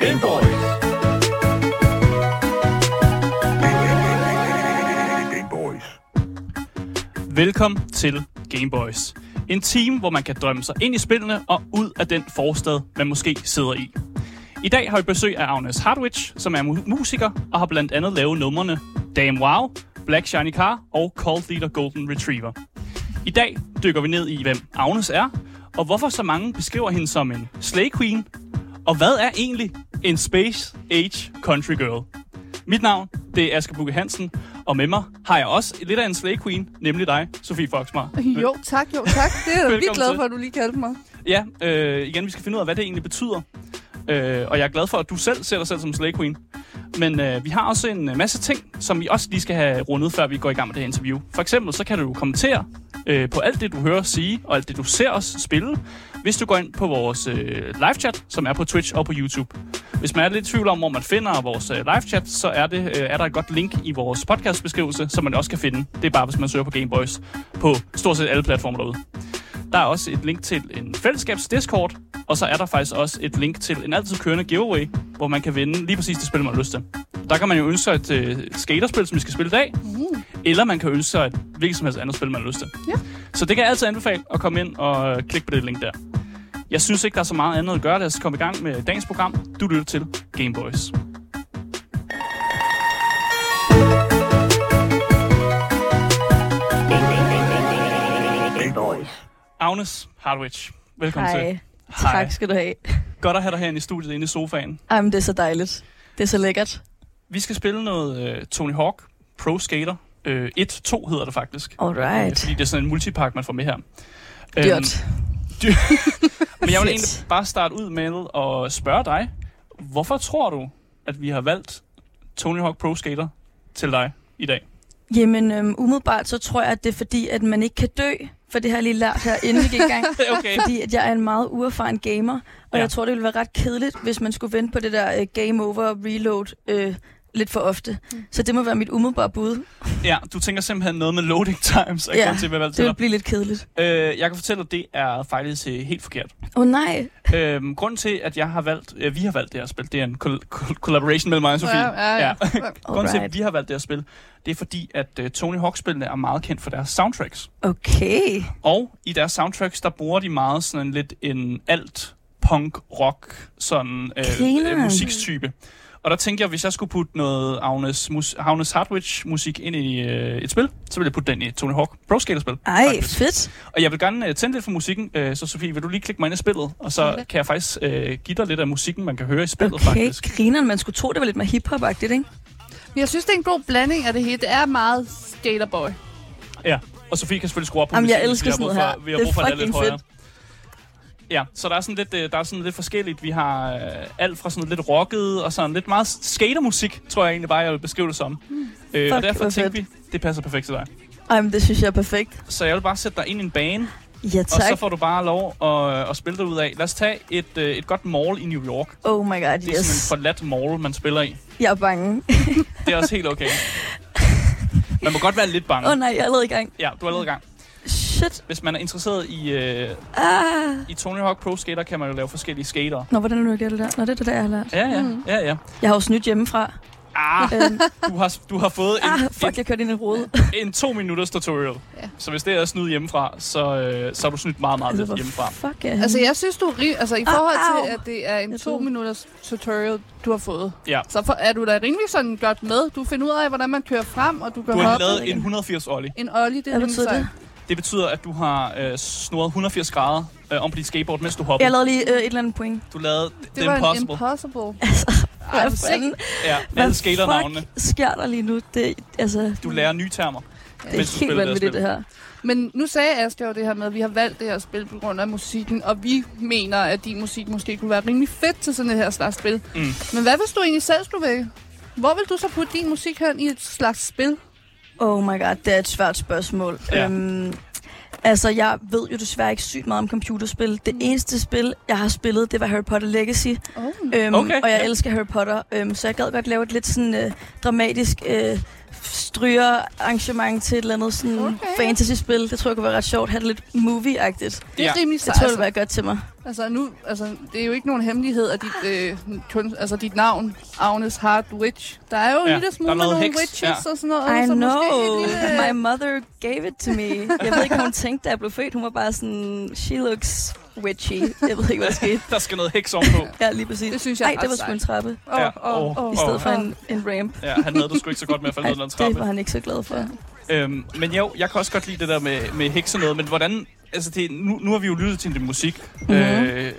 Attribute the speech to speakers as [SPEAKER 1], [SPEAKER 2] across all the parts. [SPEAKER 1] Gameboy.
[SPEAKER 2] Velkommen til Gameboys. En time, hvor man kan drømme sig ind i spillene og ud af den forstad, man måske sidder i. I dag har vi besøg af Agnes Hardwich, som er mu- musiker og har blandt andet lavet numrene Damn Wow, Black Shiny Car og Cold Leader Golden Retriever. I dag dykker vi ned i, hvem Agnes er, og hvorfor så mange beskriver hende som en slay queen, og hvad er egentlig en space age country girl? Mit navn, det er Asger Bukke Hansen, og med mig har jeg også lidt af en slay queen, nemlig dig, Sofie Foxmar.
[SPEAKER 3] Jo, tak, jo, tak. Det er jeg da
[SPEAKER 2] Velkommen
[SPEAKER 3] vildt glad
[SPEAKER 2] til.
[SPEAKER 3] for, at du lige kaldte mig.
[SPEAKER 2] Ja, øh, igen, vi skal finde ud af, hvad det egentlig betyder. Øh, og jeg er glad for, at du selv ser dig selv som Slay Queen. Men øh, vi har også en øh, masse ting, som vi også lige skal have rundet, før vi går i gang med det her interview. For eksempel, så kan du kommentere øh, på alt det, du hører os sige, og alt det, du ser os spille, hvis du går ind på vores øh, live-chat, som er på Twitch og på YouTube. Hvis man er lidt i tvivl om, hvor man finder vores øh, live-chat, så er, det, øh, er der et godt link i vores podcastbeskrivelse, som man også kan finde. Det er bare, hvis man søger på Gameboys på stort set alle platforme derude. Der er også et link til en fællesskabs Discord, og så er der faktisk også et link til en altid kørende giveaway, hvor man kan vinde lige præcis det spil, man har lyst til. Der kan man jo ønske sig et øh, skaterspil, som vi skal spille i dag,
[SPEAKER 3] Mm.
[SPEAKER 2] eller man kan ønske sig et hvilket som helst andet spil, man har lyst til.
[SPEAKER 3] Ja.
[SPEAKER 2] Så det kan jeg altid anbefale at komme ind og øh, klikke på det link der. Jeg synes ikke, der er så meget andet at gøre. Lad os komme i gang med dagens program. Du lytter til Gameboys. Agnes Hardwich, velkommen til.
[SPEAKER 3] Hej. Tak skal du have.
[SPEAKER 2] Godt at have dig herinde i studiet, inde i sofaen.
[SPEAKER 3] Ej, men det er så dejligt. Det er så lækkert.
[SPEAKER 2] Vi skal spille noget øh, Tony Hawk Pro Skater. Øh, 1-2 hedder det faktisk. Øh,
[SPEAKER 3] Alright.
[SPEAKER 2] Fordi det er sådan en multipack, man får med her. Øhm,
[SPEAKER 3] Dyrt.
[SPEAKER 2] men jeg vil
[SPEAKER 3] Fedt.
[SPEAKER 2] egentlig bare starte ud med at spørge dig. Hvorfor tror du, at vi har valgt Tony Hawk Pro Skater til dig i dag?
[SPEAKER 4] Jamen, øhm, umiddelbart så tror jeg, at det er fordi, at man ikke kan dø, for det har jeg lige lært her, inden vi gik i gang.
[SPEAKER 2] Okay.
[SPEAKER 4] Fordi at jeg er en meget uerfaren gamer, og
[SPEAKER 2] Ja.
[SPEAKER 4] ja. jeg tror, det ville være ret kedeligt, hvis man skulle vente på det der øh, game over og reload øh, lidt for ofte.
[SPEAKER 3] Mm.
[SPEAKER 4] Så det må være mit umiddelbare bud.
[SPEAKER 2] Ja, du tænker simpelthen noget med loading times. Er
[SPEAKER 4] Ja,
[SPEAKER 2] ja, til, hvad jeg valgte
[SPEAKER 4] Det
[SPEAKER 2] til
[SPEAKER 4] ville
[SPEAKER 2] dig.
[SPEAKER 4] blive lidt kedeligt.
[SPEAKER 2] Øh, jeg kan fortælle, at det er faktisk øh, helt forkert.
[SPEAKER 4] Åh oh, nej,
[SPEAKER 2] Øhm, grunden til, at jeg har valgt, øh, vi har valgt det her spil, det er en kol- kol- collaboration mellem mig og Sofie.
[SPEAKER 3] Ja, ja, ja.
[SPEAKER 2] Grunden til, at
[SPEAKER 4] alright.
[SPEAKER 2] vi har valgt det her spil, det er fordi, at øh, Tony Hawk-spillene er meget kendt for deres soundtracks.
[SPEAKER 4] Okay.
[SPEAKER 2] Og i deres soundtracks, der bruger de meget sådan lidt en alt punk rock sådan øh, øh,
[SPEAKER 4] Grineren.
[SPEAKER 2] musikstype. Og der tænkte jeg, hvis jeg skulle putte noget Agnes, mus- Agnes Hardwich musik ind i øh, et spil, så ville jeg putte den i et Tony Hawk Pro Skater spil.
[SPEAKER 4] Ej,
[SPEAKER 2] Faktisk.
[SPEAKER 4] fedt.
[SPEAKER 2] Og jeg vil gerne øh, tænde lidt for musikken, øh, så Sofie, vil du lige klikke mig ind i spillet? Og så
[SPEAKER 3] Okay.
[SPEAKER 2] kan jeg faktisk øh, give dig lidt af musikken, man kan høre i spillet
[SPEAKER 4] Okay,
[SPEAKER 2] faktisk.
[SPEAKER 4] grineren. Man skulle tro, det var lidt mere hiphop-agtigt, ikke?
[SPEAKER 3] Men Jeg synes, det er en god blanding af det hele. Det er meget skaterboy.
[SPEAKER 2] Og Sofie kan selvfølgelig skrue op på
[SPEAKER 4] Jamen, jeg
[SPEAKER 2] musikken,
[SPEAKER 4] elsker
[SPEAKER 2] hvis vi har
[SPEAKER 4] sådan
[SPEAKER 2] brug
[SPEAKER 4] noget
[SPEAKER 2] for-
[SPEAKER 4] her.
[SPEAKER 2] Vi har
[SPEAKER 4] Det er
[SPEAKER 2] brug for, at det er lidt
[SPEAKER 4] fucking
[SPEAKER 2] højere. Ja, så der er sådan lidt, øh, der er sådan lidt forskelligt. Vi har øh, alt fra sådan lidt rocket og sådan lidt meget skatermusik, tror jeg egentlig bare, jeg vil beskrive det som. Øh, og
[SPEAKER 4] Mm. Fuck,
[SPEAKER 2] derfor
[SPEAKER 4] hvor
[SPEAKER 2] tænkte
[SPEAKER 4] fedt.
[SPEAKER 2] vi, det passer perfekt til dig.
[SPEAKER 4] Ej, men det synes jeg er perfekt.
[SPEAKER 2] Så jeg vil bare sætte dig ind i en bane,
[SPEAKER 4] Ja,
[SPEAKER 2] og så
[SPEAKER 4] tak.
[SPEAKER 2] får du bare lov at, at spille dig ud af. Lad os tage et, øh, et godt mall i New York.
[SPEAKER 4] Oh my god,
[SPEAKER 2] Det er sådan en
[SPEAKER 4] yes.
[SPEAKER 2] forladt mall, man spiller i.
[SPEAKER 4] Jeg er bange.
[SPEAKER 2] Det er også helt okay. Man må godt være lidt bange.
[SPEAKER 4] Åh oh, nej, jeg er allerede i gang.
[SPEAKER 2] Ja, du er allerede i gang.
[SPEAKER 4] Shit.
[SPEAKER 2] Hvis man er interesseret i, øh,
[SPEAKER 4] Ah.
[SPEAKER 2] i Tony Hawk Pro Skater, kan man jo lave forskellige skater.
[SPEAKER 4] Nå, hvordan har du gjort det der? Nå, det er det der, jeg har lært.
[SPEAKER 2] Ja, ja,
[SPEAKER 3] Mm.
[SPEAKER 2] ja, ja.
[SPEAKER 4] Jeg har jo snydt hjemmefra.
[SPEAKER 2] Ah,
[SPEAKER 4] øhm,
[SPEAKER 2] du har, du har fået en,
[SPEAKER 4] ah, fuck, jeg kørte ind i hovedet.
[SPEAKER 2] en, en to minutters tutorial.
[SPEAKER 3] Ja.
[SPEAKER 2] Så hvis det er snyd hjemmefra, så, øh, så har du snydt meget, meget
[SPEAKER 4] Altså,
[SPEAKER 2] lidt
[SPEAKER 4] hvor
[SPEAKER 2] hjemmefra.
[SPEAKER 4] Fuck, ja.
[SPEAKER 3] Altså, jeg synes, du er rim- altså, i
[SPEAKER 4] Au,
[SPEAKER 3] forhold
[SPEAKER 4] au.
[SPEAKER 3] til, at det er en
[SPEAKER 4] Jeg
[SPEAKER 3] to
[SPEAKER 4] troede-
[SPEAKER 3] minutters tutorial, du har fået.
[SPEAKER 2] Ja.
[SPEAKER 3] Så for, er du da rimelig sådan godt med. Du finder ud af, hvordan man kører frem, og du kan
[SPEAKER 2] Du har
[SPEAKER 3] hoppe.
[SPEAKER 2] lavet en
[SPEAKER 4] igen.
[SPEAKER 2] 180 ollie.
[SPEAKER 3] En ollie, det er
[SPEAKER 4] Hvad
[SPEAKER 3] rimelig
[SPEAKER 4] betyder
[SPEAKER 3] sejt.
[SPEAKER 4] det?
[SPEAKER 2] Det betyder, at du har øh, snurret 180 grader øh, om på dit skateboard, mens du hopper.
[SPEAKER 4] Jeg lavede lige øh, et eller andet point.
[SPEAKER 2] Du lavede
[SPEAKER 3] Det
[SPEAKER 2] The
[SPEAKER 3] var
[SPEAKER 2] Impossible.
[SPEAKER 3] en impossible.
[SPEAKER 4] Altså,
[SPEAKER 3] Ej,
[SPEAKER 4] hvad
[SPEAKER 3] hvor
[SPEAKER 4] fanden?
[SPEAKER 2] ja,
[SPEAKER 4] Hvad
[SPEAKER 2] alle skaternavnene.
[SPEAKER 4] fuck sker der lige nu? Det, altså,
[SPEAKER 2] Du lærer nye termer.
[SPEAKER 4] det
[SPEAKER 2] mens du spiller
[SPEAKER 4] er
[SPEAKER 2] det
[SPEAKER 4] helt
[SPEAKER 2] her
[SPEAKER 4] vanvittigt,
[SPEAKER 2] spil.
[SPEAKER 4] det her.
[SPEAKER 3] Men nu sagde Asger jo det her med, at vi har valgt det her spil på grund af musikken, og vi mener, at din musik måske kunne være rimelig fedt til sådan et her slags spil.
[SPEAKER 2] Mm.
[SPEAKER 3] Men hvad hvis du egentlig selv skulle vælge? Hvor vil du så putte din musik hen i et slags spil?
[SPEAKER 4] Oh my god, det er et svært spørgsmål.
[SPEAKER 2] Ja.
[SPEAKER 4] Ja. Øhm, altså, jeg ved jo desværre ikke sygt meget om computerspil.
[SPEAKER 3] Mm.
[SPEAKER 4] Det eneste spil, jeg har spillet, det var Harry Potter Legacy.
[SPEAKER 3] Oh.
[SPEAKER 2] Okay,
[SPEAKER 4] Øhm, okay, og jeg
[SPEAKER 2] ja.
[SPEAKER 4] ja. elsker Harry Potter, øhm, så jeg gad godt lave et lidt sådan øh, dramatisk øh, stryger arrangement til et eller andet sådan
[SPEAKER 3] Okay.
[SPEAKER 4] okay. fantasy-spil. Det tror jeg kunne være ret sjovt. Have det lidt movie-agtigt.
[SPEAKER 3] Det er
[SPEAKER 2] Ja.
[SPEAKER 3] ja. rimelig
[SPEAKER 4] Det
[SPEAKER 3] sejt.
[SPEAKER 4] tror jeg ville
[SPEAKER 3] altså.
[SPEAKER 4] være godt til mig.
[SPEAKER 3] Altså, nu, altså, det er jo ikke nogen hemmelighed, at dit, øh, kun, altså, dit navn, Agnes Hart Witch, der er jo
[SPEAKER 2] Ja,
[SPEAKER 3] en lille
[SPEAKER 2] der
[SPEAKER 3] smule
[SPEAKER 2] er noget
[SPEAKER 3] nogle
[SPEAKER 2] heks,
[SPEAKER 3] witches
[SPEAKER 2] ja.
[SPEAKER 3] og sådan noget.
[SPEAKER 4] I
[SPEAKER 3] så
[SPEAKER 4] know.
[SPEAKER 3] Måske en
[SPEAKER 4] My
[SPEAKER 3] lille,
[SPEAKER 4] mother gave it to me. Jeg ved ikke, hvad hun tænkte, da jeg blev født. Hun var bare sådan, she looks witchy. Jeg ved ikke, hvad der skete.
[SPEAKER 2] Der skal noget heks ovenpå.
[SPEAKER 4] Ja, lige præcis.
[SPEAKER 3] det synes jeg
[SPEAKER 4] Nej,
[SPEAKER 3] er
[SPEAKER 4] det
[SPEAKER 3] ret
[SPEAKER 4] var sgu en
[SPEAKER 3] sejt.
[SPEAKER 4] trappe.
[SPEAKER 3] Åh,
[SPEAKER 2] Ja,
[SPEAKER 3] åh,
[SPEAKER 2] åh,
[SPEAKER 3] åh.
[SPEAKER 4] I stedet for en, en ramp.
[SPEAKER 2] Ja, han havde det sgu ikke så godt med at falde
[SPEAKER 4] Ej,
[SPEAKER 2] ned ad den
[SPEAKER 4] det
[SPEAKER 2] trappe.
[SPEAKER 4] var han ikke så glad for.
[SPEAKER 2] Øhm, men jo, jeg kan også godt lide det der med, med hekse noget, men hvordan... Altså, det, nu, nu har vi jo lyttet til din musik,
[SPEAKER 4] Mhm.
[SPEAKER 2] øh,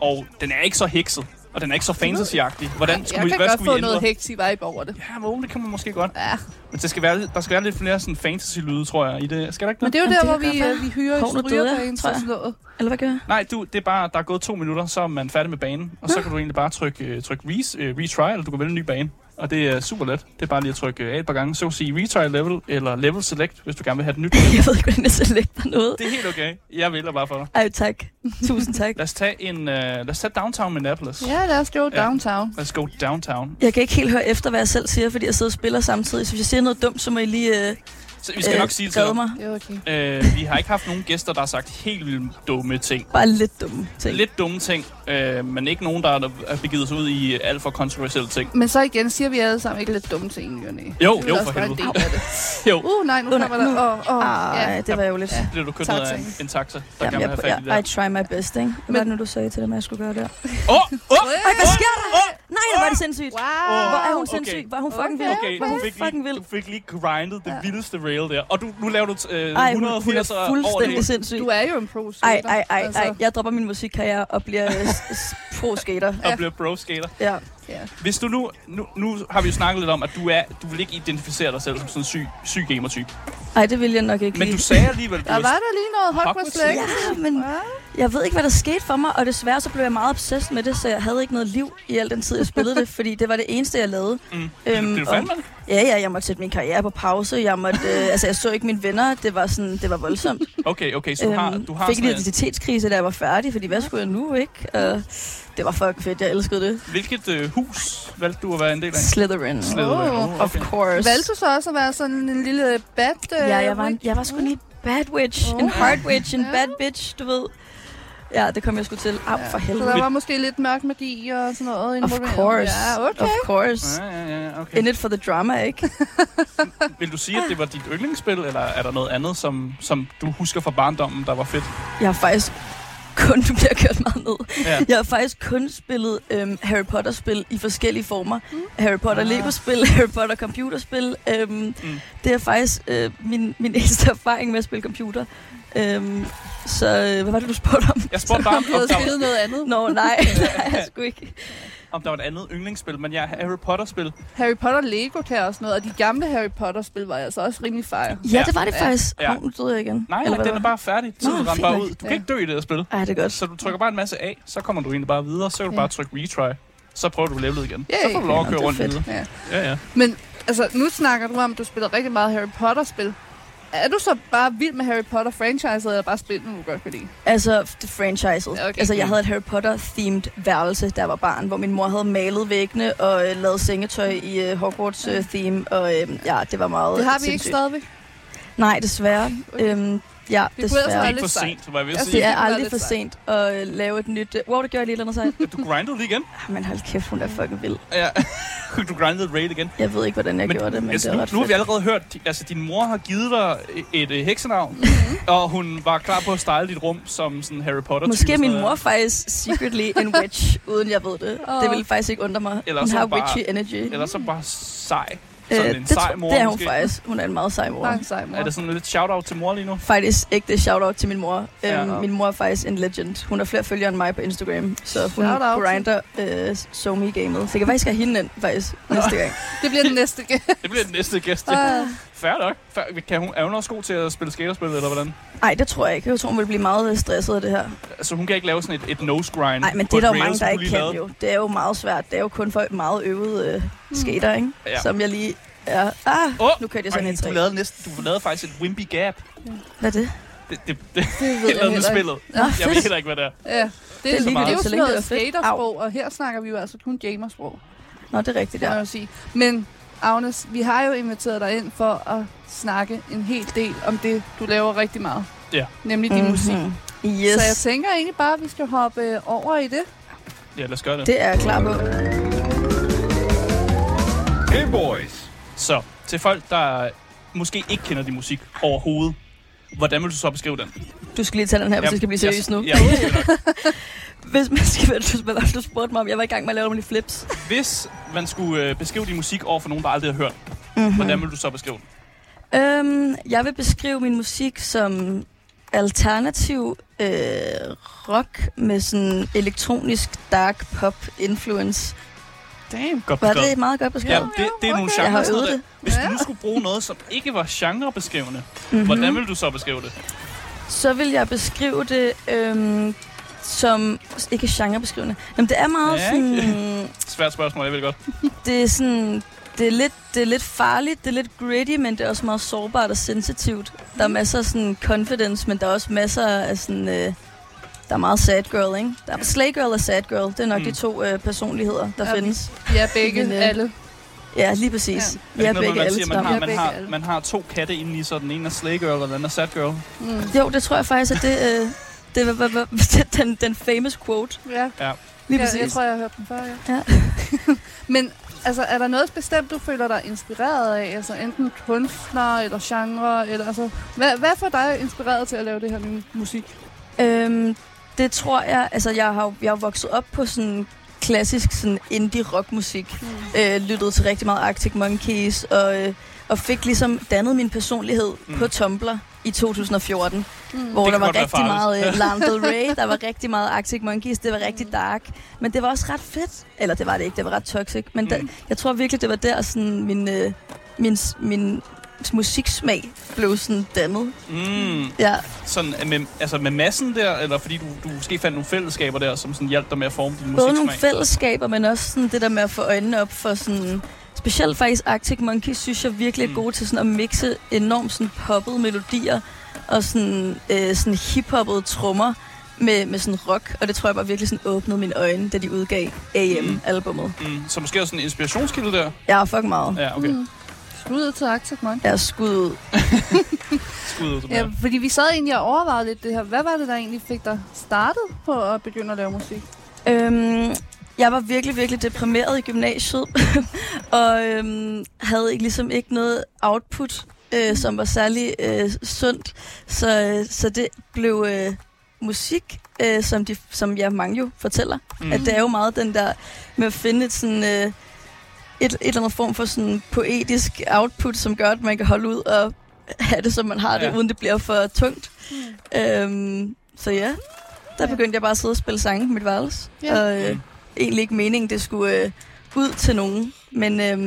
[SPEAKER 2] og den er ikke så hekset, og den er ikke så fantasy-agtig. Hvordan skulle
[SPEAKER 3] jeg
[SPEAKER 2] vi,
[SPEAKER 3] kan
[SPEAKER 2] hvad
[SPEAKER 3] godt
[SPEAKER 2] skulle
[SPEAKER 3] få
[SPEAKER 2] vi ændre?
[SPEAKER 3] noget heks i vibe over det.
[SPEAKER 2] Ja, men, det kan man måske godt.
[SPEAKER 3] Ja,
[SPEAKER 2] Men der skal være, der skal være lidt flere sådan fantasy-lyde, tror jeg, i det. Skal der ikke det?
[SPEAKER 3] men det er jo
[SPEAKER 4] Ja,
[SPEAKER 3] der,
[SPEAKER 4] det
[SPEAKER 3] hvor
[SPEAKER 4] kan
[SPEAKER 3] vi,
[SPEAKER 4] godt
[SPEAKER 3] øh, vi hyrer
[SPEAKER 4] Hov, nu døde
[SPEAKER 3] stryger
[SPEAKER 4] jeg,
[SPEAKER 3] på en
[SPEAKER 4] tror jeg.
[SPEAKER 3] sådan noget.
[SPEAKER 4] Eller hvad gør jeg?
[SPEAKER 2] Nej, du, det er bare, der er gået to minutter, så er man færdig med banen. Og så kan du egentlig bare trykke, øh, trykke res, øh, retry, eller du kan vælge en ny bane. Og det er super let. Det er bare lige at trykke øh, af et par gange. Så kan du sige retry level, eller level select, hvis du gerne vil have den nyt.
[SPEAKER 4] Jeg ved ikke, hvordan jeg selekter noget.
[SPEAKER 2] Det er helt okay. Jeg vælger bare for dig.
[SPEAKER 4] Ej, tak. Tusind tak.
[SPEAKER 2] Lad os tage en, øh, lad os tage downtown Minneapolis.
[SPEAKER 3] Ja, lad os gå
[SPEAKER 2] Ja.
[SPEAKER 3] downtown.
[SPEAKER 2] Let's go downtown.
[SPEAKER 4] Jeg kan ikke helt høre efter, hvad jeg selv siger, fordi jeg sidder og spiller samtidig. Så hvis jeg siger noget dumt, så må I lige øh,
[SPEAKER 2] Så vi skal
[SPEAKER 4] øh,
[SPEAKER 2] nok sige det til
[SPEAKER 4] redde
[SPEAKER 2] dig.
[SPEAKER 4] mig.
[SPEAKER 3] Det er okay.
[SPEAKER 2] øh, Vi har ikke haft nogen gæster, der har sagt helt vildt dumme ting.
[SPEAKER 4] Bare lidt dumme ting.
[SPEAKER 2] Lidt dumme ting, øh, men ikke nogen, der har begivet sig ud i øh, alt for kontroversielle ting.
[SPEAKER 3] Men så igen siger vi alle sammen ikke lidt dumme ting, Jørgen. Jo,
[SPEAKER 2] jo,
[SPEAKER 3] det er vel også
[SPEAKER 2] for
[SPEAKER 3] bare en
[SPEAKER 2] helvede.
[SPEAKER 3] del af det.
[SPEAKER 2] Jo,
[SPEAKER 3] Uh, nej, nu
[SPEAKER 4] Under-
[SPEAKER 3] kommer der...
[SPEAKER 4] nu-
[SPEAKER 3] Åh, åh,
[SPEAKER 4] Ej,
[SPEAKER 3] ja.
[SPEAKER 4] det var jo lidt...
[SPEAKER 2] det blev du kørt ned af en,
[SPEAKER 3] Taxa.
[SPEAKER 2] en taxa, der gerne vil
[SPEAKER 4] Jamen,
[SPEAKER 2] have
[SPEAKER 4] jeg,
[SPEAKER 2] fat i det
[SPEAKER 4] jeg, I
[SPEAKER 2] her.
[SPEAKER 4] try my best, ikke? Hvad
[SPEAKER 3] Men-
[SPEAKER 4] var det nu, du sagde til dem, at jeg skulle gøre der?
[SPEAKER 2] Åh, åh,
[SPEAKER 4] Ej, hvad
[SPEAKER 2] Åh!
[SPEAKER 4] sker der?
[SPEAKER 2] åh!
[SPEAKER 4] Nej, hvor var det sindssygt.
[SPEAKER 3] Wow.
[SPEAKER 4] Hvor er hun
[SPEAKER 2] Okay.
[SPEAKER 4] sindssyg? Var hun fucking vild?
[SPEAKER 2] Okay,
[SPEAKER 4] Var
[SPEAKER 2] du
[SPEAKER 4] hun
[SPEAKER 2] fik,
[SPEAKER 4] fucking
[SPEAKER 2] lige,
[SPEAKER 4] vild?
[SPEAKER 2] du fik lige grindet det
[SPEAKER 3] Ja.
[SPEAKER 2] vildeste rail der. Og du, nu laver du øh,
[SPEAKER 4] Ej, hun, hun
[SPEAKER 2] 180
[SPEAKER 4] er
[SPEAKER 2] over det.
[SPEAKER 4] fuldstændig sindssyg.
[SPEAKER 3] Du er jo en pro
[SPEAKER 4] Ej,
[SPEAKER 3] skater.
[SPEAKER 4] ej, ej, ej.
[SPEAKER 3] Altså,
[SPEAKER 4] Jeg dropper min musikkarriere og bliver øh, s- s- pro-skater.
[SPEAKER 2] Og
[SPEAKER 3] Ja.
[SPEAKER 2] bliver pro-skater.
[SPEAKER 4] Ja.
[SPEAKER 3] ja.
[SPEAKER 2] Hvis du nu, nu, nu har vi jo snakket lidt om, at du, er, du vil ikke identificere dig selv som sådan en syg, syg gamer-type.
[SPEAKER 4] Ej, det vil jeg nok ikke
[SPEAKER 2] Men du
[SPEAKER 4] lide.
[SPEAKER 2] sagde alligevel, at du
[SPEAKER 3] Der var
[SPEAKER 2] var...
[SPEAKER 3] der lige noget
[SPEAKER 2] Hogwarts
[SPEAKER 3] Hogwarts Legacy.
[SPEAKER 4] Ja, men
[SPEAKER 3] Ja.
[SPEAKER 4] jeg ved ikke, hvad der skete for mig, og desværre så blev jeg meget obsessed med det, så jeg havde ikke noget liv i al den tid, jeg spillede det, fordi det var det eneste, jeg lavede.
[SPEAKER 2] Mm.
[SPEAKER 4] Øhm,
[SPEAKER 2] Øhm, du
[SPEAKER 4] og-
[SPEAKER 2] fandme det?
[SPEAKER 4] Ja, ja, jeg måtte sætte min karriere på pause, jeg måtte, øh, altså jeg så ikke mine venner, det var sådan, det var voldsomt.
[SPEAKER 2] Okay, okay, så du har, du har
[SPEAKER 4] Øhm, fik en
[SPEAKER 2] sådan en,
[SPEAKER 4] identitetskrise, da jeg var færdig, fordi hvad skulle jeg nu, ikke? Uh, det var fucking fedt, jeg elskede det.
[SPEAKER 2] Hvilket øh, hus valgte du at være en del af?
[SPEAKER 4] Slytherin.
[SPEAKER 2] Slytherin.
[SPEAKER 3] Oh,
[SPEAKER 4] Of course.
[SPEAKER 3] Valgte du så også at være sådan en lille bat? øh,
[SPEAKER 4] Ja, jeg var, en,
[SPEAKER 3] witch?
[SPEAKER 4] jeg var sgu en lille bad witch, en
[SPEAKER 3] Oh.
[SPEAKER 4] hard witch, en
[SPEAKER 3] Ja.
[SPEAKER 4] bad bitch, du ved. Ja, det kom jeg sgu til. Au, for
[SPEAKER 3] Så der
[SPEAKER 4] helvede.
[SPEAKER 3] var måske lidt mørk magi og sådan noget
[SPEAKER 4] Of
[SPEAKER 3] involveret.
[SPEAKER 4] course.
[SPEAKER 3] Ja, okay.
[SPEAKER 4] Of course.
[SPEAKER 2] Ja, ja, ja, okay.
[SPEAKER 4] In it for the drama, ikke?
[SPEAKER 2] Vil du sige, at det var dit yndlingsspil, eller er der noget andet, som, som du husker fra barndommen, der var fedt?
[SPEAKER 4] Jeg har faktisk kun, du bliver kørt meget ned.
[SPEAKER 2] Ja.
[SPEAKER 4] Jeg har faktisk kun spillet øhm, Harry Potter-spil i forskellige former. Mm. Harry Potter
[SPEAKER 2] Ah.
[SPEAKER 4] Lego-spil, Harry Potter computerspil. Øhm, mm. Det er faktisk øh, min, min eneste erfaring med at spille computer. Øhm, så øh, hvad var det, du spurgte om?
[SPEAKER 2] Jeg spurgte bare, om,
[SPEAKER 3] Du havde
[SPEAKER 2] om, der
[SPEAKER 3] spillet
[SPEAKER 2] var,
[SPEAKER 3] noget andet.
[SPEAKER 4] Nå, nej, nej, jeg sgu ikke.
[SPEAKER 2] om der var et andet yndlingsspil, men ja, Harry Potter-spil.
[SPEAKER 3] Harry Potter Lego kan jeg også noget, og de gamle Harry Potter-spil var altså også rimelig fejre.
[SPEAKER 4] Ja, det var det
[SPEAKER 3] Ja.
[SPEAKER 4] faktisk.
[SPEAKER 2] Ja.
[SPEAKER 4] Ja. Oh, nu døde jeg igen.
[SPEAKER 2] Nej,
[SPEAKER 4] Eller hvad
[SPEAKER 2] den er
[SPEAKER 4] var
[SPEAKER 2] bare færdig. Tiden
[SPEAKER 4] Nå,
[SPEAKER 2] rammer bare
[SPEAKER 4] fint
[SPEAKER 2] ud.
[SPEAKER 4] nok.
[SPEAKER 2] Du kan ikke dø i det her spil.
[SPEAKER 4] det? Ej, det er godt.
[SPEAKER 2] Altså, Så du trykker bare en masse af, så kommer du egentlig bare videre, så kan du bare trykke retry. Så prøver du levelet igen. Så
[SPEAKER 3] Yay.
[SPEAKER 2] får du lov at
[SPEAKER 4] Nå,
[SPEAKER 2] køre
[SPEAKER 4] det er
[SPEAKER 2] rundt
[SPEAKER 4] fedt.
[SPEAKER 2] videre.
[SPEAKER 3] Ja.
[SPEAKER 2] Ja, ja.
[SPEAKER 3] Men altså, nu snakker du om, at du spiller rigtig meget Harry Potter-spil. Er du så bare vild med Harry Potter-franchiset, eller bare spil, nu du godt kan lide?
[SPEAKER 4] Altså, f- franchiset.
[SPEAKER 3] Okay.
[SPEAKER 4] Okay. Altså, jeg havde et Harry Potter-themed værelse, da jeg var barn, hvor min mor havde malet væggene og øh, lavet sengetøj i øh, Hogwarts-theme, og øh, ja, det var meget
[SPEAKER 3] Det har vi ikke
[SPEAKER 4] sindssygt.
[SPEAKER 3] stadigvæk.
[SPEAKER 4] Nej, desværre.
[SPEAKER 3] Okay.
[SPEAKER 4] Øhm, ja,
[SPEAKER 3] Det kunne ellers
[SPEAKER 2] Det
[SPEAKER 4] desværre.
[SPEAKER 2] er
[SPEAKER 3] være
[SPEAKER 2] ikke for
[SPEAKER 3] lidt sejt.
[SPEAKER 2] sent, var jeg ved at
[SPEAKER 3] Jeg
[SPEAKER 2] sige.
[SPEAKER 4] Det er
[SPEAKER 3] Det kunne være
[SPEAKER 4] aldrig
[SPEAKER 3] lidt
[SPEAKER 4] for
[SPEAKER 3] sejt.
[SPEAKER 4] sent at øh, lave et nyt... øh, Wow, det gør jeg lige et eller andet sejt.
[SPEAKER 2] Du grindede lige igen.
[SPEAKER 4] Ah, Men hold kæft, hun er fucking vild.
[SPEAKER 2] Ja. Du grindede raid igen.
[SPEAKER 4] Jeg ved ikke, hvordan jeg
[SPEAKER 2] Men,
[SPEAKER 4] gjorde det, men
[SPEAKER 2] altså,
[SPEAKER 4] det
[SPEAKER 2] nu,
[SPEAKER 4] var ret
[SPEAKER 2] nu har vi
[SPEAKER 4] fedt.
[SPEAKER 2] allerede hørt, di- altså din mor har givet dig et, et heksenavn,
[SPEAKER 4] Mhm.
[SPEAKER 2] og hun var klar på at style dit rum som sådan Harry Potter.
[SPEAKER 4] Måske er min mor faktisk secretly en witch, uden jeg ved det.
[SPEAKER 3] Åh.
[SPEAKER 4] Det ville faktisk ikke undre mig.
[SPEAKER 2] Eller
[SPEAKER 4] hun
[SPEAKER 2] så
[SPEAKER 4] har
[SPEAKER 2] bare-
[SPEAKER 4] witchy energy.
[SPEAKER 2] Eller så bare sej.
[SPEAKER 4] Øh,
[SPEAKER 2] Sådan en
[SPEAKER 4] det,
[SPEAKER 2] sej
[SPEAKER 4] tror-
[SPEAKER 2] mor
[SPEAKER 4] det er hun
[SPEAKER 2] måske.
[SPEAKER 4] faktisk. Hun er en meget sej mor.
[SPEAKER 3] Der er en sej mor.
[SPEAKER 2] Er det sådan lidt shout-out til mor lige nu?
[SPEAKER 4] Faktisk ægte shout-out til min mor.
[SPEAKER 2] Ja.
[SPEAKER 4] Ja. Øhm, min mor er faktisk en legend. Hun har flere følgere end mig på Instagram, så hun
[SPEAKER 3] Shout-out til-
[SPEAKER 4] grinder øh, SoMe-gamet. Så jeg kan faktisk have hende ind, faktisk, næste gang.
[SPEAKER 3] det bliver den næste gæst.
[SPEAKER 2] Det bliver den næste gæst.
[SPEAKER 3] Ah.
[SPEAKER 2] Fair nok. Fair. Kan hun, er hun også god til at spille skaterspil, eller hvordan?
[SPEAKER 4] Nej, det tror jeg ikke. Jeg tror, hun vil blive meget øh, stresset af det her.
[SPEAKER 2] Altså, hun kan ikke lave sådan et, et nose grind.
[SPEAKER 4] Nej, men
[SPEAKER 2] på
[SPEAKER 4] det er
[SPEAKER 2] et
[SPEAKER 4] der jo
[SPEAKER 2] rail,
[SPEAKER 4] mange,
[SPEAKER 2] som
[SPEAKER 4] der
[SPEAKER 2] du
[SPEAKER 4] ikke
[SPEAKER 2] lige
[SPEAKER 4] kan
[SPEAKER 2] lavede.
[SPEAKER 4] jo. Det er jo meget svært. Det er jo kun for meget øvede øh, skater, ikke?
[SPEAKER 2] Mm. Ja.
[SPEAKER 4] Ja. Som jeg lige er... Ah,
[SPEAKER 2] Åh!
[SPEAKER 4] nu kørte jeg sådan
[SPEAKER 2] Ej,
[SPEAKER 4] en
[SPEAKER 2] du
[SPEAKER 4] træ.
[SPEAKER 2] lavede, næsten, du lavede faktisk et wimpy gap.
[SPEAKER 4] Hvad er det?
[SPEAKER 2] Det, det, det,
[SPEAKER 3] Det
[SPEAKER 2] det
[SPEAKER 3] ved
[SPEAKER 2] er
[SPEAKER 3] jeg
[SPEAKER 2] noget med
[SPEAKER 3] heller ikke.
[SPEAKER 2] spillet.
[SPEAKER 4] Nå,
[SPEAKER 2] Jeg ved
[SPEAKER 4] fedt.
[SPEAKER 2] heller ikke, hvad det er.
[SPEAKER 3] Ja, det,
[SPEAKER 4] Det
[SPEAKER 3] er,
[SPEAKER 4] er
[SPEAKER 3] det, det
[SPEAKER 4] ligegyldigt,
[SPEAKER 3] er jo
[SPEAKER 4] så
[SPEAKER 3] sådan
[SPEAKER 4] længe det
[SPEAKER 3] noget
[SPEAKER 4] er fedt.
[SPEAKER 3] skatersprog, og her snakker vi jo altså kun gamersprog,
[SPEAKER 4] Nå, det er rigtigt,
[SPEAKER 3] kan man
[SPEAKER 4] ja.
[SPEAKER 3] jo sige. Men Agnes, vi har jo inviteret dig ind for at snakke en hel del om det, du laver rigtig meget.
[SPEAKER 2] Ja.
[SPEAKER 3] Nemlig din mm-hmm. musik.
[SPEAKER 4] Mhm. Yes,
[SPEAKER 3] Så jeg tænker egentlig bare, at vi skal hoppe øh, over i det.
[SPEAKER 2] Ja, lad os gøre det.
[SPEAKER 4] det er jeg klar på.
[SPEAKER 1] Hey boys.
[SPEAKER 2] Så til folk, der måske ikke kender din musik overhovedet, hvordan vil du så beskrive den?
[SPEAKER 4] Du skal lige tage den her, hvis vi skal blive seriøse nu.
[SPEAKER 2] Ja, ja, okay nok.
[SPEAKER 4] Hvis man skal være, du, hvad var det, du spurgte mig om, jeg var i gang med at lave nogle flips.
[SPEAKER 2] Hvis man skulle øh, beskrive din musik over for nogen, der aldrig har hørt, Mm-hmm. hvordan vil du så beskrive den?
[SPEAKER 4] Øhm, jeg vil beskrive min musik som alternativ øh, rock med sådan elektronisk dark pop influence.
[SPEAKER 3] Damn.
[SPEAKER 2] Godt
[SPEAKER 4] Var
[SPEAKER 2] beskrevet.
[SPEAKER 4] det meget godt beskrevet?
[SPEAKER 2] Ja,
[SPEAKER 3] Ja,
[SPEAKER 2] det, det er nogle
[SPEAKER 3] okay.
[SPEAKER 2] genre.
[SPEAKER 4] Jeg har
[SPEAKER 2] sådan
[SPEAKER 4] øvet
[SPEAKER 2] noget der. Hvis du nu skulle bruge noget, som ikke var genrebeskrivende,
[SPEAKER 4] Mm-hmm.
[SPEAKER 2] hvordan vil du så beskrive det?
[SPEAKER 4] Så vil jeg beskrive det øhm, som... Ikke genrebeskrivende. Jamen, det er meget
[SPEAKER 2] Ja, ikke?
[SPEAKER 4] sådan...
[SPEAKER 2] Svært spørgsmål, jeg ved det godt.
[SPEAKER 4] Det er sådan... Det er, lidt, det er lidt farligt, det er lidt gritty, men det er også meget sårbart og sensitivt. Der er masser af sådan confidence, men der er også masser af sådan... Øh, der er meget sad girl, ikke? Der er slay girl og sad girl. Det er nok
[SPEAKER 2] Mm.
[SPEAKER 4] mm. de to øh, personligheder, der
[SPEAKER 3] Ja,
[SPEAKER 4] findes.
[SPEAKER 3] Ja, begge,
[SPEAKER 4] Men, øh,
[SPEAKER 3] alle.
[SPEAKER 4] Ja, lige præcis.
[SPEAKER 2] Er det
[SPEAKER 4] Ja,
[SPEAKER 2] ikke noget,
[SPEAKER 4] begge
[SPEAKER 2] med, man
[SPEAKER 4] alle
[SPEAKER 2] siger, man
[SPEAKER 4] sammen.
[SPEAKER 2] har,
[SPEAKER 3] Ja,
[SPEAKER 2] man,
[SPEAKER 3] begge
[SPEAKER 2] har,
[SPEAKER 3] alle.
[SPEAKER 2] man har to katte inde i, så den ene er slay girl, og den anden er sad girl?
[SPEAKER 3] Mm.
[SPEAKER 4] Jo, det tror jeg faktisk, at det... Øh, det var, var, var den, den famous quote.
[SPEAKER 3] Ja.
[SPEAKER 4] Lige
[SPEAKER 3] ja,
[SPEAKER 4] præcis.
[SPEAKER 3] jeg tror, jeg har hørt den før, ja.
[SPEAKER 4] Ja.
[SPEAKER 3] Men altså, er der noget bestemt, du føler dig inspireret af? Altså enten kunstner eller genre? Eller, altså, hvad, hvad får dig inspireret til at lave det her nye musik?
[SPEAKER 4] Øhm, det tror jeg, altså jeg har jo- jeg er jo vokset op på sådan klassisk sådan indie rockmusik.
[SPEAKER 3] Mm.
[SPEAKER 4] Øh, lyttede til rigtig meget Arctic Monkeys og, øh, og fik ligesom dannet min personlighed
[SPEAKER 2] Mm.
[SPEAKER 4] mm. på Tumblr i 2014,
[SPEAKER 3] Mm.
[SPEAKER 4] hvor
[SPEAKER 2] Det
[SPEAKER 4] der
[SPEAKER 2] kan
[SPEAKER 4] var
[SPEAKER 2] godt være
[SPEAKER 4] rigtig
[SPEAKER 2] farligt.
[SPEAKER 4] meget øh, Lana Del Rey, der var rigtig meget Arctic Monkeys, det var
[SPEAKER 2] Mm.
[SPEAKER 4] rigtig dark, men det var også ret fedt. Eller det var det ikke, det var ret toxic, men da,
[SPEAKER 2] Mm.
[SPEAKER 4] jeg tror virkelig det var der sådan min øh, min s- min musiksmag blev sådan dannet.
[SPEAKER 2] Mm.
[SPEAKER 4] Ja.
[SPEAKER 2] Sådan øh, med, altså med massen der, eller fordi du, du måske fandt nogle fællesskaber der, som sådan hjalp dig med at forme din musiksmag?
[SPEAKER 4] Både nogle fællesskaber, men også sådan det der med at få øjnene op for sådan... Specielt faktisk Arctic Monkeys synes jeg virkelig
[SPEAKER 2] Mm.
[SPEAKER 4] er gode til sådan at mixe enormt sådan poppede melodier og sådan, øh, sådan hiphoppede trommer med, med sådan rock. Og det tror jeg bare virkelig sådan åbnede mine øjne, da de udgav
[SPEAKER 2] Mm.
[SPEAKER 4] AM-albummet.
[SPEAKER 2] Mm. Så måske også sådan en inspirationskilde der?
[SPEAKER 4] Jeg er fucking meget.
[SPEAKER 2] Ja, okay.
[SPEAKER 3] Mm. Skud ud til Arctic Monkeys.
[SPEAKER 4] Jeg er skud ud.
[SPEAKER 2] Skud ud til
[SPEAKER 3] Ja,
[SPEAKER 2] mig.
[SPEAKER 3] fordi vi sad egentlig og overvejede lidt det her. Hvad var det, der egentlig fik dig startet på at begynde at lave musik?
[SPEAKER 4] Øhm, jeg var virkelig, virkelig deprimeret i gymnasiet, og øhm, havde ikke, ligesom ikke noget output, øh, som var særlig øh, sundt. Så, øh, så det blev øh, musik, øh, som, de, som jeg mange jo fortæller.
[SPEAKER 2] Mm.
[SPEAKER 4] Mm. At det er jo meget den der med at finde et sådan... Øh, et, et eller andet form for sådan poetisk output, som gør, at man kan holde ud og have det, som man har det,
[SPEAKER 2] Ja.
[SPEAKER 4] ja. uden det bliver for tungt.
[SPEAKER 3] Mm.
[SPEAKER 4] Øhm, så ja,
[SPEAKER 3] Ja.
[SPEAKER 4] der begyndte jeg bare at sidde og spille sange på mit værelse.
[SPEAKER 3] Ja.
[SPEAKER 4] Ja. Og øh,
[SPEAKER 2] Mm.
[SPEAKER 4] egentlig ikke meningen, det skulle øh, ud til nogen. Men, øh,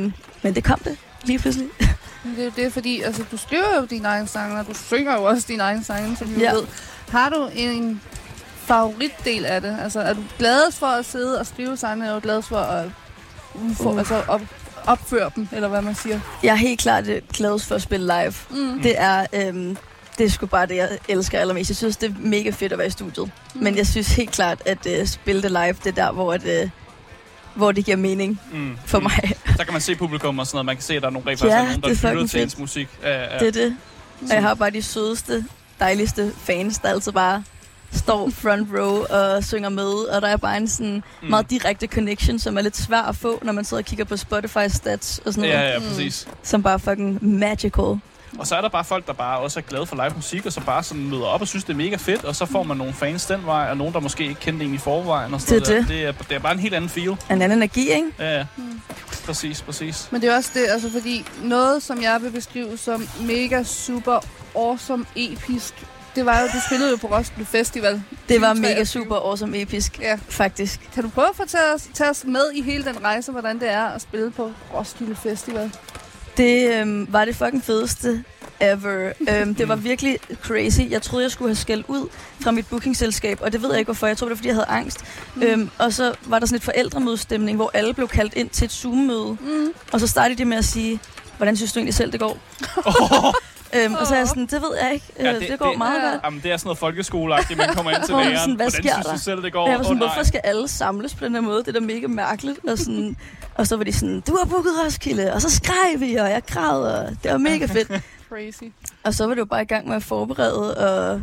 [SPEAKER 4] men det kom det lige pludselig.
[SPEAKER 3] Men det er jo det, fordi altså, du skriver jo dine egne sange, og du synger jo også dine egne sange, som vi ja.
[SPEAKER 4] Ja.
[SPEAKER 3] ved. Har du en favoritdel af det? Altså, er du gladest for at sidde og skrive sange, eller er du gladest for at udfor,
[SPEAKER 4] Uh.
[SPEAKER 3] altså, op, opføre dem, eller hvad man siger?
[SPEAKER 4] Jeg er helt klart øh, gladest for at spille live.
[SPEAKER 3] Mm.
[SPEAKER 4] Det er... Øh, det er sgu bare det, jeg elsker allermest. Jeg synes, det er mega fedt at være i studiet. Mm. Men jeg synes helt klart, at øh, spille det live, det er der, hvor, at, øh, hvor det giver mening
[SPEAKER 2] Mm.
[SPEAKER 4] for mig.
[SPEAKER 2] Så kan man se publikum og sådan noget. Man kan se, at der er nogle rent faktisk
[SPEAKER 4] Ja,
[SPEAKER 2] er nogen, der
[SPEAKER 4] det
[SPEAKER 2] lytter
[SPEAKER 4] er fucking
[SPEAKER 2] til
[SPEAKER 4] fedt.
[SPEAKER 2] ens musik. Ja, ja.
[SPEAKER 4] Det er det. Og jeg har bare de sødeste, dejligste fans, der altid bare står front row og synger med. Og der er bare en sådan
[SPEAKER 2] Mm.
[SPEAKER 4] meget direkte connection, som er lidt svær at få, når man sidder og kigger på Spotify stats og sådan noget,
[SPEAKER 2] Ja, ja,
[SPEAKER 3] Mm.
[SPEAKER 2] præcis.
[SPEAKER 4] som bare er fucking magical.
[SPEAKER 2] Og så er der bare folk, der bare også er glade for live musik, og så bare sådan møder op og synes, det er mega fedt, og så får man nogle fans den vej, og nogen, der måske ikke kendte en i forvejen. Og sådan
[SPEAKER 4] Det er
[SPEAKER 2] noget der. Det, er, det er bare en helt anden feel.
[SPEAKER 4] En anden energi, ikke?
[SPEAKER 2] Ja, ja.
[SPEAKER 3] Mm.
[SPEAKER 2] Præcis, præcis.
[SPEAKER 3] Men det er også det, altså, fordi noget, som jeg vil beskrive som mega super awesome episk, det var jo, du spillede jo på Roskilde Festival.
[SPEAKER 4] Det var
[SPEAKER 3] 2023.
[SPEAKER 4] mega super awesome episk,
[SPEAKER 3] Ja.
[SPEAKER 4] faktisk.
[SPEAKER 3] Kan du prøve at fortælle os, tage os med i hele den rejse, hvordan det er at spille på Roskilde Festival?
[SPEAKER 4] Det øhm, var det fucking fedeste ever. Øhm, det var
[SPEAKER 2] Mm.
[SPEAKER 4] virkelig crazy. Jeg troede, jeg skulle have skældt ud fra mit bookingselskab, og det ved jeg ikke hvorfor. Jeg tror, det var, fordi jeg havde angst.
[SPEAKER 3] Mm.
[SPEAKER 4] Mm. Øhm, og så var der sådan et forældremødestemning, hvor alle blev kaldt ind til et Zoom-møde.
[SPEAKER 3] Mm.
[SPEAKER 4] Og så startede de med at sige, hvordan synes du egentlig selv, det går? øhm, og så er jeg sådan, det ved jeg ikke. Øh,
[SPEAKER 2] Ja, det-
[SPEAKER 4] det, det går
[SPEAKER 2] det-
[SPEAKER 4] det, meget
[SPEAKER 3] Ja.
[SPEAKER 4] godt.
[SPEAKER 2] Jamen, det er sådan noget folkeskoleagtigt, man kommer ind til
[SPEAKER 4] Hvor man
[SPEAKER 2] læreren.
[SPEAKER 4] sådan, hvad
[SPEAKER 2] Hvordan
[SPEAKER 4] sker
[SPEAKER 2] synes
[SPEAKER 4] der?
[SPEAKER 2] du selv, det går?
[SPEAKER 4] Og jeg var sådan,
[SPEAKER 2] Åh, nej.
[SPEAKER 4] hvorfor skal alle samles på den her måde? Det er da mega mærkeligt. Og, sådan, og så var de sådan, du har booket Roskilde. Og så skreg vi, og jeg græd, og det var mega fedt.
[SPEAKER 3] Crazy.
[SPEAKER 4] Og så var det jo bare i gang med at forberede og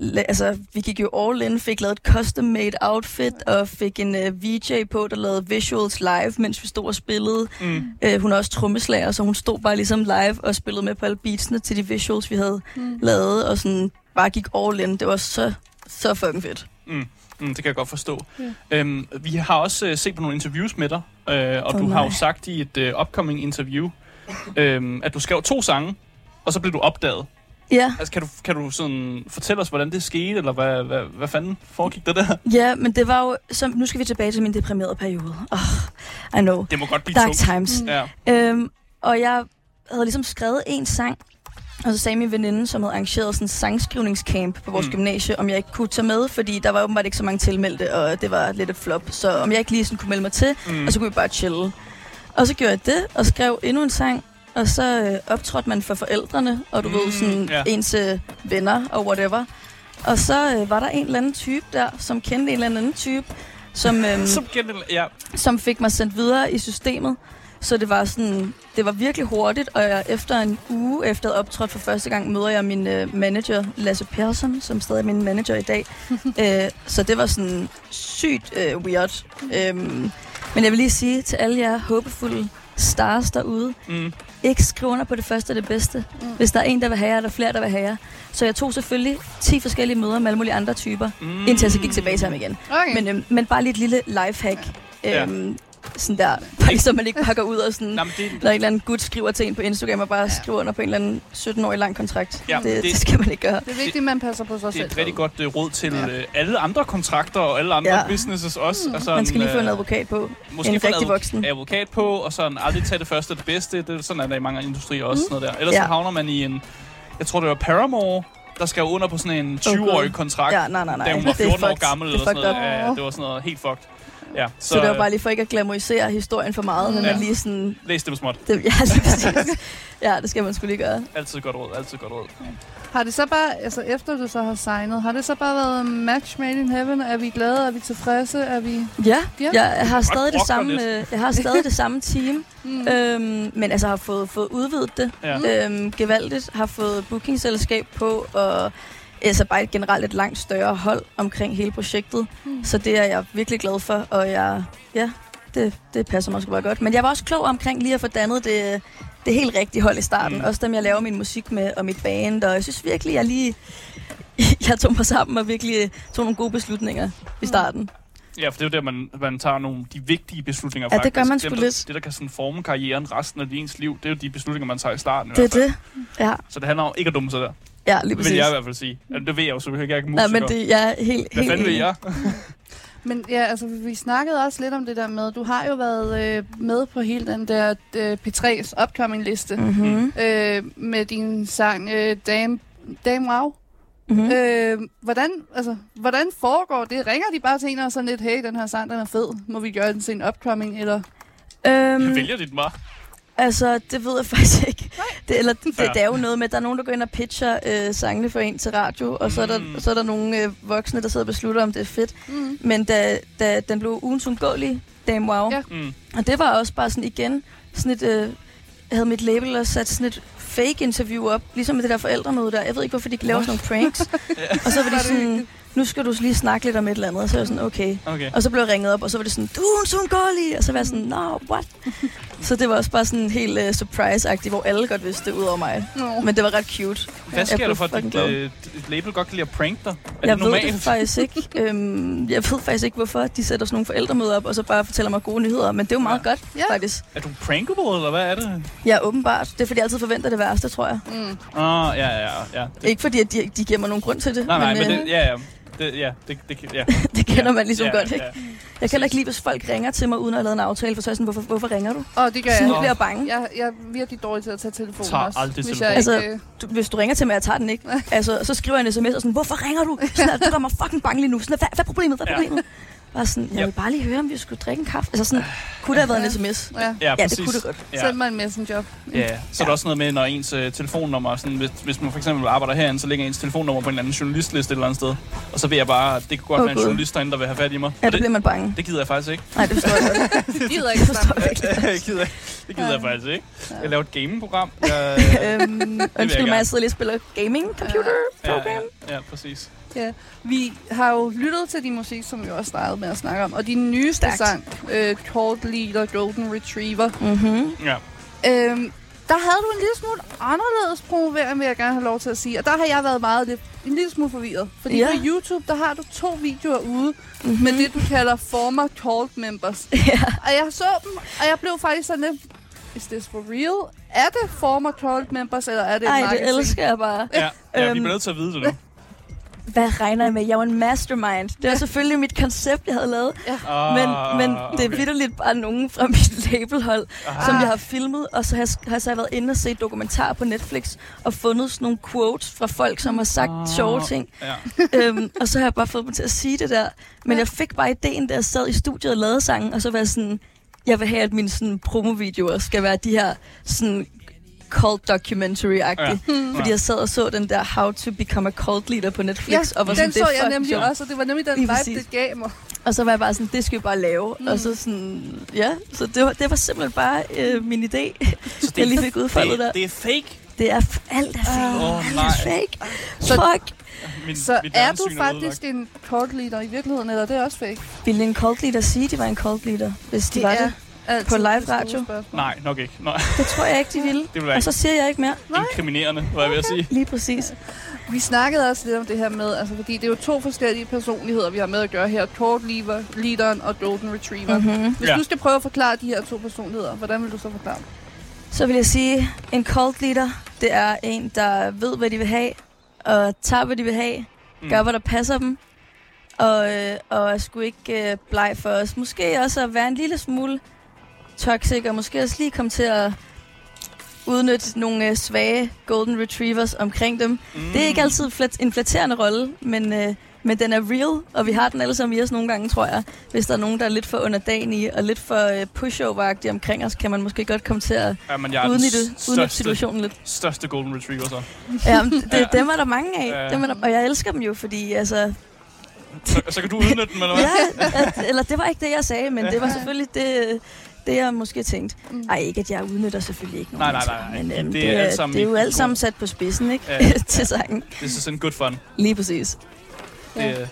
[SPEAKER 4] la- altså, vi gik jo all in, fik lavet et custom-made outfit, og fik en øh, VJ på, der lavede visuals live, mens vi stod og spillede.
[SPEAKER 2] Mm.
[SPEAKER 4] Øh, hun er også trommeslager, så hun stod bare ligesom live og spillede med på alle beatsene til de visuals, vi havde
[SPEAKER 3] Mm.
[SPEAKER 4] lavet, og sådan bare gik all in. Det var så, så fucking fedt.
[SPEAKER 2] Mm, det kan jeg godt forstå.
[SPEAKER 3] Ja.
[SPEAKER 2] Øhm, vi har også øh, set på nogle interviews med dig, øh, og
[SPEAKER 4] Åh,
[SPEAKER 2] du har jo
[SPEAKER 4] nej.
[SPEAKER 2] sagt i et øh, upcoming interview, øhm, at du skrev to sange, og så blev du opdaget.
[SPEAKER 4] Ja,
[SPEAKER 2] Altså, kan du, kan du sådan fortælle os, hvordan det skete, eller hvad, hvad, hvad fanden foregik der der?
[SPEAKER 4] ja, men det var jo... Så, nu skal vi tilbage til min deprimerede periode. Oh, I know.
[SPEAKER 2] Det må godt blive
[SPEAKER 4] Dark
[SPEAKER 2] tungt.
[SPEAKER 4] times.
[SPEAKER 3] Mm.
[SPEAKER 2] Ja.
[SPEAKER 4] Øhm, og jeg havde ligesom skrevet en sang, og så sagde min veninde, som havde arrangeret sådan en sangskrivningscamp på vores
[SPEAKER 2] Mm.
[SPEAKER 4] mm. gymnasie, om jeg ikke kunne tage med, fordi der var åbenbart ikke så mange tilmeldte, og det var lidt et flop. Så om jeg ikke lige sådan kunne melde mig til,
[SPEAKER 2] Mm.
[SPEAKER 4] mm. og så kunne vi bare chille. Og så gjorde jeg det, og skrev endnu en sang, og så øh, optrådte man for forældrene, og du
[SPEAKER 2] Mm,
[SPEAKER 4] mm, ved, sådan
[SPEAKER 2] ja.
[SPEAKER 4] yeah. ens øh, venner og whatever. Og så øh, var der en eller anden type der, som kendte en eller anden type, som... Øhm,
[SPEAKER 2] Som gennem, ja.
[SPEAKER 4] som fik mig sendt videre i systemet. Så det var sådan, det var virkelig hurtigt, og jeg, efter en uge efter at optrådt for første gang, møder jeg min øh, manager, Lasse Persson, som stadig er min manager i dag. øh, så det var sådan sygt øh, weird. Øhm, men jeg vil lige sige til alle jer håbefulde stars derude,
[SPEAKER 2] Mm.
[SPEAKER 4] ikke skriv under på det første og det bedste.
[SPEAKER 3] Mm.
[SPEAKER 4] Hvis der er en, der vil have jer, er der flere, der vil have jer. Så jeg tog selvfølgelig 10 forskellige møder med alle mulige andre typer,
[SPEAKER 2] Mm.
[SPEAKER 4] indtil jeg så gik tilbage til ham igen.
[SPEAKER 3] Okay.
[SPEAKER 4] Men, øhm, men bare lige et lille lifehack.
[SPEAKER 2] Ja.
[SPEAKER 4] Øhm, Sådan der, bare så man ikke pakker ud og sådan...
[SPEAKER 2] Nej, men det,
[SPEAKER 4] Når en eller anden gut skriver til en på Instagram og bare
[SPEAKER 3] Ja.
[SPEAKER 4] ja. skriver under på en eller anden 17-årig lang kontrakt.
[SPEAKER 2] Ja,
[SPEAKER 4] Ja, det,
[SPEAKER 2] det-
[SPEAKER 4] det, det skal man ikke gøre.
[SPEAKER 3] det er vigtigt, at man passer på sig
[SPEAKER 2] det er
[SPEAKER 3] selv.
[SPEAKER 2] et rigtig godt øh, råd til
[SPEAKER 4] Ja.
[SPEAKER 2] øh, alle andre kontrakter og alle andre
[SPEAKER 4] Ja.
[SPEAKER 2] businesses også. Mm. Altså,
[SPEAKER 4] Man skal lige få en
[SPEAKER 2] øh,
[SPEAKER 4] advokat på.
[SPEAKER 2] måske
[SPEAKER 4] en
[SPEAKER 2] få
[SPEAKER 4] rigtig
[SPEAKER 2] advo-
[SPEAKER 4] voksen.
[SPEAKER 2] advokat på, og sådan aldrig tage det første og det bedste. Det, sådan er der i mange industrier også. Mm. Noget der. Ellers ja.
[SPEAKER 4] Ja.
[SPEAKER 2] så havner man i en... Jeg tror, det var Paramore, der skrev under på sådan en 20-årig
[SPEAKER 4] God.
[SPEAKER 2] kontrakt,
[SPEAKER 4] Ja, nej, nej, nej.
[SPEAKER 2] da hun var
[SPEAKER 4] Det er
[SPEAKER 2] 14 år
[SPEAKER 4] fucked.
[SPEAKER 2] gammel.
[SPEAKER 4] Det er
[SPEAKER 2] eller sådan noget.
[SPEAKER 4] fucked up.
[SPEAKER 2] Ja, ja, det var sådan noget helt fucked. Ja, så,
[SPEAKER 4] Så det var bare lige for ikke at glamorisere historien for meget, men
[SPEAKER 2] Ja.
[SPEAKER 4] ja. lige sådan...
[SPEAKER 2] øh, læs det med småt.
[SPEAKER 4] Det, ja, lige præcis. ja, det skal man skulle lige gøre.
[SPEAKER 2] Altid godt råd, altid godt råd.
[SPEAKER 3] Har det så bare, altså efter du så har signet, har det så bare været match made in heaven? Er vi glade? Er vi tilfredse? Er vi...
[SPEAKER 4] Ja,
[SPEAKER 3] Ja.
[SPEAKER 4] jeg har
[SPEAKER 2] godt
[SPEAKER 4] stadig det
[SPEAKER 2] brokke dig
[SPEAKER 4] samme,
[SPEAKER 2] lidt.
[SPEAKER 4] øh, jeg har stadig det samme team,
[SPEAKER 3] Mm.
[SPEAKER 4] øhm, men altså har fået, fået udvidet det.
[SPEAKER 2] Ja.
[SPEAKER 4] øhm, gevaldigt, har fået bookingselskab på, og altså bare et generelt et langt større hold omkring hele projektet.
[SPEAKER 3] Mm.
[SPEAKER 2] Hmm.
[SPEAKER 4] Mm. Så det er jeg virkelig glad for, og jeg, ja, det, det passer mig sgu bare godt. Men jeg var også klog omkring lige at få dannet det, det helt rigtige hold i starten.
[SPEAKER 2] Mm.
[SPEAKER 4] Mm. Også dem, jeg laver min musik med, og mit band, og jeg synes virkelig, jeg lige... Jeg tog mig sammen og virkelig tog nogle gode beslutninger
[SPEAKER 2] Hmm.
[SPEAKER 4] i starten.
[SPEAKER 2] Ja, for det er jo der, man, man tager nogle de vigtige beslutninger
[SPEAKER 4] Ja, det
[SPEAKER 2] faktisk.
[SPEAKER 4] gør
[SPEAKER 2] Dem,
[SPEAKER 4] man sgu
[SPEAKER 2] der-
[SPEAKER 4] lidt.
[SPEAKER 2] Det, der kan sådan forme karrieren resten af ens liv, det er jo de beslutninger, man tager i starten. i
[SPEAKER 4] Det er
[SPEAKER 2] hvert fald.
[SPEAKER 4] det. Ja,
[SPEAKER 2] Så det handler om ikke at dumme sig der,
[SPEAKER 4] ja lige præcis.
[SPEAKER 2] vil jeg i hvert fald sige. Ja, det ved jeg jo selvfølgelig ikke, jeg er ikke musiker.
[SPEAKER 4] Nej, men det, jeg er helt,
[SPEAKER 2] Hvad
[SPEAKER 4] helt
[SPEAKER 2] fanden ved
[SPEAKER 4] enig.
[SPEAKER 2] jeg?
[SPEAKER 3] Men ja, altså vi- vi snakkede også lidt om det der med, du har jo været øh, med på hele den der øh, P3's upcoming liste
[SPEAKER 4] Mm-hmm.
[SPEAKER 3] øh, med din sang øh, Dame, Dame Wow.
[SPEAKER 4] Mm-hmm.
[SPEAKER 3] Øh, hvordan, altså, hvordan foregår det? Ringer de bare til en og sådan lidt, hey, den her sang, den er fed, må vi gøre den til en upcoming? Eller,
[SPEAKER 4] Øhm,
[SPEAKER 2] Vælger dit mig?
[SPEAKER 4] Altså, det ved jeg faktisk ikke. Det, eller, det,
[SPEAKER 2] Ja.
[SPEAKER 4] det er jo noget med, at der er nogen, der går ind og pitcher øh, sangene for en til radio, og så er der,
[SPEAKER 2] Mm.
[SPEAKER 4] så er der nogle øh, voksne, der sidder og beslutter, om det er fedt.
[SPEAKER 3] mm.
[SPEAKER 4] Men da, da den blev ugens undgåelige, Damn Wow,
[SPEAKER 3] Ja.
[SPEAKER 4] ja.
[SPEAKER 2] Mm.
[SPEAKER 4] og det var også bare sådan igen, sådan et, øh, jeg havde mit label og sat sådan et fake interview op, ligesom med det der forældremøde der. Jeg ved ikke, hvorfor de ikke laver sådan nogle pranks. og så var
[SPEAKER 3] Var
[SPEAKER 4] de
[SPEAKER 3] det
[SPEAKER 4] sådan,
[SPEAKER 3] hyggeligt?
[SPEAKER 4] nu skal du lige snakke lidt om et eller andet. Og så var jeg sådan, okay.
[SPEAKER 2] Okay.
[SPEAKER 4] Og så blev jeg ringet op, og så var det sådan, du er en sungoli! Og så var jeg sådan, no, what? så det var også bare sådan helt uh, surprise-agtigt, hvor alle godt vidste det, udover mig.
[SPEAKER 3] Nå.
[SPEAKER 4] Men det var ret cute.
[SPEAKER 2] Hvad
[SPEAKER 4] Jeg
[SPEAKER 2] sker
[SPEAKER 4] blev
[SPEAKER 2] der for, at
[SPEAKER 4] fucking
[SPEAKER 2] dit,
[SPEAKER 4] glad.
[SPEAKER 2] øh, dit label godt kan lide at prank dig? Er
[SPEAKER 4] jeg
[SPEAKER 2] det normalt?
[SPEAKER 4] ved det faktisk ikke. øhm, jeg ved faktisk ikke, hvorfor de sætter sådan nogle forældremøder op, og så bare fortæller mig gode nyheder. Men det er jo meget
[SPEAKER 2] Ja.
[SPEAKER 4] godt,
[SPEAKER 3] Ja.
[SPEAKER 4] faktisk.
[SPEAKER 2] Er du prankable, eller hvad er det?
[SPEAKER 4] Ja, åbenbart. Det er, fordi jeg altid forventer det værste, tror jeg.
[SPEAKER 3] Mm.
[SPEAKER 2] Åh, oh, ja, ja, ja. Det,
[SPEAKER 4] Ikke fordi, at de, de giver mig nogen grund til det,
[SPEAKER 2] nej, nej, men,
[SPEAKER 4] men,
[SPEAKER 2] det, ja, ja. Det, ja, det, det, kan- ja.
[SPEAKER 4] øh, det kender
[SPEAKER 2] ja,
[SPEAKER 4] man ligesom
[SPEAKER 2] ja,
[SPEAKER 4] godt, ikke?
[SPEAKER 2] Ja.
[SPEAKER 4] Jeg kan heller ikke lide, hvis folk ringer til mig, uden at have lavet en aftale, for så er jeg sådan, hvorfor, hvorfor ringer du?
[SPEAKER 3] Og det gør
[SPEAKER 4] Så
[SPEAKER 3] jeg.
[SPEAKER 4] nu bliver jeg bange.
[SPEAKER 3] Jeg, jeg er virkelig dårlig til at tage telefonen
[SPEAKER 2] Tager
[SPEAKER 3] også.
[SPEAKER 2] aldrig
[SPEAKER 3] hvis
[SPEAKER 2] telefonen.
[SPEAKER 3] jeg ikke,
[SPEAKER 4] Altså,
[SPEAKER 3] øh,
[SPEAKER 4] du, hvis du ringer til mig, jeg tager den ikke. Altså, så skriver jeg en sms og sådan, hvorfor ringer du? Sådan, her, du gør mig fucking bange lige nu. Sådan, her, hvad, hvad er problemet? Hvad er
[SPEAKER 2] Ja.
[SPEAKER 4] problemet? Bare sådan, jeg
[SPEAKER 2] Ja.
[SPEAKER 4] vil bare lige høre, om vi skulle drikke en kaffe. Altså sådan, kunne der have været en sms?
[SPEAKER 3] ja,
[SPEAKER 2] ja,
[SPEAKER 4] Ja,
[SPEAKER 2] præcis.
[SPEAKER 4] det kunne det godt.
[SPEAKER 2] Ja.
[SPEAKER 3] send mig en messenger.
[SPEAKER 2] Ja, så er der også noget med, når ens øh, telefonnummer, sådan, hvis, hvis man for eksempel arbejder herinde, så ligger ens telefonnummer på en eller anden journalistliste et eller andet sted. Og så ved jeg bare, at det kan godt
[SPEAKER 4] Åh,
[SPEAKER 2] være en
[SPEAKER 4] Gud.
[SPEAKER 2] journalist derinde, der vil have fat i mig.
[SPEAKER 4] Ja,
[SPEAKER 2] Og
[SPEAKER 4] det bliver man bange.
[SPEAKER 2] det gider jeg faktisk ikke.
[SPEAKER 4] Nej, det forstår jeg godt.
[SPEAKER 3] Det gider jeg
[SPEAKER 4] Det
[SPEAKER 3] ikke
[SPEAKER 4] forstår
[SPEAKER 3] sammen.
[SPEAKER 4] jeg virkelig.
[SPEAKER 2] det gider, det gider jeg faktisk ikke. Jeg laver et gamingprogram. Jeg,
[SPEAKER 4] Øhm, undskyld mig,
[SPEAKER 2] gerne.
[SPEAKER 4] jeg sidder lige og spiller gaming computer.
[SPEAKER 2] ja, ja, ja, præcis.
[SPEAKER 3] Ja. Vi har jo lyttet til din musik, som vi også startede med at snakke om, og din nyeste
[SPEAKER 4] Stærkt.
[SPEAKER 3] sang, øh, Cold Leader Golden Retriever,
[SPEAKER 4] Mm-hmm.
[SPEAKER 2] Ja.
[SPEAKER 3] Øhm, der havde du en lille smule anderledes promovering, vil jeg gerne have lov til at sige. Og der har jeg været meget lidt, en lille smule forvirret. Fordi
[SPEAKER 4] Ja. Mhm.
[SPEAKER 3] ja. på YouTube, der har du to videoer ude mm-hmm. med det, du kalder former cult members.
[SPEAKER 4] Ja.
[SPEAKER 3] Og jeg så dem, og jeg blev faktisk sådan lidt... Is this for real? Er det former cult members, eller er det
[SPEAKER 4] Ej,
[SPEAKER 3] et
[SPEAKER 4] det
[SPEAKER 3] magasin?
[SPEAKER 4] elsker jeg bare.
[SPEAKER 2] Ja, ja, vi
[SPEAKER 4] Øhm.
[SPEAKER 2] bliver nødt til at vide det nu.
[SPEAKER 4] Hvad regner jeg med? Jeg er jo en mastermind. Det var selvfølgelig mit koncept, jeg havde lavet.
[SPEAKER 2] Ah,
[SPEAKER 4] Men, men det
[SPEAKER 2] okay.
[SPEAKER 4] er vidderligt bare nogen fra mit labelhold,
[SPEAKER 2] Ah.
[SPEAKER 4] som jeg har filmet, og så har, jeg- har jeg så været inde og set dokumentarer på Netflix, og fundet sådan nogle quotes fra folk, som har sagt
[SPEAKER 2] Ah.
[SPEAKER 4] sjove ting.
[SPEAKER 2] Ja.
[SPEAKER 4] øhm, og så har jeg bare fået dem til at sige det der. Men jeg fik bare ideen, da jeg sad i studiet og lavede sangen, og så var jeg sådan, jeg vil have, at mine sådan, promovideoer skal være de her sådan cult documentary-agtige.
[SPEAKER 2] Ja.
[SPEAKER 4] Ja. Fordi jeg sad og så den der How to Become a Cult Leader på Netflix.
[SPEAKER 3] Ja,
[SPEAKER 4] og var sådan,
[SPEAKER 3] den
[SPEAKER 4] det er
[SPEAKER 3] så jeg
[SPEAKER 4] fucking
[SPEAKER 3] nemlig
[SPEAKER 4] sjovt.
[SPEAKER 3] også, og det var nemlig den
[SPEAKER 4] Lige
[SPEAKER 3] vibe,
[SPEAKER 4] præcis.
[SPEAKER 3] det gav mig.
[SPEAKER 4] Og så var jeg bare sådan, det skal vi bare lave. Mm.
[SPEAKER 3] Mm.
[SPEAKER 4] Og så sådan, ja. Så det var, det var simpelthen bare øh, min idé.
[SPEAKER 2] Så det,
[SPEAKER 4] Jeg lige fik udfoldet der.
[SPEAKER 2] det, det er fake.
[SPEAKER 4] Det er f- alt er fake.
[SPEAKER 2] Åh,
[SPEAKER 4] alt
[SPEAKER 2] nej.
[SPEAKER 4] er fake.
[SPEAKER 3] Så-
[SPEAKER 4] Fuck.
[SPEAKER 2] Min,
[SPEAKER 3] Så
[SPEAKER 2] mit
[SPEAKER 3] er
[SPEAKER 2] verdenssyn
[SPEAKER 3] du faktisk en cult leader i virkeligheden, eller er det også fake?
[SPEAKER 4] Ville en cult leader sige, de var en cult leader, hvis de det var
[SPEAKER 3] er
[SPEAKER 4] det?
[SPEAKER 3] altid
[SPEAKER 4] På live
[SPEAKER 3] det store
[SPEAKER 4] radio?
[SPEAKER 3] spørgsmål.
[SPEAKER 2] Nej, nok ikke. Nej,
[SPEAKER 4] Det tror jeg ikke, de ville.
[SPEAKER 2] det vil være
[SPEAKER 4] Og så siger jeg ikke mere.
[SPEAKER 2] ikke inkriminerende, var jeg ved at sige.
[SPEAKER 4] Lige præcis.
[SPEAKER 3] Vi snakkede også lidt om det her med, altså fordi det er jo to forskellige personligheder, vi har med at gøre her. Kort leaver, leaderen og golden retriever. Mm-hmm.
[SPEAKER 4] Mm-hmm.
[SPEAKER 3] Hvis
[SPEAKER 2] Mhm. Ja.
[SPEAKER 3] ja. du skal prøve at forklare de her to personligheder, hvordan vil du så forklare dem?
[SPEAKER 4] Så vil jeg sige, en cult leader, det er en, der ved, hvad de vil have, og tager, hvad de vil have, mm. gør, hvad der passer dem, og, øh, og er sgu ikke øh, bleg for os. Måske også at være en lille smule toxic, og måske også lige komme til at udnytte nogle øh, svage golden retrievers omkring dem. Mm.
[SPEAKER 2] Mm.
[SPEAKER 4] Det er ikke altid flat, en flatterende rolle, men, øh, men den er real, og vi har den alle sammen i os nogle gange, tror jeg. Hvis der er nogen, der er lidt for underdanige og lidt for øh, pushover omkring os, kan man måske godt komme til at
[SPEAKER 2] Ja, men jeg er den
[SPEAKER 4] udnytte, udnytte
[SPEAKER 2] største,
[SPEAKER 4] situationen lidt.
[SPEAKER 2] største golden retriever så.
[SPEAKER 4] Ja, men det, dem er der mange af,
[SPEAKER 2] Ja.
[SPEAKER 4] dem er der, og jeg elsker dem jo, fordi altså...
[SPEAKER 2] så. Så kan du udnytte den, eller hvad?
[SPEAKER 4] Ja, at, eller det var ikke det, jeg sagde, men det var selvfølgelig det, øh, det jeg måske tænkte.
[SPEAKER 3] Mm.
[SPEAKER 4] Nej, ikke at jeg udnytter selvfølgelig ikke nogen
[SPEAKER 2] Nej, nej, nej,
[SPEAKER 4] mennesker,
[SPEAKER 2] nej.
[SPEAKER 4] Men øhm,
[SPEAKER 2] Det
[SPEAKER 4] det,
[SPEAKER 2] er
[SPEAKER 4] det,
[SPEAKER 2] alt
[SPEAKER 4] er,
[SPEAKER 2] sammen
[SPEAKER 4] det er jo
[SPEAKER 2] ikke
[SPEAKER 4] alt
[SPEAKER 2] god.
[SPEAKER 4] sammen sat på spidsen, ikke?
[SPEAKER 2] Ja,
[SPEAKER 4] Ja,
[SPEAKER 2] ja.
[SPEAKER 4] Til sangen.
[SPEAKER 2] This is in good fun.
[SPEAKER 4] Lige præcis.
[SPEAKER 2] Det, er- det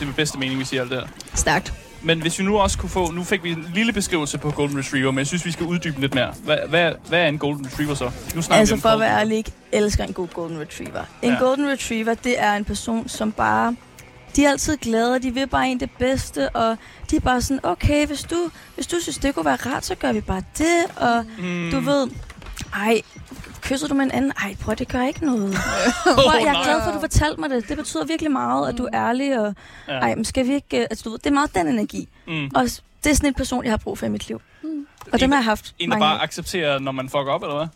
[SPEAKER 2] er med bedste mening, vi siger alt det her.
[SPEAKER 4] Stærkt.
[SPEAKER 2] Men hvis vi nu også kunne få... Nu fik vi en lille beskrivelse på Golden Retriever, men jeg synes, vi skal uddybe den lidt mere. Hvad, hvad, hvad er en Golden Retriever så? Nu snakker vi
[SPEAKER 4] Altså
[SPEAKER 2] om
[SPEAKER 4] for at
[SPEAKER 2] Golden
[SPEAKER 4] være ærlig, ikke elsker en god Golden Retriever. En
[SPEAKER 2] Ja.
[SPEAKER 4] ja. Golden Retriever, det er en person, som bare... De er altid glade, de vil bare en det bedste, og de er bare sådan, okay, hvis du, hvis du synes, det kunne være rart, så gør vi bare det, og
[SPEAKER 2] Mm.
[SPEAKER 4] du ved, ej, kysser du med en anden? Ej, prøv, det gør ikke noget.
[SPEAKER 2] Åh,
[SPEAKER 4] Prøv, jeg
[SPEAKER 2] nej.
[SPEAKER 4] er glad for, at du fortalte mig det. Det betyder virkelig meget, at du er ærlig, og
[SPEAKER 2] Ja.
[SPEAKER 4] ej, men skal vi ikke... øh, Altså, du ved, det er meget den energi.
[SPEAKER 2] Mm.
[SPEAKER 4] Og s- det er sådan en person, jeg har brug for i mit liv.
[SPEAKER 3] Mm.
[SPEAKER 4] Og
[SPEAKER 2] En-
[SPEAKER 4] dem har jeg haft
[SPEAKER 2] En, der
[SPEAKER 4] mange
[SPEAKER 2] bare accepterer, når man fucker op, eller hvad?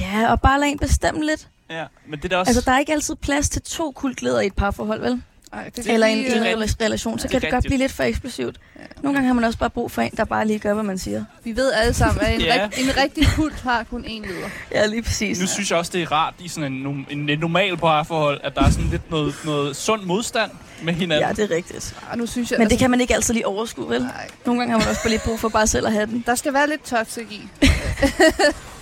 [SPEAKER 4] af. Ja, og bare lade en bestemme lidt.
[SPEAKER 2] Ja, men det er da også...
[SPEAKER 4] Altså, der er ikke altid plads til to kultleder i et parforhold, vel?
[SPEAKER 3] Ej, det
[SPEAKER 4] Eller en,
[SPEAKER 3] lige,
[SPEAKER 4] en
[SPEAKER 3] øh,
[SPEAKER 4] rela- relation, så
[SPEAKER 2] det er
[SPEAKER 4] kan det godt
[SPEAKER 2] rigtigt.
[SPEAKER 4] blive lidt for eksplosivt.
[SPEAKER 3] Ja.
[SPEAKER 4] Nogle gange har man også bare brug for en, der bare lige gør, hvad man siger.
[SPEAKER 3] Vi ved alle sammen, at en,
[SPEAKER 2] Ja.
[SPEAKER 3] ja. rig- en rigtig kult har kun én leder.
[SPEAKER 4] Ja, lige præcis.
[SPEAKER 2] Nu synes jeg også, det er rart i sådan en, nom- en, en normal parforhold, at der er sådan lidt noget, noget sund modstand med hinanden.
[SPEAKER 4] Ja,
[SPEAKER 2] Ja,
[SPEAKER 4] det er rigtigt.
[SPEAKER 3] Ej, nu synes jeg, altså-
[SPEAKER 4] Men det kan man ikke altid lige overskue, vel?
[SPEAKER 3] Nej,
[SPEAKER 4] Nogle gange har man også bare lige brug for bare selv at have den.
[SPEAKER 3] der skal være lidt toxic i.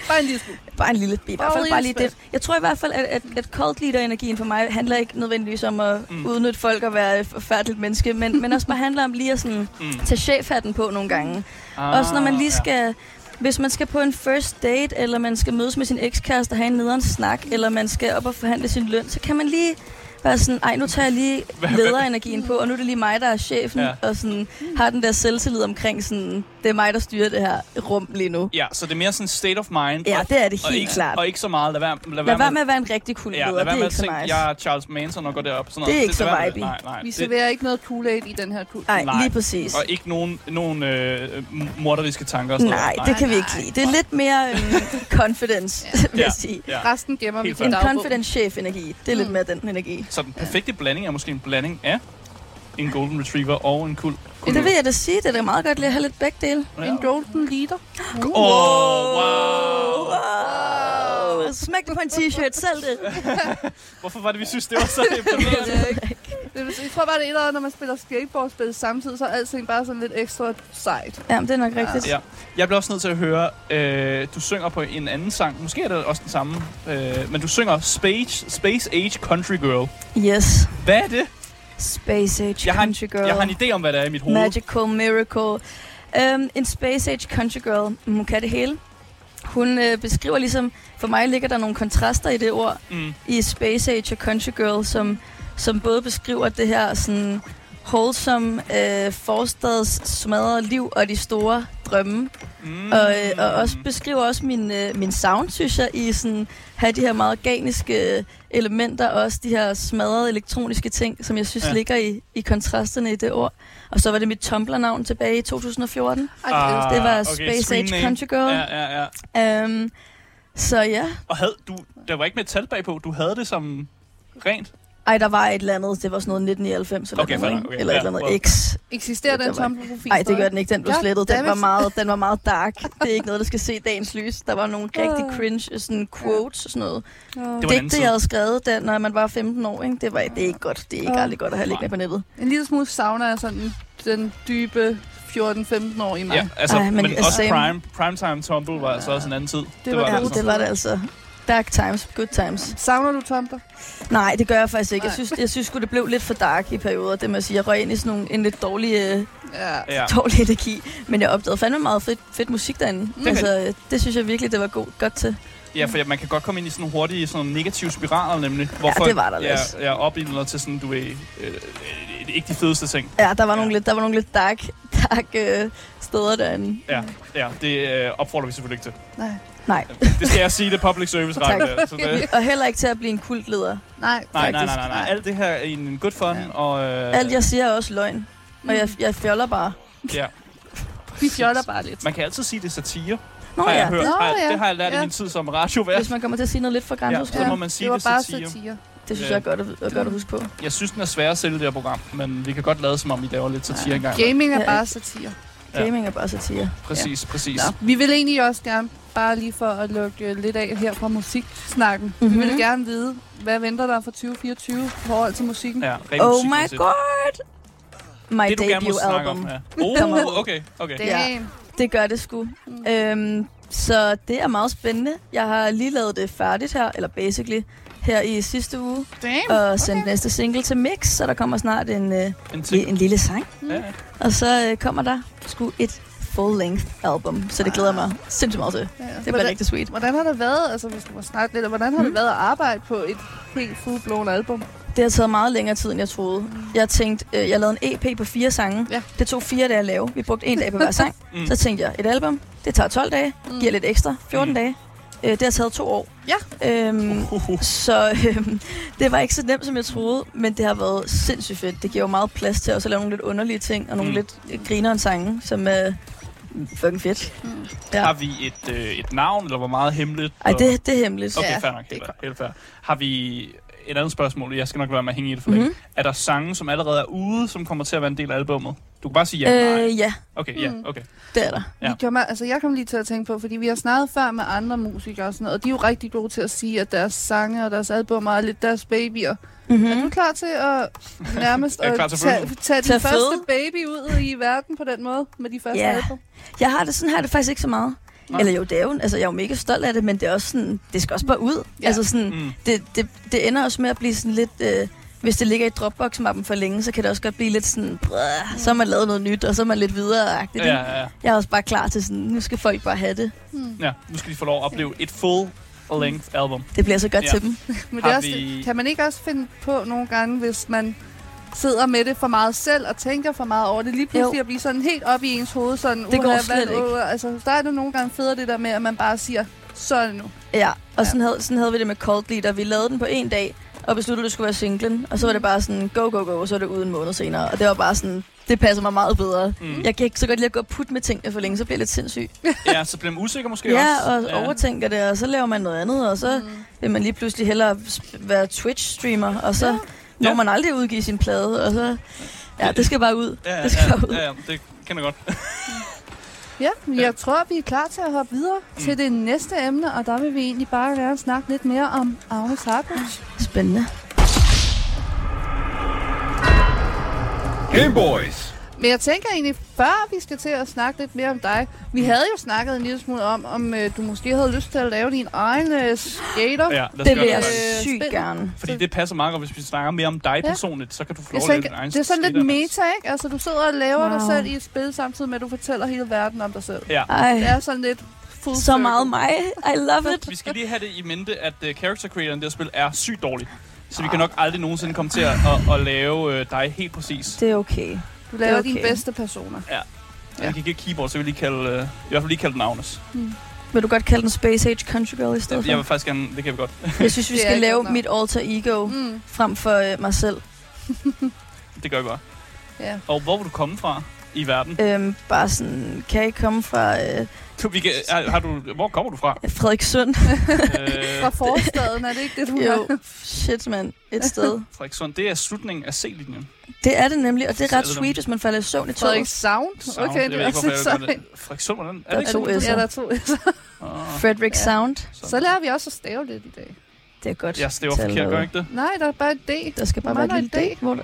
[SPEAKER 3] Bare en lille smule.
[SPEAKER 4] Bare en lille bit. I hvert
[SPEAKER 3] Bare
[SPEAKER 4] fald
[SPEAKER 3] lige
[SPEAKER 4] bare
[SPEAKER 3] en
[SPEAKER 4] lige
[SPEAKER 3] spand.
[SPEAKER 4] det. Jeg tror i hvert fald, at, at, at cult leader-energien for mig handler ikke nødvendigvis om at
[SPEAKER 2] Mm.
[SPEAKER 4] mm. udnytte folk og være et forfærdeligt menneske, men, men også bare handler om lige at sådan,
[SPEAKER 2] Mm.
[SPEAKER 4] tage chefhatten på nogle gange.
[SPEAKER 2] ah,
[SPEAKER 4] Ah, også når man lige skal... Ja. Hvis man skal på en first date, eller man skal mødes med sin ekskæreste og have en nederen snak, eller man skal op og forhandle sin løn, så kan man lige være sådan, ej, nu tager jeg lige
[SPEAKER 2] Hvad-
[SPEAKER 4] lederenergien på, og nu er det lige mig, der er chefen,
[SPEAKER 2] Ja.
[SPEAKER 4] ja. og sådan, har den der selvtillid omkring, sådan, det er mig, der styrer det her rum lige nu.
[SPEAKER 2] Ja, så det er mere sådan state of mind.
[SPEAKER 4] Ja,
[SPEAKER 2] og,
[SPEAKER 4] det er det
[SPEAKER 2] og
[SPEAKER 4] helt
[SPEAKER 2] ikke,
[SPEAKER 4] klart.
[SPEAKER 2] Og ikke så meget. Lad være, lad
[SPEAKER 4] Lad være
[SPEAKER 2] med-
[SPEAKER 4] med at være en rigtig cool
[SPEAKER 2] Ja,
[SPEAKER 4] leder,
[SPEAKER 2] lad
[SPEAKER 4] det
[SPEAKER 2] være
[SPEAKER 4] er
[SPEAKER 2] med at
[SPEAKER 4] ikke så
[SPEAKER 2] tænke,
[SPEAKER 4] nice.
[SPEAKER 2] jeg er Charles Manson og går derop. og Sådan noget.
[SPEAKER 4] Det er ikke så
[SPEAKER 2] lad være med-
[SPEAKER 4] vibey.
[SPEAKER 2] Nej, nej.
[SPEAKER 3] Vi
[SPEAKER 2] Det,
[SPEAKER 3] serverer ikke noget Kool-Aid i den her kult.
[SPEAKER 4] Nej,
[SPEAKER 2] Nej.
[SPEAKER 4] lige præcis.
[SPEAKER 2] og ikke nogen, nogen øh, morderiske tanker og sådan
[SPEAKER 4] Nej,
[SPEAKER 2] noget.
[SPEAKER 4] det kan vi ikke
[SPEAKER 3] nej.
[SPEAKER 4] lide. Det er lidt mere øhm, confidence, vil jeg sige.
[SPEAKER 2] Ja.
[SPEAKER 3] Resten gemmer vi
[SPEAKER 2] Helt
[SPEAKER 3] til
[SPEAKER 4] En
[SPEAKER 2] fair.
[SPEAKER 3] dagbogen.
[SPEAKER 4] confidence-chef-energi, det er lidt
[SPEAKER 3] Mm.
[SPEAKER 4] mere den energi.
[SPEAKER 2] Så den perfekte blanding er måske en blanding af en golden retriever og en kul.
[SPEAKER 4] Men det vil jeg da sige, det er da meget godt lige at have lidt begge dele.
[SPEAKER 3] En golden leader.
[SPEAKER 2] Åh, oh, wow.
[SPEAKER 4] Wow. Smæk det på en t-shirt, selv det.
[SPEAKER 2] Hvorfor var det, vi synes, det var så
[SPEAKER 3] Det
[SPEAKER 2] imponerende?
[SPEAKER 3] ved jeg ikke. Det vil sige, jeg tror bare, det er et eller andet, når man spiller skateboardspil samtidig, så er alting bare sådan lidt ekstra sejt.
[SPEAKER 4] Jamen, det er nok rigtigt.
[SPEAKER 2] Ja. Jeg bliver også nødt til at høre, øh, du synger på en anden sang. Måske er det også den samme. Øh, men du synger Space, Space Age Country Girl.
[SPEAKER 4] Yes.
[SPEAKER 2] Hvad er det?
[SPEAKER 4] Space Age
[SPEAKER 2] Jeg har, en,
[SPEAKER 4] Country Girl.
[SPEAKER 2] jeg har en idé om, hvad der er i mit hoved.
[SPEAKER 4] Magical Miracle. Um, en Space Age Country Girl. Mm, Hun kan det hele. Hun øh, beskriver ligesom, for mig ligger der nogle kontraster i det ord,
[SPEAKER 2] Mm.
[SPEAKER 4] i Space Age og Country Girl, som, som både beskriver det her sådan wholesome øh, forstads smadrede liv og de store drømme.
[SPEAKER 2] Mm.
[SPEAKER 4] Og, øh, og også beskriver også min, øh, min sound, synes jeg, i sådan have de her meget organiske øh, elementer, og også de her smadrede elektroniske ting, som jeg synes
[SPEAKER 2] Ja.
[SPEAKER 4] ja. ligger i, i kontrasterne i det ord. Og så var det mit Tumblr-navn tilbage i 2014.
[SPEAKER 3] Ej, det er
[SPEAKER 2] Ah,
[SPEAKER 4] Det var
[SPEAKER 2] okay,
[SPEAKER 4] Space
[SPEAKER 2] screen
[SPEAKER 4] Age
[SPEAKER 2] name.
[SPEAKER 4] Country Girl.
[SPEAKER 2] Ja, ja, ja.
[SPEAKER 4] Ja. Um, så ja,
[SPEAKER 2] Og havde, du, der var ikke med et tal bagpå. Du havde det som rent.
[SPEAKER 4] ej, der var et eller andet, det var sådan noget 1999 eller
[SPEAKER 2] Okay,
[SPEAKER 4] noget,
[SPEAKER 2] fair
[SPEAKER 4] ikke?
[SPEAKER 2] nok, okay.
[SPEAKER 4] eller et
[SPEAKER 2] Ja,
[SPEAKER 4] eller andet
[SPEAKER 2] wow.
[SPEAKER 4] X.
[SPEAKER 3] Eksisterer
[SPEAKER 4] Det
[SPEAKER 3] den
[SPEAKER 4] var-
[SPEAKER 3] Tumblr-profil?
[SPEAKER 4] Nej, det gør
[SPEAKER 3] stadig?
[SPEAKER 4] den ikke. Den blev
[SPEAKER 3] God
[SPEAKER 4] slettet. Den
[SPEAKER 3] damn
[SPEAKER 4] var,
[SPEAKER 3] it.
[SPEAKER 4] meget, den var meget dark. Det er ikke noget, der skal se dagens lys. Der var nogle
[SPEAKER 3] Ah.
[SPEAKER 4] rigtig cringe øh, sådan quotes og sådan noget.
[SPEAKER 3] Åh.
[SPEAKER 2] Det var en anden
[SPEAKER 4] digte,
[SPEAKER 2] tid.
[SPEAKER 4] jeg havde skrevet, da, når man var 15 år, ikke? det var det er ikke godt. Det er ikke
[SPEAKER 3] Ja.
[SPEAKER 4] aldrig godt at have liggende på nettet.
[SPEAKER 3] En lille smule savner jeg sådan den dybe 14-15 år i mig.
[SPEAKER 2] Ja, altså, Ej,
[SPEAKER 4] Ej,
[SPEAKER 2] men,
[SPEAKER 4] men
[SPEAKER 2] men
[SPEAKER 4] altså,
[SPEAKER 2] også
[SPEAKER 4] same.
[SPEAKER 2] prime, primetime Tumble var så også en anden tid. Det,
[SPEAKER 3] var
[SPEAKER 4] Ja,
[SPEAKER 3] det
[SPEAKER 2] altså.
[SPEAKER 4] det var det altså. Dark times, good times.
[SPEAKER 3] Savner du Tumblr?
[SPEAKER 4] Nej, det gør jeg faktisk ikke. Jeg
[SPEAKER 3] Nej.
[SPEAKER 4] synes, jeg synes sgu, det blev lidt for dark i perioder. Det må jeg sige. Jeg røg ind i sådan nogle, en lidt dårlig, øh,
[SPEAKER 3] Ja.
[SPEAKER 2] Ja.
[SPEAKER 4] dårlig energi. Men jeg opdagede fandme meget fedt, fedt musik derinde.
[SPEAKER 2] er
[SPEAKER 4] Altså, øh, det synes jeg virkelig, det var god, godt til.
[SPEAKER 2] ja, for ja, man kan godt komme ind i sådan nogle hurtige sådan nogle negative spiraler, nemlig. Hvor
[SPEAKER 4] Ja,
[SPEAKER 2] folk,
[SPEAKER 4] det var der
[SPEAKER 2] ja,
[SPEAKER 4] lidt.
[SPEAKER 2] ja, op i noget til sådan, du ved, øh, øh, ikke de fedeste ting.
[SPEAKER 4] Ja, der var,
[SPEAKER 2] Ja.
[SPEAKER 4] nogle, lidt, der var nogle lidt dark, dark øh, steder derinde.
[SPEAKER 2] Ja, ja det øh, opfordrer vi selvfølgelig ikke til.
[SPEAKER 3] Nej.
[SPEAKER 4] Nej.
[SPEAKER 2] Det skal jeg sige, det er public service
[SPEAKER 4] Tak.
[SPEAKER 2] radio der. Så det,
[SPEAKER 4] Og heller ikke til at blive en kultleder.
[SPEAKER 3] Nej,
[SPEAKER 2] nej, nej, nej,
[SPEAKER 3] faktisk.
[SPEAKER 2] nej, nej. Alt det her er en good fun,
[SPEAKER 3] Ja.
[SPEAKER 2] og... Øh,
[SPEAKER 4] Alt jeg siger er også løgn. Og jeg, jeg fjoller bare.
[SPEAKER 2] ja.
[SPEAKER 3] Vi fjoller bare lidt.
[SPEAKER 2] Man kan altid sige, det er satire,
[SPEAKER 4] Nå
[SPEAKER 2] har jeg
[SPEAKER 4] ja,
[SPEAKER 2] hørt.
[SPEAKER 3] Nå,
[SPEAKER 2] har jeg,
[SPEAKER 3] ja.
[SPEAKER 2] Det har jeg lært ja. i
[SPEAKER 3] Ja.
[SPEAKER 2] min tid som radiovært.
[SPEAKER 4] Hvis man kommer til at sige noget lidt for grænseoverskridende.
[SPEAKER 2] så må man sige,
[SPEAKER 3] det var
[SPEAKER 2] det er
[SPEAKER 3] bare
[SPEAKER 2] satire.
[SPEAKER 3] satire.
[SPEAKER 4] Det synes
[SPEAKER 2] Ja.
[SPEAKER 4] jeg er godt at, er godt at huske på.
[SPEAKER 2] Jeg synes, den er svær at sælge det her program, men vi kan godt lade som om, I laver lidt satire engang.
[SPEAKER 3] Gaming er
[SPEAKER 4] Ja,
[SPEAKER 3] bare satire.
[SPEAKER 2] Ja.
[SPEAKER 4] Gaming er bare satire.
[SPEAKER 2] Præcis, præcis.
[SPEAKER 3] Nå. Vi vil egentlig også gerne, bare lige for at lukke øh, lidt af her fra musiksnakken, mm-hmm. vi
[SPEAKER 4] Mhm.
[SPEAKER 3] vil gerne vide, hvad venter der for 2024 i forhold til musikken?
[SPEAKER 2] Ja, rent
[SPEAKER 4] Oh
[SPEAKER 2] musik,
[SPEAKER 4] my
[SPEAKER 2] altså.
[SPEAKER 4] god! My
[SPEAKER 2] Det, du gerne må
[SPEAKER 4] debut
[SPEAKER 2] snakke
[SPEAKER 4] album.
[SPEAKER 2] om. Ja.
[SPEAKER 4] Kommer
[SPEAKER 2] Oh,
[SPEAKER 4] ud.
[SPEAKER 2] okay, okay.
[SPEAKER 3] Damn.
[SPEAKER 4] Ja. Det gør det sgu.
[SPEAKER 2] Mm.
[SPEAKER 4] Øhm, så det er meget spændende. Jeg har lige lavet det færdigt her, eller basically, her i sidste uge.
[SPEAKER 3] Damn.
[SPEAKER 4] Og sendt næste single til Mix, så der kommer snart en, øh,
[SPEAKER 2] En ting.
[SPEAKER 4] li- en lille sang.
[SPEAKER 3] Mm.
[SPEAKER 2] Ja, ja.
[SPEAKER 4] Og så øh, kommer der sgu et full-length album. Så det glæder jeg mig sindssygt meget til.
[SPEAKER 3] Ja.
[SPEAKER 4] Det bliver
[SPEAKER 3] hvordan,
[SPEAKER 4] rigtig sweet.
[SPEAKER 3] hvordan har det været, altså hvis du må snakke lidt, hvordan har det
[SPEAKER 2] Hmm.
[SPEAKER 4] Mm.
[SPEAKER 3] været at arbejde på et helt full-blown album?
[SPEAKER 4] Det har taget meget længere tid, end jeg troede. Jeg tænkte, øh, jeg lavede en EP på fire sange.
[SPEAKER 3] Ja.
[SPEAKER 4] Det tog fire dage at lave. Vi brugte en dag på hver sang.
[SPEAKER 2] Mm.
[SPEAKER 4] mm. Så tænkte jeg, et album, det tager 12 dage.
[SPEAKER 3] Mm.
[SPEAKER 4] Giver lidt ekstra,
[SPEAKER 2] Mm.
[SPEAKER 4] 14 mm. dage. Øh, det har taget to år.
[SPEAKER 3] Ja.
[SPEAKER 4] Øhm,
[SPEAKER 2] Uhuhu.
[SPEAKER 4] så øhm, det var ikke så nemt, som jeg troede, men det har været sindssygt fedt. Det giver jo meget plads til også at lave nogle lidt underlige ting, og nogle
[SPEAKER 2] Mm.
[SPEAKER 4] mm. lidt øh, grineren sange, som er fucking fedt. Ja.
[SPEAKER 2] Har vi et, øh, et navn, eller hvor meget hemmeligt?
[SPEAKER 4] Ej,
[SPEAKER 2] og-
[SPEAKER 4] det, det er hemmeligt.
[SPEAKER 2] Okay,
[SPEAKER 3] Ja,
[SPEAKER 2] fair nok.
[SPEAKER 3] det
[SPEAKER 2] Helt,
[SPEAKER 3] er
[SPEAKER 2] helt fair. Har vi et andet spørgsmål? Jeg skal nok være med at hænge i det for længe.
[SPEAKER 4] Mhm.
[SPEAKER 2] Er der sange, som allerede er ude, som kommer til at være en del af albummet? Du kan bare sige ja eller nej.
[SPEAKER 4] øh, ja,
[SPEAKER 2] Okay, ja,
[SPEAKER 3] mm.
[SPEAKER 2] okay.
[SPEAKER 4] det er der.
[SPEAKER 2] Ja.
[SPEAKER 3] Ja. Vi kommer, altså, jeg kom lige til at tænke på, fordi vi har snakket før med andre musikere og sådan noget, og de er jo rigtig gode til at sige, at deres sange og deres albumer er lidt deres babyer. Mm. Er du
[SPEAKER 4] Mm-hmm.
[SPEAKER 3] klar til at nærmest
[SPEAKER 2] Er Hmm. jeg klar
[SPEAKER 3] at
[SPEAKER 2] til
[SPEAKER 3] tage,
[SPEAKER 2] fødslen?
[SPEAKER 3] tage din
[SPEAKER 4] Tage
[SPEAKER 3] første
[SPEAKER 4] føde?
[SPEAKER 3] baby ud i verden på den måde, med de første
[SPEAKER 4] Ja.
[SPEAKER 3] album?
[SPEAKER 4] Jeg har det sådan her, det faktisk ikke så meget.
[SPEAKER 2] Nej.
[SPEAKER 4] Nej. Eller jo, det er jo, altså, jeg er jo mega stolt af det, men det er også sådan, det skal også bare ud.
[SPEAKER 3] Ja.
[SPEAKER 4] Ja. Altså sådan,
[SPEAKER 2] Mm.
[SPEAKER 4] det, det, det ender også med at blive sådan lidt... Øh, hvis det ligger i Dropbox-mappen for længe, så kan det også godt blive lidt sådan... Brrr, så har man lavet noget nyt, og så er man lidt videre
[SPEAKER 2] Ja,
[SPEAKER 4] -agtigt. Ja.
[SPEAKER 2] ja, ja.
[SPEAKER 4] Jeg er også bare klar til sådan, nu skal folk bare have det.
[SPEAKER 3] Hmm.
[SPEAKER 2] ja. Nu skal de få lov at opleve et full-length album.
[SPEAKER 4] Det bliver så godt
[SPEAKER 2] Ja.
[SPEAKER 4] ja. til dem.
[SPEAKER 3] Men det
[SPEAKER 2] Har
[SPEAKER 3] er også,
[SPEAKER 2] vi-
[SPEAKER 3] det. kan man ikke også finde på nogle gange, hvis man sidder med det for meget selv og tænker for meget over det, lige pludselig
[SPEAKER 4] Jo.
[SPEAKER 3] at blive sådan helt op i ens hoved, sådan,
[SPEAKER 4] Det går
[SPEAKER 3] "Uha,
[SPEAKER 4] slet
[SPEAKER 3] hvad-
[SPEAKER 4] ikke."
[SPEAKER 3] uha." altså, der er det nogle gange federe det der med, at man bare siger, så er det nu.
[SPEAKER 4] Ja, og sådan, havde, sådan havde vi det med Cold Leader. Vi lavede den på en dag, og besluttede, at det skulle være singlen. Og så var det bare sådan, go, go, go, og så var det ude en måned senere. Og det var bare sådan, det passer mig meget bedre.
[SPEAKER 2] Mm.
[SPEAKER 4] Jeg kan ikke så godt lide at gå og putte med tingene for længe, så bliver jeg lidt sindssyg.
[SPEAKER 2] Ja, så bliver man usikker måske også.
[SPEAKER 4] Ja, og overtænker det, og så laver man noget andet, og så
[SPEAKER 3] Mm.
[SPEAKER 4] vil man lige pludselig hellere sp- være Twitch-streamer, og så
[SPEAKER 3] Ja.
[SPEAKER 4] ja. når
[SPEAKER 2] Ja.
[SPEAKER 4] man aldrig udgive sin plade, og så... Ja, det skal bare ud.
[SPEAKER 2] Ja, ja,
[SPEAKER 4] Det skal bare ud.
[SPEAKER 2] ja, ja, det kender jeg godt.
[SPEAKER 3] Ja, men jeg tror, vi er klar til at hoppe videre mm. til det næste emne, og der vil vi egentlig bare gerne snakke lidt mere om Agnes Harbusch.
[SPEAKER 4] Spændende.
[SPEAKER 1] Hey boys!
[SPEAKER 3] Men jeg tænker egentlig, før vi skal til at snakke lidt mere om dig,
[SPEAKER 2] Mm.
[SPEAKER 3] vi havde jo snakket en lille smule om, om øh, du måske havde lyst til at lave din egen øh, skater.
[SPEAKER 2] Ja, lad os
[SPEAKER 4] Det
[SPEAKER 2] gøre
[SPEAKER 4] vil jeg
[SPEAKER 2] det.
[SPEAKER 3] Øh,
[SPEAKER 4] sygt
[SPEAKER 3] spændende.
[SPEAKER 4] gerne.
[SPEAKER 2] Fordi det passer meget godt, hvis vi snakker mere om dig
[SPEAKER 3] Ja.
[SPEAKER 2] personligt, så kan du få
[SPEAKER 3] Det
[SPEAKER 2] lov
[SPEAKER 3] er,
[SPEAKER 2] at lave
[SPEAKER 3] sådan,
[SPEAKER 2] din
[SPEAKER 3] ikke-
[SPEAKER 2] egen
[SPEAKER 3] det er sådan lidt
[SPEAKER 2] skate,
[SPEAKER 3] meta, ikke? Altså, du sidder og laver wow. dig
[SPEAKER 4] Wow.
[SPEAKER 3] selv i et spil, samtidig med, at du fortæller hele verden om dig selv.
[SPEAKER 2] Ja.
[SPEAKER 3] Det
[SPEAKER 4] Ej,
[SPEAKER 3] er sådan lidt full
[SPEAKER 4] så
[SPEAKER 3] circle.
[SPEAKER 4] meget mig. I love it.
[SPEAKER 2] Vi skal lige have det i mente, at uh, character creatoren i det her spil er sygt dårlig. Så vi kan nok aldrig nogensinde komme til at, at, at lave uh, dig helt præcis.
[SPEAKER 4] Det er okay.
[SPEAKER 3] Du laver
[SPEAKER 4] Det er
[SPEAKER 3] dine
[SPEAKER 4] okay.
[SPEAKER 3] bedste personer.
[SPEAKER 2] Ja. Vi kan ikke keyboard, så vi lige kalde, uh, i hvert fald lige kalde den Agnes.
[SPEAKER 4] Mm. Vil du godt kalde den Space Age Country Girl i stedet
[SPEAKER 2] Jeg vil
[SPEAKER 4] for?
[SPEAKER 2] faktisk gerne, det kan vi godt.
[SPEAKER 4] Jeg synes, vi
[SPEAKER 3] Det er
[SPEAKER 4] skal
[SPEAKER 3] ikke
[SPEAKER 4] lave
[SPEAKER 3] godt nok.
[SPEAKER 4] mit alter ego
[SPEAKER 3] Mm,
[SPEAKER 4] frem for øh, mig selv.
[SPEAKER 2] Det gør vi bare.
[SPEAKER 3] ja.
[SPEAKER 2] Og hvor vil du komme fra i verden?
[SPEAKER 4] Øhm, bare sådan, kan I komme fra øh,
[SPEAKER 2] Du, vi kan, er, har du, hvor kommer du fra?
[SPEAKER 4] Frederikssund?
[SPEAKER 2] øh,
[SPEAKER 3] Fra forstaden, er det ikke det, du har?
[SPEAKER 4] jo, shit mand, et sted.
[SPEAKER 2] Frederikssund, det er slutningen af C-linjen.
[SPEAKER 4] Det er det nemlig, og det er ret
[SPEAKER 2] Selvom-
[SPEAKER 4] sweet, hvis man falder i søvn i
[SPEAKER 3] Frederik
[SPEAKER 4] toget.
[SPEAKER 3] Sound?
[SPEAKER 2] Sound,
[SPEAKER 3] Okay,
[SPEAKER 2] jeg
[SPEAKER 3] det
[SPEAKER 2] ved
[SPEAKER 3] er
[SPEAKER 2] ikke, hvorfor
[SPEAKER 3] også
[SPEAKER 4] altså
[SPEAKER 2] jeg gør
[SPEAKER 3] sådan.
[SPEAKER 2] det. Frederikssund, hvordan? Er
[SPEAKER 4] Der
[SPEAKER 2] det
[SPEAKER 4] er
[SPEAKER 2] ikke sådan?
[SPEAKER 4] to S'er.
[SPEAKER 3] Ja, der er to S'er.
[SPEAKER 2] Åh,
[SPEAKER 4] Frederik
[SPEAKER 3] Ja.
[SPEAKER 4] Sound.
[SPEAKER 2] sådan.
[SPEAKER 3] Så lærer vi også at stave lidt i dag.
[SPEAKER 4] Det er godt.
[SPEAKER 2] Jeg stæver
[SPEAKER 4] Tal
[SPEAKER 2] forkert,
[SPEAKER 4] noget.
[SPEAKER 2] gør jeg ikke det?
[SPEAKER 3] Nej, der er bare et D.
[SPEAKER 4] Der skal bare
[SPEAKER 3] Nej,
[SPEAKER 4] være et
[SPEAKER 3] nej,
[SPEAKER 4] lille
[SPEAKER 3] det-
[SPEAKER 4] D. Hvor der...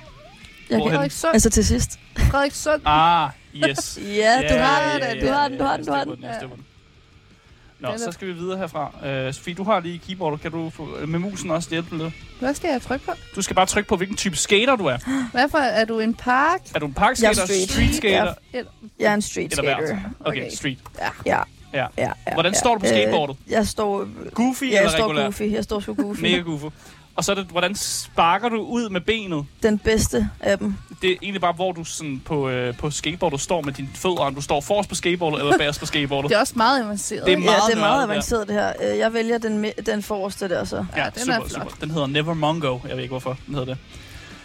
[SPEAKER 4] Jeg
[SPEAKER 2] Hvorhen?
[SPEAKER 4] kan...
[SPEAKER 3] Frederik Sund.
[SPEAKER 4] Altså til sidst.
[SPEAKER 3] Frederik Sund.
[SPEAKER 2] Ah, yes.
[SPEAKER 4] Ja, du
[SPEAKER 3] ja,
[SPEAKER 4] har
[SPEAKER 3] ja,
[SPEAKER 4] det.
[SPEAKER 3] ja,
[SPEAKER 4] Du
[SPEAKER 3] ja,
[SPEAKER 4] har den, du har den, du har den.
[SPEAKER 2] den. Jeg
[SPEAKER 3] Ja.
[SPEAKER 2] støver den. Nå,
[SPEAKER 3] Den er-
[SPEAKER 2] så skal vi videre herfra. Uh, Sofie, du har lige keyboardet. Kan du få, med musen også hjælpe med det?
[SPEAKER 3] Hvad skal jeg trykke på?
[SPEAKER 2] Du skal bare trykke på, hvilken type skater du er.
[SPEAKER 3] Hvad for, er du en park?
[SPEAKER 2] Er du en parkskater,
[SPEAKER 4] Jeg er
[SPEAKER 2] street,
[SPEAKER 4] street.
[SPEAKER 2] street skater?
[SPEAKER 4] Jeg er en street
[SPEAKER 2] Eller hvad?
[SPEAKER 4] skater.
[SPEAKER 2] Okay,
[SPEAKER 3] Okay.
[SPEAKER 2] street.
[SPEAKER 4] Ja.
[SPEAKER 2] Ja.
[SPEAKER 4] ja, ja
[SPEAKER 2] Hvordan står du på
[SPEAKER 4] Øh,
[SPEAKER 2] skateboardet?
[SPEAKER 4] Jeg står...
[SPEAKER 2] Goofy
[SPEAKER 4] Ja, jeg
[SPEAKER 2] eller
[SPEAKER 4] står
[SPEAKER 2] regulær?
[SPEAKER 4] goofy. Jeg står sgu goofy.
[SPEAKER 2] Mega goofy. Og så er det, hvordan sparker du ud med benet?
[SPEAKER 4] Den bedste af dem.
[SPEAKER 2] Det er egentlig bare, hvor du sådan på, øh, på skateboardet står med dine fødder, om du står forrest på skateboardet eller bagerst på skateboardet.
[SPEAKER 3] Det er også meget avanceret.
[SPEAKER 2] Det er
[SPEAKER 3] ikke?
[SPEAKER 4] Ja, det er meget
[SPEAKER 2] nørdet, ja.
[SPEAKER 4] avanceret, det her. Øh, Jeg vælger den, me- den forreste der, så.
[SPEAKER 2] Ja,
[SPEAKER 3] Ja, den er
[SPEAKER 2] super,
[SPEAKER 3] flot.
[SPEAKER 2] super. Den hedder Never Mongo. Jeg ved ikke, hvorfor den hedder det.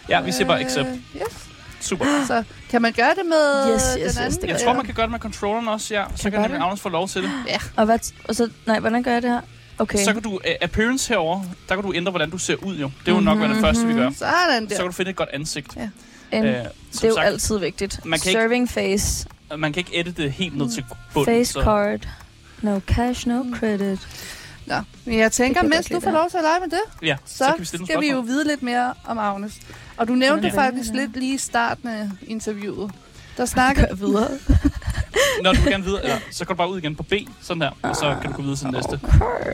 [SPEAKER 2] Ja, vi siger bare accept.
[SPEAKER 3] Øh, Yes.
[SPEAKER 2] Super.
[SPEAKER 3] Så kan man gøre det med
[SPEAKER 4] Yes, yes, yes,
[SPEAKER 3] den anden?
[SPEAKER 4] det
[SPEAKER 2] Jeg
[SPEAKER 4] Ja.
[SPEAKER 2] tror, man kan gøre det med controlleren også, ja. Så kan
[SPEAKER 4] Kan gøre
[SPEAKER 2] nemlig
[SPEAKER 4] det?
[SPEAKER 2] Agnes få lov til det.
[SPEAKER 4] Og, hvad t- og så... Nej, hvordan gør jeg det her? Okay.
[SPEAKER 2] Så kan du, uh, appearance herover, der kan du ændre, hvordan du ser ud jo. Det er jo nok være det
[SPEAKER 4] Mhm.
[SPEAKER 2] første, vi gør.
[SPEAKER 3] Sådan
[SPEAKER 2] Så kan
[SPEAKER 3] der.
[SPEAKER 2] du finde et godt ansigt.
[SPEAKER 4] En,
[SPEAKER 2] Øh,
[SPEAKER 4] det er
[SPEAKER 2] som
[SPEAKER 4] jo
[SPEAKER 2] sagt,
[SPEAKER 4] altid vigtigt.
[SPEAKER 2] man kan ikke-
[SPEAKER 4] Serving face.
[SPEAKER 2] man kan ikke edite det helt ned til bunden.
[SPEAKER 4] Face
[SPEAKER 2] så-
[SPEAKER 4] card. No cash, no credit.
[SPEAKER 3] Nå, men jeg tænker,
[SPEAKER 4] Det kan
[SPEAKER 3] mens du
[SPEAKER 4] jeg godt
[SPEAKER 3] får
[SPEAKER 4] lide, det her.
[SPEAKER 3] lov til at lege med det,
[SPEAKER 2] Ja, så,
[SPEAKER 3] så,
[SPEAKER 2] kan vi stille
[SPEAKER 3] skal vi jo vide lidt mere om Agnes. Og du nævnte
[SPEAKER 4] Ja.
[SPEAKER 3] faktisk lidt lige i starten af interviewet. Der snakker
[SPEAKER 4] Kør videre.
[SPEAKER 2] Når du vil gerne videre, ja, så går du bare ud igen på B, sådan her, og så kan du gå videre til den næste.
[SPEAKER 4] Okay.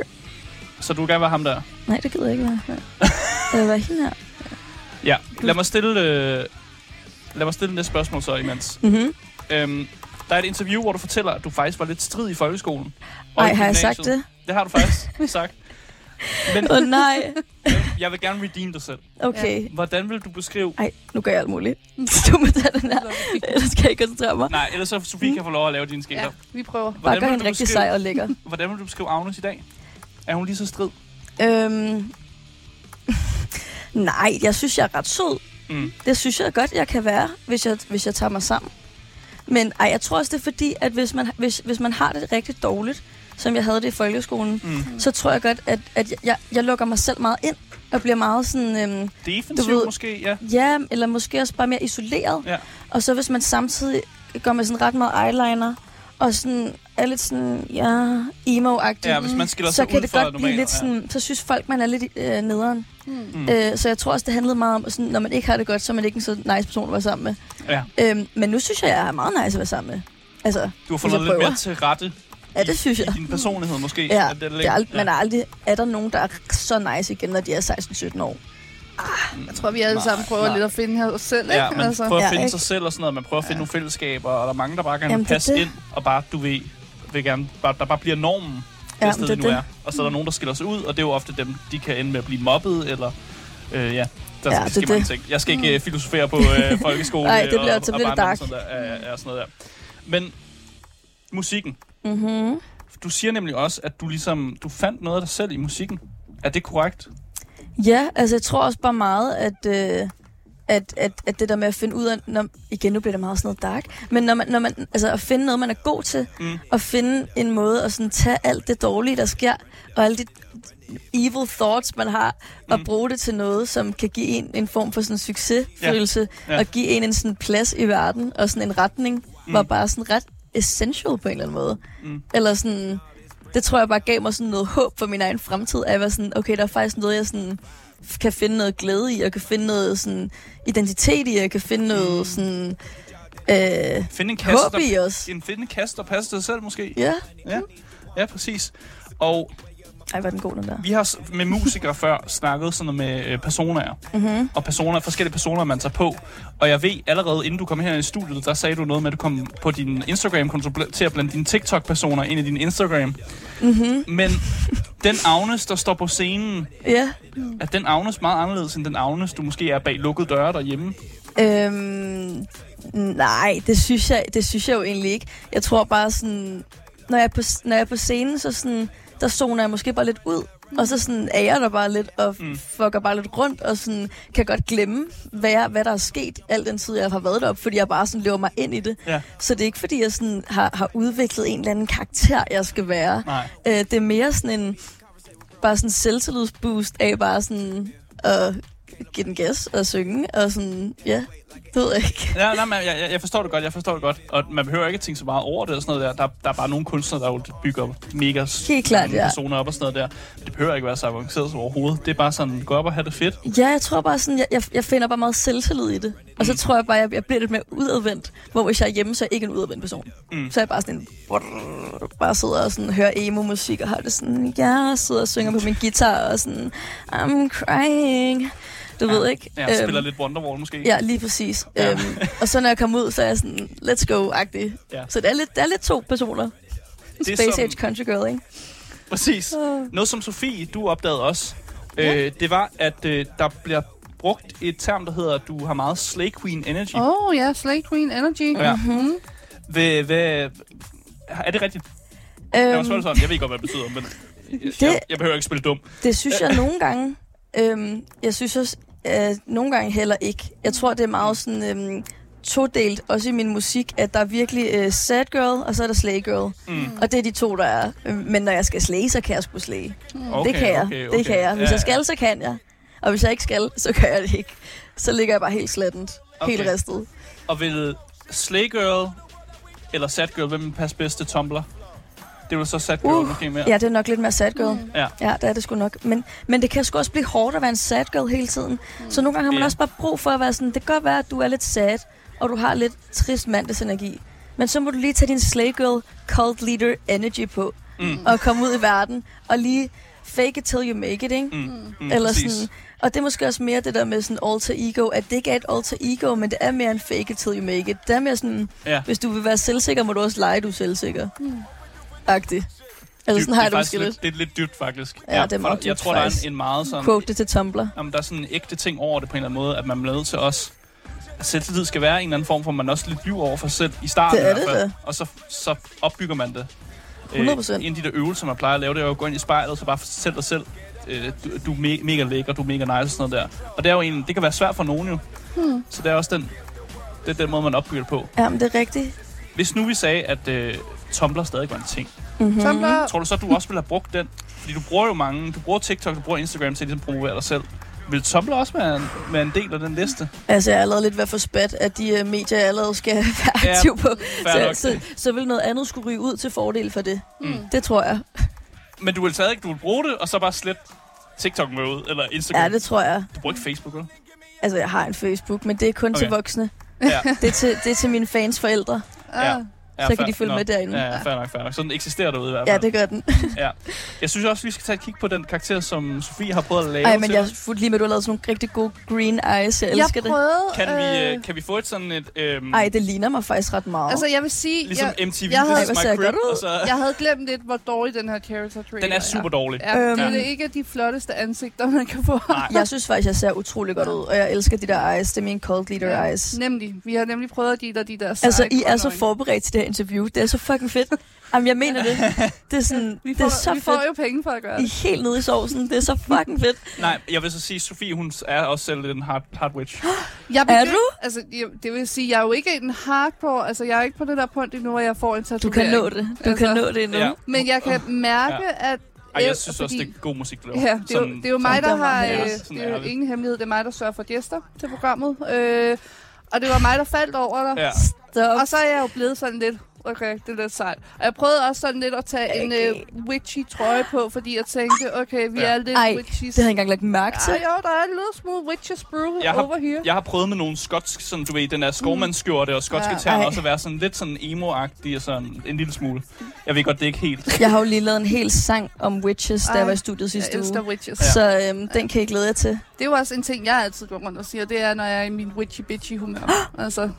[SPEAKER 2] Så du vil gerne være ham der.
[SPEAKER 4] Nej, det gider jeg ikke være. Øh, hvad er hende her?
[SPEAKER 2] Ja, lad mig stille, øh, lad mig stille næste spørgsmål så imens.
[SPEAKER 4] Mm-hmm.
[SPEAKER 2] Øhm, der er et interview, hvor du fortæller, at du faktisk var lidt strid i folkeskolen. og
[SPEAKER 4] Ej,
[SPEAKER 2] i
[SPEAKER 4] har jeg
[SPEAKER 2] gymnasiet.
[SPEAKER 4] sagt det?
[SPEAKER 2] Det har du faktisk sagt. Men
[SPEAKER 4] Åh oh, nej.
[SPEAKER 2] jeg vil gerne redeem dig selv.
[SPEAKER 4] Okay.
[SPEAKER 2] Hvordan vil du beskrive...
[SPEAKER 4] Ej, nu gør jeg alt muligt. Du må tage den her. Ellers kan jeg ikke koncentrere mig.
[SPEAKER 2] Nej, ellers så Sofie kan få lov at lave dine skater.
[SPEAKER 3] Ja, vi prøver.
[SPEAKER 4] Bare gør
[SPEAKER 2] vil
[SPEAKER 4] hende
[SPEAKER 2] du
[SPEAKER 4] rigtig
[SPEAKER 2] beskrive-
[SPEAKER 4] sej og lækker.
[SPEAKER 2] Hvordan vil du beskrive Agnes i dag? Er hun lige så strid?
[SPEAKER 4] øhm. Nej, jeg synes, jeg er ret sød.
[SPEAKER 2] Mm.
[SPEAKER 4] Det synes jeg godt, jeg kan være, hvis jeg, hvis jeg tager mig sammen. Men ej, jeg tror også, det er fordi, at hvis man, hvis, hvis man har det rigtig dårligt, som jeg havde det i folkeskolen,
[SPEAKER 2] Mm.
[SPEAKER 4] så tror jeg godt, at, at jeg, jeg, jeg lukker mig selv meget ind og bliver meget sådan... Øhm,
[SPEAKER 2] Defensiv
[SPEAKER 4] Du ved-
[SPEAKER 2] måske, ja.
[SPEAKER 4] Ja, eller måske også bare mere isoleret.
[SPEAKER 2] Ja.
[SPEAKER 4] Og så hvis man samtidig går med sådan ret meget eyeliner, og sådan er lidt sådan, ja, emo
[SPEAKER 2] Ja, hvis man skiller
[SPEAKER 4] så
[SPEAKER 2] sig
[SPEAKER 4] kan
[SPEAKER 2] ud
[SPEAKER 4] det
[SPEAKER 2] fra
[SPEAKER 4] godt
[SPEAKER 2] normalt,
[SPEAKER 4] blive lidt
[SPEAKER 2] ja.
[SPEAKER 4] sådan, så synes folk, man er lidt øh, nederen.
[SPEAKER 3] Mm.
[SPEAKER 2] Mm.
[SPEAKER 4] Øh, så jeg tror også, det handlede meget om, sådan, når man ikke har det godt, så er man ikke en så nice person at være sammen med.
[SPEAKER 2] Ja.
[SPEAKER 4] Øhm, men nu synes jeg, jeg er meget nice at være sammen med. Altså,
[SPEAKER 2] Du har
[SPEAKER 4] Hvis
[SPEAKER 2] fundet
[SPEAKER 4] jeg
[SPEAKER 2] lidt
[SPEAKER 4] prøver.
[SPEAKER 2] mere til rette
[SPEAKER 4] ja, det synes
[SPEAKER 2] i
[SPEAKER 4] jeg.
[SPEAKER 2] din personlighed måske.
[SPEAKER 4] Ja,
[SPEAKER 2] at er lidt-
[SPEAKER 4] det er ald- man er aldrig, er der nogen, der er så nice igen, når de er 16-17 år?
[SPEAKER 3] Jeg tror, vi alle
[SPEAKER 2] Nej,
[SPEAKER 3] sammen prøver
[SPEAKER 2] nej.
[SPEAKER 3] lidt at finde her os selv, ikke? Altså.
[SPEAKER 2] Ja, man prøver
[SPEAKER 4] Altså. Ja,
[SPEAKER 2] at finde
[SPEAKER 4] ikke?
[SPEAKER 2] sig selv og sådan noget. Man prøver at finde nogle fællesskaber, og der er mange, der bare gerne
[SPEAKER 4] Jamen,
[SPEAKER 2] vil
[SPEAKER 4] det er
[SPEAKER 2] passe
[SPEAKER 4] det.
[SPEAKER 2] ind, og bare, du ved, vil gerne, bare, der bare bliver normen, det
[SPEAKER 4] Ja,
[SPEAKER 2] sted,
[SPEAKER 4] det er
[SPEAKER 2] det nu
[SPEAKER 4] det.
[SPEAKER 2] er. Og så er der nogen, der skiller sig ud, og det er jo ofte dem, de kan ende med at blive mobbet, eller øh, ja, der
[SPEAKER 4] Ja,
[SPEAKER 2] ja,
[SPEAKER 4] det
[SPEAKER 2] ske
[SPEAKER 4] er
[SPEAKER 2] mange
[SPEAKER 4] det.
[SPEAKER 2] ting. Jeg skal ikke øh, filosofere på øh, folkeskole
[SPEAKER 4] Ej, det bliver-
[SPEAKER 2] og,
[SPEAKER 4] så
[SPEAKER 2] og
[SPEAKER 4] bliver
[SPEAKER 2] barndom
[SPEAKER 4] det dark.
[SPEAKER 2] Sådan der, ja, ja, ja, sådan noget der. Men musikken.
[SPEAKER 4] Mm-hmm.
[SPEAKER 2] Du siger nemlig også, at du ligesom du fandt noget af dig selv i musikken. Er det korrekt?
[SPEAKER 4] Ja, altså jeg tror også bare meget, at, øh, at, at, at det der med at finde ud af, når, igen nu bliver det meget sådan noget dark, men når man, når man, altså at finde noget, man er god til,
[SPEAKER 2] Mm.
[SPEAKER 4] at finde en måde at sådan tage alt det dårlige, der sker, og alle de evil thoughts, man har, og
[SPEAKER 2] Mm.
[SPEAKER 4] bruge det til noget, som kan give en en form for sådan succesfølelse,
[SPEAKER 2] Ja. Ja.
[SPEAKER 4] og give en en sådan plads i verden, og sådan en retning,
[SPEAKER 2] Mm.
[SPEAKER 4] var bare sådan ret essential på en eller anden måde.
[SPEAKER 2] Mm.
[SPEAKER 4] Eller sådan, det tror jeg bare gav mig sådan noget håb for min egen fremtid, at jeg var sådan, okay, der er faktisk noget, jeg sådan kan finde noget glæde i, og kan finde noget sådan identitet i, og kan finde noget sådan Øh,
[SPEAKER 2] Finde en kasse,
[SPEAKER 4] håber I
[SPEAKER 2] der,
[SPEAKER 4] også.
[SPEAKER 2] en, finde en kasse, der passer til dig selv måske.
[SPEAKER 4] Ja.
[SPEAKER 2] Ja, ja præcis. Og
[SPEAKER 4] Ej, var den god, den der.
[SPEAKER 2] vi har s- med musikere før snakket sådan noget med øh, personer. Mm-hmm. Og personer, forskellige personer, man tager på. Og jeg ved allerede, inden du kom her i studiet, der sagde du noget med, at du kom på din Instagram-konto bl- til at blande dine TikTok-personer ind i din Instagram. Mm-hmm. Men den Agnes, der står på scenen,
[SPEAKER 4] Ja.
[SPEAKER 2] er den Agnes meget anderledes end den Agnes, du måske er bag lukkede døre derhjemme?
[SPEAKER 4] Øhm, nej, det synes, jeg, det synes jeg jo egentlig ikke. Jeg tror bare sådan, når jeg er på, når jeg er på scenen, så sådan, der zoner jeg måske bare lidt ud. Og så sådan er jeg der bare lidt og
[SPEAKER 2] Mm.
[SPEAKER 4] fucker bare lidt rundt og sådan kan godt glemme, hvad, jeg, hvad der er sket al den tid, jeg har været deroppe, fordi jeg bare sådan lever mig ind i det.
[SPEAKER 2] Ja.
[SPEAKER 4] Så det er ikke, fordi jeg sådan har, har udviklet en eller anden karakter, jeg skal være.
[SPEAKER 2] Nej.
[SPEAKER 4] Øh, det er mere sådan en bare sådan selvtillidsboost af bare sådan at give den gas og synge og sådan, ja, det ved jeg ikke.
[SPEAKER 2] Ja, nej, men jeg, jeg- jeg forstår det godt, jeg forstår det godt. Og man behøver ikke at tænke så meget over det og sådan noget der. Der, der er bare nogle kunstnere, der jo bygger mega
[SPEAKER 4] Helt klart,
[SPEAKER 2] mange
[SPEAKER 4] ja.
[SPEAKER 2] personer op og sådan noget der. Men Det behøver ikke være så avanceret som overhovedet. Det er bare sådan, gå op og have det fedt.
[SPEAKER 4] Ja, jeg tror bare sådan, jeg, jeg, jeg finder bare meget selvtillid i det. Og
[SPEAKER 2] Mm.
[SPEAKER 4] så tror jeg bare, jeg, jeg bliver lidt mere udadvendt, hvor hvis jeg er hjemme, så er jeg ikke en udadvendt person.
[SPEAKER 2] Mm.
[SPEAKER 4] Så er jeg bare sådan en, bare sidder og sådan, hører emo-musik og har det sådan, ja, sidder og synger på min guitar og sådan, I'm crying. Du ved ikke.
[SPEAKER 2] Ja, jeg
[SPEAKER 4] Øhm,
[SPEAKER 2] spiller lidt Wonderwall måske.
[SPEAKER 4] Ja, lige præcis.
[SPEAKER 2] Ja.
[SPEAKER 4] Ja. Øhm, og så når jeg kommer ud, så er jeg sådan, let's go-agtig.
[SPEAKER 2] Ja.
[SPEAKER 4] Ja. Så det er, lidt, det er lidt to personer.
[SPEAKER 2] det er
[SPEAKER 4] Space
[SPEAKER 2] som-
[SPEAKER 4] Age Country Girl, ikke?
[SPEAKER 2] Præcis.
[SPEAKER 4] Øh.
[SPEAKER 2] Noget som Sofie, du opdagede også, øh, det var, at øh, der bliver brugt et term, der hedder, at du har meget slay queen energy.
[SPEAKER 3] Åh, oh, ja, Slay Queen Energy.
[SPEAKER 2] Ja.
[SPEAKER 3] Mm-hmm.
[SPEAKER 2] Hvad, hvad, er det rigtigt? Jeg var
[SPEAKER 4] Øhm,
[SPEAKER 2] sådan, jeg ved ikke godt, hvad det betyder, men jeg, jeg, jeg behøver ikke spille dum.
[SPEAKER 4] det synes jeg nogle gange. Øhm, jeg synes også, øh, nogle gange heller ikke. Jeg tror, det er meget sådan øhm, todelt, også i min musik, at der er virkelig øh, sad girl, og så er der slay girl.
[SPEAKER 2] Mm.
[SPEAKER 4] Og det er de to, der er. Øhm, Men når jeg skal slay, så kan jeg sgu slay.
[SPEAKER 2] Okay,
[SPEAKER 4] Okay, det kan jeg.
[SPEAKER 2] okay, okay.
[SPEAKER 4] Okay, okay. Det kan jeg. Hvis
[SPEAKER 2] Ja,
[SPEAKER 4] jeg
[SPEAKER 2] ja.
[SPEAKER 4] skal, så kan jeg. Og hvis jeg ikke skal, så kan jeg det ikke. Så ligger jeg bare helt slattent. Okay. Helt
[SPEAKER 2] Okay.
[SPEAKER 4] ristet.
[SPEAKER 2] Og vil Slay Girl eller Sad Girl, hvem passer bedst til Tumblr? Det vil så Sad Girl uh,
[SPEAKER 4] Uh,
[SPEAKER 2] måske mere.
[SPEAKER 4] Ja, det er nok lidt mere sad girl. Mm.
[SPEAKER 2] Ja.
[SPEAKER 4] Ja, det er det sgu nok. Men, men det kan sgu også blive hårdt at være en sad girl hele tiden. Mm. Så nogle gange har man
[SPEAKER 2] Ja.
[SPEAKER 4] også bare brug for at være sådan, det kan godt være, at du er lidt sad, og du har lidt trist mandagsenergi. Men så må du lige tage din slay girl cult leader energy på,
[SPEAKER 2] Mm.
[SPEAKER 4] mm. og komme ud i verden, og lige fake it till you make it, ikke? Mm.
[SPEAKER 2] Mm,
[SPEAKER 4] Eller
[SPEAKER 2] præcis.
[SPEAKER 4] sådan, og det er måske også mere det der med sådan alter ego, at det ikke er et alter ego, men det er mere en fake it till you make it. Det er mere sådan,
[SPEAKER 2] Ja.
[SPEAKER 4] hvis du vil være selvsikker, må du også lege, du er selvsikker. Mm. Agtig. Altså
[SPEAKER 2] Dybt.
[SPEAKER 4] sådan har jeg
[SPEAKER 2] det
[SPEAKER 4] det
[SPEAKER 2] er
[SPEAKER 4] måske
[SPEAKER 2] faktisk lidt,
[SPEAKER 4] lidt.
[SPEAKER 2] det er lidt dybt, faktisk.
[SPEAKER 4] Ja, det er meget
[SPEAKER 2] for Jeg
[SPEAKER 4] dybt,
[SPEAKER 2] tror, der er
[SPEAKER 4] faktisk.
[SPEAKER 2] en, en meget sådan...
[SPEAKER 4] Quote det til Tumblr.
[SPEAKER 2] Jamen, der er sådan en ægte ting over det på en eller anden måde, at man bliver nødt til os. Selvtillid skal være en eller anden form, hvor man også lidt lyver over for sig selv i starten
[SPEAKER 4] Det er
[SPEAKER 2] i hvert
[SPEAKER 4] det
[SPEAKER 2] fald.
[SPEAKER 4] da.
[SPEAKER 2] Og så, så opbygger man det.
[SPEAKER 4] 100%.
[SPEAKER 2] Øh, en af de der øvelser, man plejer at lave, det er jo at gå ind i spejlet og så bare fortælle dig selv, øh, du, du er me- mega lækker, du er mega nice og sådan noget der. Og det, er jo en, det kan være svært for nogen jo. Hmm. Så det er også den, det er den måde, man opbygger det på.
[SPEAKER 4] Jamen, det er rigtigt.
[SPEAKER 2] Hvis nu vi sagde, at øh, Tumblr stadig var en ting,
[SPEAKER 3] Mm. Tumblr.
[SPEAKER 2] tror du så, at du også ville have brugt den? Fordi du bruger jo mange, du bruger TikTok, du bruger Instagram til at ligesom promovere dig selv. Vil Tumblr også være en, være en del af den liste?
[SPEAKER 4] Altså, jeg er allerede lidt ved at få spat, at de øh, medier, jeg allerede skal være aktiv på.
[SPEAKER 2] fair nok.
[SPEAKER 4] Så, så, så vil noget andet skulle ryge ud til fordel for det. Mm. Det tror jeg.
[SPEAKER 2] Men du vil stadig ikke, du vil bruge det, og så bare slet TikTok med ud, eller Instagram.
[SPEAKER 4] Ja, det tror jeg.
[SPEAKER 2] Du bruger ikke Facebook, vel?
[SPEAKER 4] Altså, jeg har en Facebook, men det er kun okay. til
[SPEAKER 2] Okay.
[SPEAKER 4] voksne.
[SPEAKER 2] Ja,
[SPEAKER 4] Det er til, det er til mine fans forældre.
[SPEAKER 3] Ah,
[SPEAKER 2] ja. ja
[SPEAKER 4] Så kan
[SPEAKER 2] fair-
[SPEAKER 4] de følge
[SPEAKER 2] Nå.
[SPEAKER 4] med derinde.
[SPEAKER 2] Ja, ja, fair nok, fair nok. Sådan eksisterer det ude i hvert
[SPEAKER 4] Ja,
[SPEAKER 2] fald.
[SPEAKER 4] det gør den.
[SPEAKER 2] ja. Jeg synes også, vi skal tage et kig på den karakter, som Sofie har prøvet at lave
[SPEAKER 4] Ej, men
[SPEAKER 2] til
[SPEAKER 4] jeg
[SPEAKER 2] os.
[SPEAKER 4] fulgte lige med, at du har lavet sådan nogle rigtig gode green eyes. Jeg elsker
[SPEAKER 3] jeg prøvede...
[SPEAKER 2] Kan vi, øh,
[SPEAKER 3] øh,
[SPEAKER 2] kan vi få et sådan et... Øhm,
[SPEAKER 4] det. Ej, det ligner mig faktisk ret meget.
[SPEAKER 3] Altså,
[SPEAKER 4] Altså,
[SPEAKER 3] jeg vil sige,
[SPEAKER 2] ligesom
[SPEAKER 3] jeg,
[SPEAKER 2] MTV,
[SPEAKER 3] jeg havde-
[SPEAKER 2] This Is
[SPEAKER 4] Ej, hvor ser
[SPEAKER 2] My
[SPEAKER 4] jeg
[SPEAKER 2] Crib,
[SPEAKER 4] godt ud.
[SPEAKER 2] og så...
[SPEAKER 3] jeg havde glemt lidt, hvor dårlig den her character trailer
[SPEAKER 2] Den er super dårlig.
[SPEAKER 3] Ja, det
[SPEAKER 4] Øhm.
[SPEAKER 3] er ikke de flotteste ansigter, man kan få.
[SPEAKER 2] Nej.
[SPEAKER 4] jeg synes faktisk, jeg ser utrolig godt ud, og jeg elsker de der eyes. Det er mine cult leader
[SPEAKER 3] Ja,
[SPEAKER 4] eyes.
[SPEAKER 3] Nemlig. Vi har nemlig prøvet at give dig de der seje
[SPEAKER 4] Altså, I er så
[SPEAKER 3] grønne øjne.
[SPEAKER 4] forberedt til det her interview. Det er så fucking fedt. Jamen, jeg mener det. Det er, sådan,
[SPEAKER 3] Vi
[SPEAKER 4] det er
[SPEAKER 3] får,
[SPEAKER 4] så
[SPEAKER 3] vi får
[SPEAKER 4] fedt.
[SPEAKER 3] jo penge for at gøre
[SPEAKER 4] I
[SPEAKER 3] det.
[SPEAKER 4] er helt nede i sovsen. Det er så fucking fedt.
[SPEAKER 2] Nej, jeg vil så sige, at Sofie, hun er også selv lidt en hard, hard witch.
[SPEAKER 3] Jeg
[SPEAKER 4] Er
[SPEAKER 3] begynd-
[SPEAKER 4] du?
[SPEAKER 3] Altså, jeg, det vil sige, jeg er jo ikke en hardcore. Altså, jeg er ikke på det der punkt endnu, hvor jeg får en
[SPEAKER 4] Du
[SPEAKER 3] tatovering.
[SPEAKER 4] kan nå det. Du kan
[SPEAKER 3] Altså,
[SPEAKER 4] nå det endnu.
[SPEAKER 2] Ja.
[SPEAKER 3] Men jeg kan mærke, ja. at...
[SPEAKER 2] Ej,
[SPEAKER 3] øh,
[SPEAKER 2] jeg synes også, det er god musik, du laver.
[SPEAKER 3] Ja, det er, jo, det er jo mig,
[SPEAKER 4] sådan
[SPEAKER 3] der
[SPEAKER 4] der var
[SPEAKER 3] har... Øh,
[SPEAKER 4] her.
[SPEAKER 2] Ja, sådan
[SPEAKER 3] det er
[SPEAKER 2] er
[SPEAKER 3] jo
[SPEAKER 2] det.
[SPEAKER 3] ingen hemmelighed. Det er mig, der sørger for gæster til programmet. Øh, og det var mig, der faldt over dig.
[SPEAKER 2] Ja.
[SPEAKER 4] Stop.
[SPEAKER 3] Og så er jeg jo blevet sådan lidt... okay, det er lidt sejt. Og jeg prøvede også sådan lidt at tage okay. en uh, witchy trøje på, fordi jeg tænkte, okay, vi
[SPEAKER 2] Ja.
[SPEAKER 3] ja. er lidt
[SPEAKER 4] Ej,
[SPEAKER 3] witches.
[SPEAKER 4] det havde jeg ikke engang lagt mærke til.
[SPEAKER 3] Ej, jo, der er en lille smule witches brew
[SPEAKER 2] Jeg har-
[SPEAKER 3] over here.
[SPEAKER 2] Jeg har prøvet med nogle skotsk, sådan du ved, den der skovmandsskjorte og skotske
[SPEAKER 3] Mm. Ja.
[SPEAKER 2] ja, tern,
[SPEAKER 4] Ej.
[SPEAKER 2] også at være sådan lidt sådan emo-agtig og sådan en lille smule. Jeg ved godt, det er ikke helt.
[SPEAKER 4] Jeg har jo lige lavet en hel sang om witches, da
[SPEAKER 3] Ej,
[SPEAKER 4] jeg var i studiet
[SPEAKER 3] Jeg
[SPEAKER 4] sidste uge.
[SPEAKER 3] elsker witches.
[SPEAKER 4] Så øhm, den kan jeg glæde jer til.
[SPEAKER 3] Det er jo også en ting, jeg altid går rundt og siger, det er, når jeg er i min witchy-bitchy-humør. altså,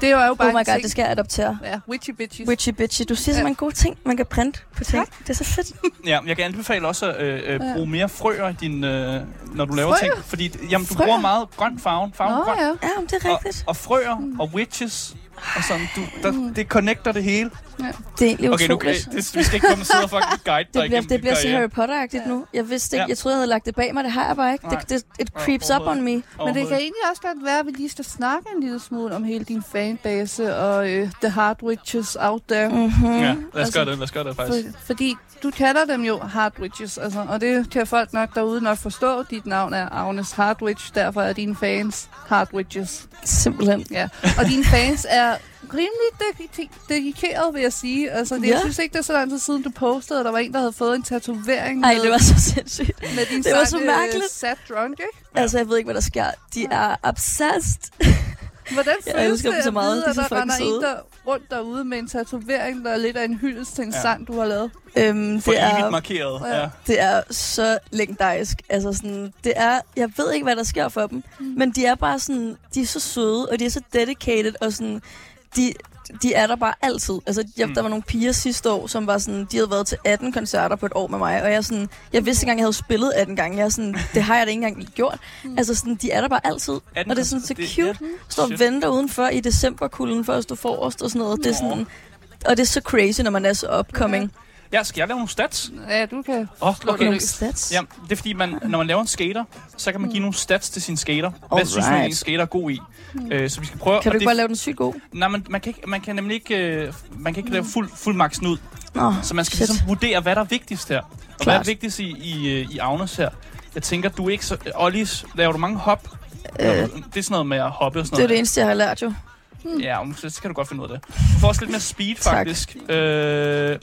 [SPEAKER 3] det er jo bare
[SPEAKER 4] Oh my
[SPEAKER 3] en
[SPEAKER 4] god,
[SPEAKER 3] ting.
[SPEAKER 4] det skal jeg adoptere.
[SPEAKER 3] Ja, witchy-bitchy.
[SPEAKER 4] Witchy bitchy. Du siger så
[SPEAKER 3] Ja.
[SPEAKER 4] mange gode ting, man kan printe på ting. Det er så fedt.
[SPEAKER 2] Ja, jeg kan anbefale også at øh, øh,
[SPEAKER 3] Ja.
[SPEAKER 2] bruge mere frøer, i din, øh, når du laver
[SPEAKER 3] Frøer?
[SPEAKER 2] ting. Fordi jamen, du
[SPEAKER 4] Frøer?
[SPEAKER 2] bruger meget grøn farven. farven
[SPEAKER 3] Nå
[SPEAKER 2] grøn.
[SPEAKER 3] ja.
[SPEAKER 4] Ja, men det er
[SPEAKER 2] Og,
[SPEAKER 4] rigtigt.
[SPEAKER 2] og frøer og witches. Og sådan, du,
[SPEAKER 3] Mm.
[SPEAKER 2] der, det connecter det hele.
[SPEAKER 4] Det er egentlig
[SPEAKER 2] Okay, nu,
[SPEAKER 4] utroligt.
[SPEAKER 2] det, vi skal ikke komme og sidde og fucking guide dig
[SPEAKER 4] Det bliver,
[SPEAKER 2] igennem
[SPEAKER 4] det
[SPEAKER 2] din
[SPEAKER 4] bliver så
[SPEAKER 2] karriere.
[SPEAKER 4] Harry Potter-agtigt nu. Jeg vidste ikke,
[SPEAKER 2] Ja.
[SPEAKER 4] jeg troede, jeg havde lagt det bag mig. Det har jeg bare ikke.
[SPEAKER 2] Nej.
[SPEAKER 4] Det, det, it
[SPEAKER 2] Nej,
[SPEAKER 4] creeps up on me.
[SPEAKER 3] Men det kan
[SPEAKER 2] Overhovedet.
[SPEAKER 3] egentlig også godt være, at vi lige skal snakke en lille smule om hele din fanbase og øh, The Hard Witches out there.
[SPEAKER 4] Mm-hmm.
[SPEAKER 2] Ja,
[SPEAKER 4] Ja.
[SPEAKER 2] lad os
[SPEAKER 3] Altså,
[SPEAKER 2] gøre det, lad os gøre det faktisk.
[SPEAKER 3] For, fordi du kalder dem jo Hard Witches, altså, og det kan folk nok derude nok forstå. Dit navn er Agnes Hardwitch, derfor er dine fans Hard Witches.
[SPEAKER 4] Simpelthen.
[SPEAKER 3] Ja. Og dine fans er rimelig dedike- dedikeret, vil jeg sige. Altså, det, ja. jeg
[SPEAKER 4] Ja.
[SPEAKER 3] synes ikke, det er så lang tid siden, du postede, at der var en, der havde fået en tatovering
[SPEAKER 4] Ej,
[SPEAKER 3] med,
[SPEAKER 4] det var så sindssygt.
[SPEAKER 3] med din
[SPEAKER 4] det var
[SPEAKER 3] sang,
[SPEAKER 4] så
[SPEAKER 3] øh,
[SPEAKER 4] mærkeligt.
[SPEAKER 3] Sad Drunk, ikke?
[SPEAKER 2] Ja.
[SPEAKER 4] Altså, jeg ved ikke, hvad der sker. De er obsessed.
[SPEAKER 3] Hvordan
[SPEAKER 4] Jeg
[SPEAKER 3] føles
[SPEAKER 4] elsker
[SPEAKER 3] det
[SPEAKER 4] dem så
[SPEAKER 3] at
[SPEAKER 4] meget.
[SPEAKER 3] vide,
[SPEAKER 4] De er
[SPEAKER 3] at
[SPEAKER 4] så
[SPEAKER 3] der
[SPEAKER 4] fucking
[SPEAKER 3] render en
[SPEAKER 4] søde.
[SPEAKER 3] der rundt derude med en tatovering, der er lidt af en hyldest til en
[SPEAKER 2] Ja.
[SPEAKER 3] ja. sang, du har lavet?
[SPEAKER 4] Øhm,
[SPEAKER 2] For
[SPEAKER 4] det,
[SPEAKER 2] evigt
[SPEAKER 4] er,
[SPEAKER 2] markeret.
[SPEAKER 3] Ja.
[SPEAKER 2] Ja.
[SPEAKER 4] det er så legendarisk. Altså, sådan, det er, jeg ved ikke, hvad der sker for dem. Men de er bare sådan, de er så søde, og de er så dedicated, og sådan, de, de er der bare altid. Altså, jeg,
[SPEAKER 2] Mm.
[SPEAKER 4] der var nogle piger sidste år, som var sådan, de havde været til 18 koncerter på et år med mig, og jeg er sådan, jeg vidste ikke engang, jeg havde spillet 18 gange. Jeg er sådan, det har jeg da ikke engang gjort. Altså, sådan, de er der bare altid. Og det er sådan så cute. Står og
[SPEAKER 2] Shit.
[SPEAKER 4] venter udenfor i decemberkulden, for at stå forrest og sådan noget. Det er sådan, og det er så crazy, når man er så upcoming.
[SPEAKER 2] Ja, skal jeg lave nogle stats?
[SPEAKER 3] Ja, du kan.
[SPEAKER 2] Åh,
[SPEAKER 3] dig
[SPEAKER 2] okay.
[SPEAKER 4] Nogle
[SPEAKER 3] løs.
[SPEAKER 4] stats. Hmm.
[SPEAKER 2] Ja, det er fordi, man, når man laver en skater, så kan man give nogle stats til sin skater. Hvad synes man,
[SPEAKER 4] Alright. Hmm.
[SPEAKER 2] en skater er god i? Øh, så vi skal prøve...
[SPEAKER 4] Kan du
[SPEAKER 2] og
[SPEAKER 4] ikke
[SPEAKER 2] det,
[SPEAKER 4] bare lave den sygt god?
[SPEAKER 2] Nej, man, man, kan ikke, man kan nemlig ikke, øh, man kan ikke lave fuld, fuld maksen ud.
[SPEAKER 4] Nå,
[SPEAKER 2] Så man skal
[SPEAKER 4] Shit.
[SPEAKER 2] ligesom vurdere, hvad der er vigtigst her. Og hvad er
[SPEAKER 4] Klart.
[SPEAKER 2] vigtigst i, i, øh, i Agnes her? Jeg tænker, du er ikke så... Ollis, laver du mange hop? Øh, det er sådan noget med at hoppe og sådan
[SPEAKER 4] det er
[SPEAKER 2] noget.
[SPEAKER 4] det eneste, jeg har lært jo.
[SPEAKER 2] Ja, og så kan du godt finde ud af det. Du får også lidt mere speed,
[SPEAKER 4] Mm. Tak.
[SPEAKER 2] faktisk. Øh,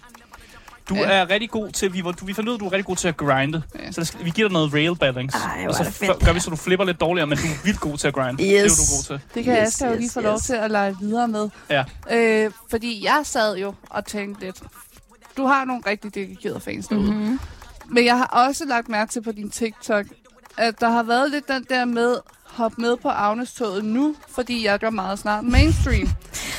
[SPEAKER 2] du
[SPEAKER 3] Ja.
[SPEAKER 2] er rigtig god til, vi, var- du- vi fandt ud af, at du er rigtig god til at grinde.
[SPEAKER 3] Ja.
[SPEAKER 2] Så der skal, vi giver dig noget rail balance.
[SPEAKER 4] Ej, hvor
[SPEAKER 2] og så
[SPEAKER 4] er det fedt,
[SPEAKER 2] f- gør vi, så du flipper lidt dårligere, men du er vildt god til at grinde. Det er jo
[SPEAKER 4] Yes.
[SPEAKER 2] du er god til.
[SPEAKER 3] Det kan
[SPEAKER 4] Yes,
[SPEAKER 3] yes, Asta jo
[SPEAKER 4] yes,
[SPEAKER 3] lige få lov
[SPEAKER 4] yes.
[SPEAKER 3] til at lege videre med.
[SPEAKER 2] Ja.
[SPEAKER 3] Øh, fordi jeg sad jo og tænkte lidt. Du har nogle rigtig dedikerede fans derude. Mm-hmm.
[SPEAKER 4] Mm-hmm.
[SPEAKER 3] Men jeg har også lagt mærke til på din TikTok, at der har været lidt den der med, hop med på Agnes-toget nu, fordi jeg gør meget snart mainstream.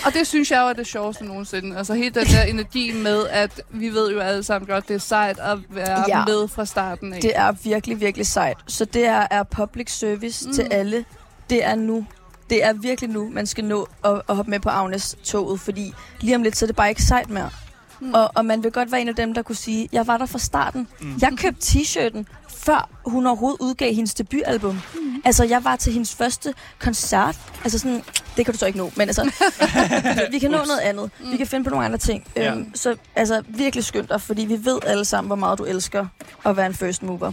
[SPEAKER 3] Og det synes jeg jo er det sjoveste nogensinde. Altså hele den der energi med, at vi ved jo alle sammen godt, det er sejt at være ja.
[SPEAKER 4] Ja.
[SPEAKER 3] med fra starten af.
[SPEAKER 4] Det er virkelig, virkelig sejt. Så det her er public service mm. til alle. Det er nu. Det er virkelig nu, man skal nå at, at hoppe med på Agnes-toget, fordi lige om lidt, så er det bare ikke sejt mere.
[SPEAKER 3] Hmm.
[SPEAKER 4] Mm. Og, og man vil godt være en af dem, der kunne sige, jeg var der fra starten. Mm. Jeg købte t-shirten, før hun overhovedet udgav hendes debutalbum. Mm. Altså, jeg var til hendes første koncert. Altså sådan, det kan du så ikke nå, men altså, vi kan nå noget andet. Vi kan finde på nogle andre ting.
[SPEAKER 2] Ja.
[SPEAKER 4] Mm. Ja. Øhm, så altså, virkelig skynd dig, fordi vi ved alle sammen, hvor meget du elsker at være en first mover.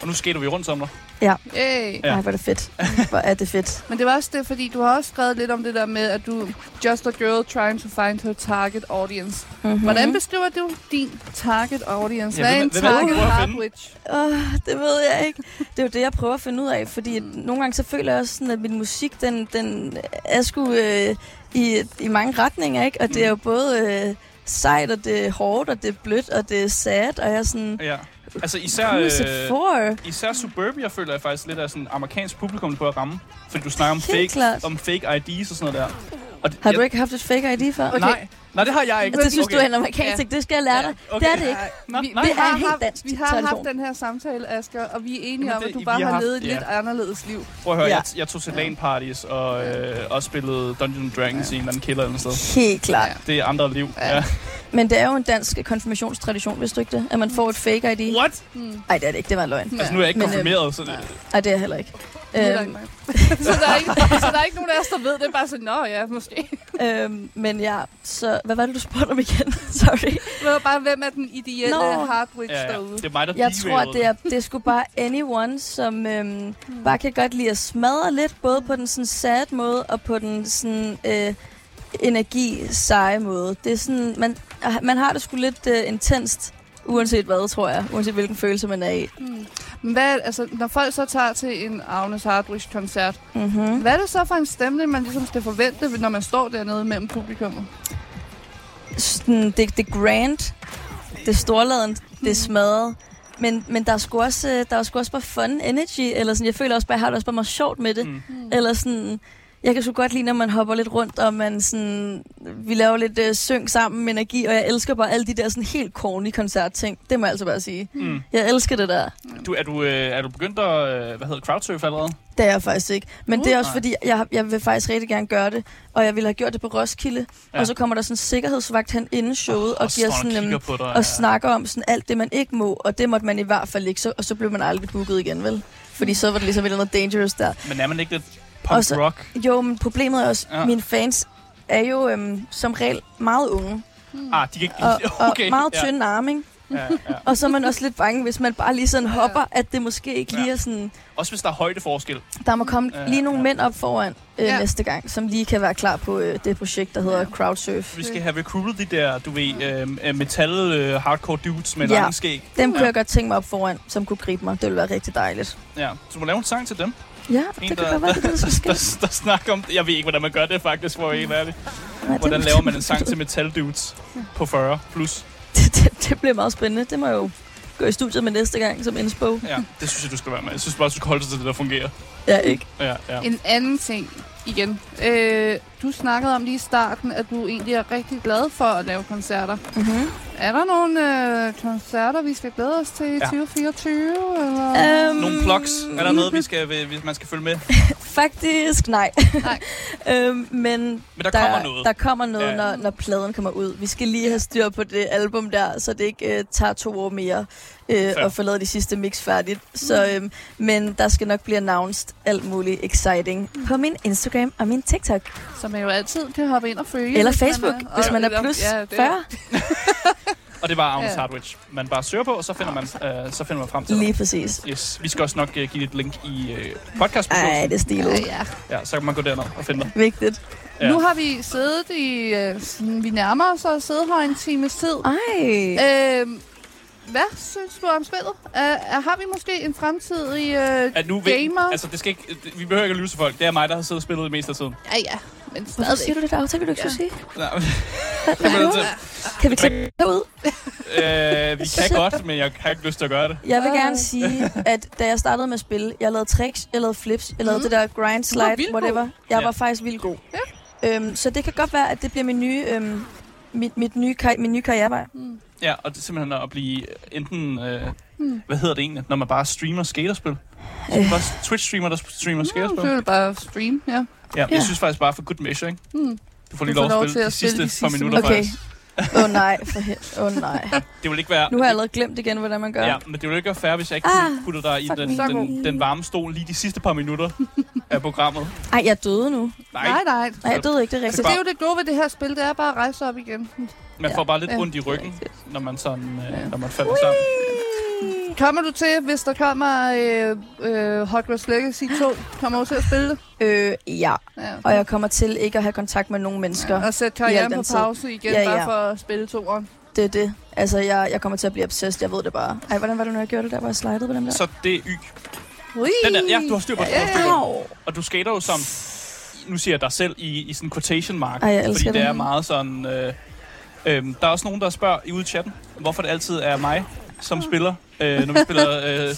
[SPEAKER 2] Og nu skater vi rundt om dig.
[SPEAKER 3] Yay.
[SPEAKER 2] Ja.
[SPEAKER 4] Ja. Ej, hvor er det fedt. Hvor er det fedt.
[SPEAKER 3] Men det var også det, fordi du har også skrevet lidt om det der med, at du just a girl trying to find her target audience.
[SPEAKER 4] Mm-hmm.
[SPEAKER 3] Hvordan beskriver du din target audience?
[SPEAKER 2] Mhm. Ja,
[SPEAKER 3] Hvad er
[SPEAKER 2] hvem-
[SPEAKER 3] en
[SPEAKER 2] hvem er det, du
[SPEAKER 3] target
[SPEAKER 2] prøver at finde?
[SPEAKER 3] hardwitch?
[SPEAKER 4] Oh, det ved jeg ikke. Det er jo det, jeg prøver at finde ud af, fordi at nogle gange så føler jeg også sådan, at min musik, den, den er sgu øh, i, i mange retninger, ikke? Og det er jo både øh, sejt, og det er hårdt, og det er blødt, og det er sad, og jeg er sådan...
[SPEAKER 2] Ja. Altså især...
[SPEAKER 4] Who's
[SPEAKER 2] øh,
[SPEAKER 4] it for?
[SPEAKER 2] Især Suburbia føler jeg faktisk lidt af sådan amerikansk publikum på at ramme. Fordi du snakker om
[SPEAKER 4] Helt
[SPEAKER 2] fake,
[SPEAKER 4] klart.
[SPEAKER 2] om fake IDs og sådan noget der. Og det,
[SPEAKER 4] Har du
[SPEAKER 2] jeg,
[SPEAKER 4] ikke haft et fake ID før?
[SPEAKER 2] Okay. Nej, nej, det har jeg ikke.
[SPEAKER 4] Altså, det synes okay. du er en
[SPEAKER 3] Ja.
[SPEAKER 4] amerikansk ting. Det skal jeg lære dig.
[SPEAKER 2] Ja, okay.
[SPEAKER 4] Det er det ikke.
[SPEAKER 2] Nå,
[SPEAKER 3] vi,
[SPEAKER 2] nej.
[SPEAKER 3] vi
[SPEAKER 4] Det er
[SPEAKER 3] har
[SPEAKER 4] en helt
[SPEAKER 3] haft,
[SPEAKER 4] dansk
[SPEAKER 3] Vi har haft
[SPEAKER 4] tradition.
[SPEAKER 3] den her samtale, Asger, og vi er enige
[SPEAKER 2] Jamen,
[SPEAKER 3] om,
[SPEAKER 2] det-
[SPEAKER 3] at du
[SPEAKER 2] vi
[SPEAKER 3] bare
[SPEAKER 2] har
[SPEAKER 3] har
[SPEAKER 2] haft-
[SPEAKER 3] levet et
[SPEAKER 2] ja.
[SPEAKER 3] lidt anderledes liv.
[SPEAKER 2] Prøv at høre,
[SPEAKER 4] Ja.
[SPEAKER 2] jeg, jeg tog til LAN parties og, øh, og spillede Dungeons Dragons i en eller anden kælder eller sådan noget.
[SPEAKER 4] Helt klart.
[SPEAKER 2] Det er andre liv.
[SPEAKER 3] Ja.
[SPEAKER 2] Ja.
[SPEAKER 4] Men det er jo en dansk konfirmationstradition, hvis du ikke det? At man får et fake ID.
[SPEAKER 2] What?
[SPEAKER 3] Hmm.
[SPEAKER 4] Nej, det er det ikke. Det var en løgn.
[SPEAKER 2] Altså, nu er jeg ikke
[SPEAKER 4] Men, øhm,
[SPEAKER 2] konfirmeret, så det,
[SPEAKER 4] Nej, det er jeg heller ikke.
[SPEAKER 3] Heller
[SPEAKER 4] Øhm,
[SPEAKER 3] ikke mig. så, der er ikke, så der er ikke nogen af os, der ved det. er Bare sådan, nå ja, måske.
[SPEAKER 4] øhm, men ja, så hvad var det, du spurgte om igen? Sorry.
[SPEAKER 3] Det var bare, hvem er den ideelle
[SPEAKER 4] Nå.
[SPEAKER 3] no. hardwitch
[SPEAKER 2] ja, ja.
[SPEAKER 3] derude?
[SPEAKER 2] det er mig, der
[SPEAKER 4] Jeg
[SPEAKER 2] derailed
[SPEAKER 4] tror, at det er, det er sgu bare anyone, som øhm, bare kan godt lide at smadre lidt, både på den sådan sad måde og på den sådan... Øh, energi seje måde. Det er sådan, man, man har det sgu lidt øh, intenst, uanset hvad, tror jeg. Uanset hvilken følelse man er i.
[SPEAKER 3] Men Hmm. Hvad, altså, når folk så tager til en Agnes Hardwich-koncert,
[SPEAKER 4] Mm-hmm.
[SPEAKER 3] hvad er det så for en stemning, man ligesom skal forvente, når man står dernede mellem publikummet?
[SPEAKER 4] Sådan, det, det er grand, det er storladen, det er smadret. Men, men der er sgu også, øh, der er sgu også bare fun energy, eller sådan, jeg føler også bare, jeg har det også bare meget sjovt med det.
[SPEAKER 2] Mm.
[SPEAKER 4] Eller sådan, jeg kan sgu godt lide, når man hopper lidt rundt, og man sådan, vi laver lidt øh, syng sammen med energi, og jeg elsker bare alle de der sådan helt corny koncertting. Det må jeg altså bare sige.
[SPEAKER 2] Mm.
[SPEAKER 4] Jeg elsker det der.
[SPEAKER 2] Du, er, du, øh, er du begyndt at øh, hvad hedder, crowdsurfe allerede?
[SPEAKER 4] Det er jeg faktisk ikke. Men
[SPEAKER 2] Uh,
[SPEAKER 4] det er også
[SPEAKER 2] nej.
[SPEAKER 4] fordi, jeg, jeg vil faktisk rigtig gerne gøre det, og jeg ville have gjort det på Roskilde.
[SPEAKER 2] Ja.
[SPEAKER 4] Ja. Og så kommer der sådan en sikkerhedsvagt hen inden showet, og, og giver
[SPEAKER 2] står han
[SPEAKER 4] sådan
[SPEAKER 2] og
[SPEAKER 4] en,
[SPEAKER 2] kigger på dig.
[SPEAKER 4] og snakker om sådan alt det, man ikke må, og det måtte man i hvert fald ikke, så, og så blev man aldrig booket igen, vel? Fordi så var det ligesom et eller andet dangerous der.
[SPEAKER 2] Men er man ikke lidt
[SPEAKER 4] Og så-
[SPEAKER 2] punk-rock?
[SPEAKER 4] Jo, men problemet er også,
[SPEAKER 2] Ja.
[SPEAKER 4] ja. mine fans er jo øhm, som regel meget unge,
[SPEAKER 2] Ah, de kan ikke...
[SPEAKER 4] og,
[SPEAKER 2] okay.
[SPEAKER 4] og meget
[SPEAKER 2] ja,
[SPEAKER 4] tynde ja. arme, ikke?
[SPEAKER 2] Ja, ja.
[SPEAKER 4] Og så er man også lidt bange, hvis man bare lige sådan hopper, at det måske ikke lige
[SPEAKER 2] Ja.
[SPEAKER 4] er sådan...
[SPEAKER 2] Også hvis der er højdeforskel.
[SPEAKER 4] Der må komme
[SPEAKER 2] Ja,
[SPEAKER 4] lige nogle
[SPEAKER 2] ja.
[SPEAKER 4] mænd op foran øh,
[SPEAKER 3] Ja.
[SPEAKER 4] ja. næste gang, som lige kan være klar på øh, det projekt, der hedder ja. Crowdsurf.
[SPEAKER 2] Vi skal have recruited de der, du ved, øh, metal øh, hardcore dudes med ja.
[SPEAKER 4] Ja.
[SPEAKER 2] lange skæg.
[SPEAKER 4] Dem kunne
[SPEAKER 2] Ja.
[SPEAKER 4] jeg godt tænke mig op foran, som kunne gribe mig. Det ville være rigtig dejligt.
[SPEAKER 2] Ja. Så du må lave en sang til dem.
[SPEAKER 4] Ja,
[SPEAKER 2] En,
[SPEAKER 4] det kan
[SPEAKER 2] der-
[SPEAKER 4] godt være, det er det, der skal
[SPEAKER 2] Der, der snakker om... Jeg ved ikke, hvordan man gør det faktisk, for at være helt ærlig.
[SPEAKER 4] Nej, det-
[SPEAKER 2] Hvordan laver man en sang til metal dudes på 40 plus?
[SPEAKER 4] det, det, det bliver meget spændende. Det må jeg jo gå i studiet med næste gang som indspo.
[SPEAKER 2] Ja, det synes jeg, du skal være med. Jeg synes bare, du skal holde dig til det, der fungerer.
[SPEAKER 4] Ja, ikke?
[SPEAKER 2] Ja, ja.
[SPEAKER 3] En anden ting igen. Øh, du snakkede om lige i starten, at du egentlig er rigtig glad for at lave koncerter.
[SPEAKER 4] Mm-hmm.
[SPEAKER 3] Er der nogle øh, koncerter, vi skal glæde os til i
[SPEAKER 2] Ja.
[SPEAKER 3] 2024? Eller?
[SPEAKER 4] Øhm,
[SPEAKER 2] Nogle plugs. Er der noget, vi skal, hvis man skal følge med?
[SPEAKER 4] Faktisk nej.
[SPEAKER 3] Nej.
[SPEAKER 4] øhm, men
[SPEAKER 2] Men der, der kommer noget.
[SPEAKER 4] Der kommer noget,
[SPEAKER 2] Ja.
[SPEAKER 4] ja. når, når pladen kommer ud. Vi skal lige have styr på det album der, så det ikke øh, tager to år mere øh,
[SPEAKER 2] Fair.
[SPEAKER 4] at få lavet de sidste mix færdigt. Så, øhm, men der skal nok blive announced alt muligt exciting på min Instagram og min TikTok.
[SPEAKER 3] Som man jo altid kan hoppe ind og følge.
[SPEAKER 4] Eller Facebook, hvis
[SPEAKER 3] og-
[SPEAKER 4] man er
[SPEAKER 3] eller-
[SPEAKER 4] plus
[SPEAKER 3] ja, det-
[SPEAKER 4] 40.
[SPEAKER 2] Og det var Agnes
[SPEAKER 3] Ja.
[SPEAKER 2] Hardwich. Man bare søger på, og så finder man, øh, så finder man frem til dig.
[SPEAKER 4] Lige præcis.
[SPEAKER 2] Yes. Vi skal også nok øh, give et link i øh, podcastbeskrivelsen.
[SPEAKER 4] Ej, det er
[SPEAKER 3] Ja,
[SPEAKER 4] stilet.
[SPEAKER 3] ja.
[SPEAKER 2] Ja, så kan man gå derned og finde dig.
[SPEAKER 4] Vigtigt.
[SPEAKER 2] Ja.
[SPEAKER 3] Nu har vi siddet i... Øh, sådan- vi nærmer os at sidde her en times tid.
[SPEAKER 4] Ej.
[SPEAKER 3] Øh, hvad synes du om spillet? Øh, har vi måske en fremtidig... Øh,
[SPEAKER 2] At nu
[SPEAKER 3] Gamer.
[SPEAKER 2] Altså, det skal ikke, det- vi behøver ikke at lyse folk. Det er mig, der har siddet og spillet det meste af tiden.
[SPEAKER 3] ja, ja. Men
[SPEAKER 4] Hvorfor siger
[SPEAKER 3] stadigvæk.
[SPEAKER 4] du det der aftale, du ikke skulle sige?
[SPEAKER 2] Nej, det er nødt til.
[SPEAKER 4] Kan vi klippe det ud?
[SPEAKER 2] øh, vi kan godt, men jeg har ikke lyst til at gøre det.
[SPEAKER 4] Jeg vil gerne sige, at da jeg startede med at spille, jeg lavede tricks, jeg lavede flips, jeg lavede
[SPEAKER 3] Mhm.
[SPEAKER 4] det der grind,
[SPEAKER 3] Du var
[SPEAKER 4] slide,
[SPEAKER 3] vildt
[SPEAKER 4] whatever. Jeg
[SPEAKER 2] Ja.
[SPEAKER 4] var faktisk vildt god. Øhm, så det kan godt være, at det bliver min nye, øhm, mit, mit nye, kar- min nye karrierevej.
[SPEAKER 3] Hmm.
[SPEAKER 2] Ja, og det er simpelthen at blive enten... Øh,
[SPEAKER 3] Mm.
[SPEAKER 2] Hvad hedder det egentlig, når man bare streamer skaterspil?
[SPEAKER 3] Øh.
[SPEAKER 2] Så er det bare Twitch-streamer, der streamer
[SPEAKER 3] Du
[SPEAKER 2] skaterspil.
[SPEAKER 3] vil bare stream, ja.
[SPEAKER 2] Ja,
[SPEAKER 4] Ja.
[SPEAKER 2] jeg synes faktisk bare for good measure, ikke?
[SPEAKER 3] Mm.
[SPEAKER 2] Du får lige
[SPEAKER 3] Du får
[SPEAKER 2] lov,
[SPEAKER 3] lov
[SPEAKER 2] at
[SPEAKER 3] til
[SPEAKER 2] spille
[SPEAKER 3] at
[SPEAKER 2] de
[SPEAKER 3] spille
[SPEAKER 2] sidste
[SPEAKER 3] de
[SPEAKER 2] par
[SPEAKER 3] sidste
[SPEAKER 2] minutter,
[SPEAKER 4] minutter.
[SPEAKER 2] faktisk.
[SPEAKER 4] Åh oh, nej, for hel- Åh oh, nej.
[SPEAKER 2] Det vil ikke være...
[SPEAKER 4] Nu har jeg allerede glemt igen, hvordan man gør.
[SPEAKER 2] Ja, men det ville ikke være fair, hvis jeg ikke kunne
[SPEAKER 4] Ah,
[SPEAKER 2] putte dig i
[SPEAKER 4] fuck
[SPEAKER 2] den,
[SPEAKER 4] me.
[SPEAKER 2] den, den varme stol lige de sidste par minutter af programmet.
[SPEAKER 4] Ej, jeg døde nu.
[SPEAKER 2] Nej,
[SPEAKER 3] Nej, nej.
[SPEAKER 4] Nej, jeg døde ikke, det er
[SPEAKER 3] Så
[SPEAKER 4] rigtigt.
[SPEAKER 3] det er jo det gode ved det her spil, det er bare at rejse sig op igen.
[SPEAKER 2] man
[SPEAKER 4] Ja.
[SPEAKER 2] får bare lidt
[SPEAKER 3] Ja.
[SPEAKER 2] ondt i ryggen, når man, sådan, øh, når man falder
[SPEAKER 4] Ui.
[SPEAKER 2] sammen.
[SPEAKER 3] Kommer du til, hvis der kommer øh, øh, Hogwarts Legacy 2, kommer du til at spille det?
[SPEAKER 4] Øh, ja,
[SPEAKER 3] Ja.
[SPEAKER 4] og jeg kommer til ikke at have kontakt med nogen mennesker.
[SPEAKER 3] Og sætte
[SPEAKER 4] Ja,
[SPEAKER 3] karrieren
[SPEAKER 4] den
[SPEAKER 3] på
[SPEAKER 4] tid.
[SPEAKER 3] pause igen,
[SPEAKER 4] Ja,
[SPEAKER 3] bare
[SPEAKER 4] ja.
[SPEAKER 3] for at spille toeren.
[SPEAKER 4] Det er det. Altså, jeg, jeg kommer til at blive obsessed, jeg ved det bare. Ej, hvordan var det nu, jeg gjorde det der, hvor jeg slidede på den der?
[SPEAKER 2] Så det er y.
[SPEAKER 3] Ui.
[SPEAKER 2] Den der, ja, du har styr på det. Du har styr på det.
[SPEAKER 4] Au.
[SPEAKER 2] Og du skater jo som, nu siger jeg dig selv, i, i sådan quotation mark.
[SPEAKER 4] Ej, jeg
[SPEAKER 2] fordi
[SPEAKER 4] elsker
[SPEAKER 2] det
[SPEAKER 4] det.
[SPEAKER 2] er meget sådan... Øh, øh, der er også nogen, der spørger i ude i chatten, hvorfor det altid er mig,
[SPEAKER 4] Ah.
[SPEAKER 2] som spiller, øh, når vi spiller øh,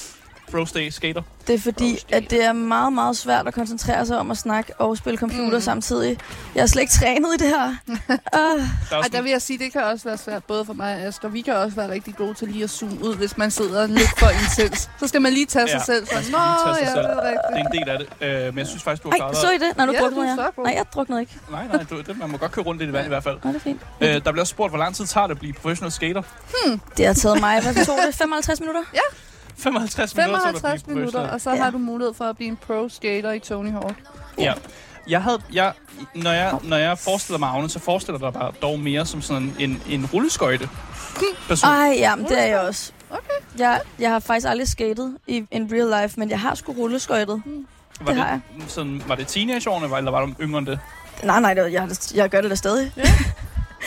[SPEAKER 2] Bros Day Skater.
[SPEAKER 4] Det er fordi, at det er meget, meget svært at koncentrere sig om at snakke og spille computer
[SPEAKER 3] Mm.
[SPEAKER 4] mm. samtidig. Jeg er slet ikke trænet i det her. uh,
[SPEAKER 2] Der er
[SPEAKER 3] Ej, der
[SPEAKER 2] sådan,
[SPEAKER 3] vil jeg sige, det kan også være svært, både for mig og Asger. Vi kan også være rigtig gode til lige at zoome ud, hvis man sidder lidt for intens. Så skal man lige tage sig
[SPEAKER 2] Ja,
[SPEAKER 3] selv. Så,
[SPEAKER 2] man skal
[SPEAKER 3] Nå,
[SPEAKER 2] lige tage sig selv."
[SPEAKER 3] ja, det er
[SPEAKER 2] det er
[SPEAKER 3] rigtigt.
[SPEAKER 2] en del af det. Øh, men jeg synes faktisk, du har
[SPEAKER 4] ej,
[SPEAKER 2] klaret
[SPEAKER 4] så I det? Når du
[SPEAKER 3] Ja,
[SPEAKER 4] ja,
[SPEAKER 3] du
[SPEAKER 4] drukner
[SPEAKER 3] er så
[SPEAKER 4] jeg.
[SPEAKER 3] god.
[SPEAKER 4] Nej, jeg drukner ikke.
[SPEAKER 2] Nej, nej, du, det, man må godt køre rundt lidt i vand i hvert fald.
[SPEAKER 4] Nå, det er fint.
[SPEAKER 2] Øh, der blev også spurgt, hvor lang tid tager det at blive professional skater?
[SPEAKER 4] Det har taget mig, hvad tog det? 55 minutter?
[SPEAKER 2] 55, minutter, så
[SPEAKER 3] 55
[SPEAKER 2] at blive
[SPEAKER 3] minutter,
[SPEAKER 2] professionel.
[SPEAKER 3] og så
[SPEAKER 4] Ja.
[SPEAKER 3] har du mulighed for at blive en pro-skater i Tony Hawk.
[SPEAKER 2] Ja. Jeg havde, jeg, når, jeg, når jeg forestiller mig Agne, så forestiller jeg mig dog mere som sådan en, en rulleskøjte. Person.
[SPEAKER 4] Ej, ja, men det er jeg også. Okay. Jeg, jeg har faktisk aldrig skatet i in real life, men jeg har sgu rulleskøjtet.
[SPEAKER 2] var
[SPEAKER 4] det har
[SPEAKER 2] Sådan, var det teenageårene, var- eller var det yngre end det?
[SPEAKER 4] Nej, nej, det- jeg, jeg gør det da stadig.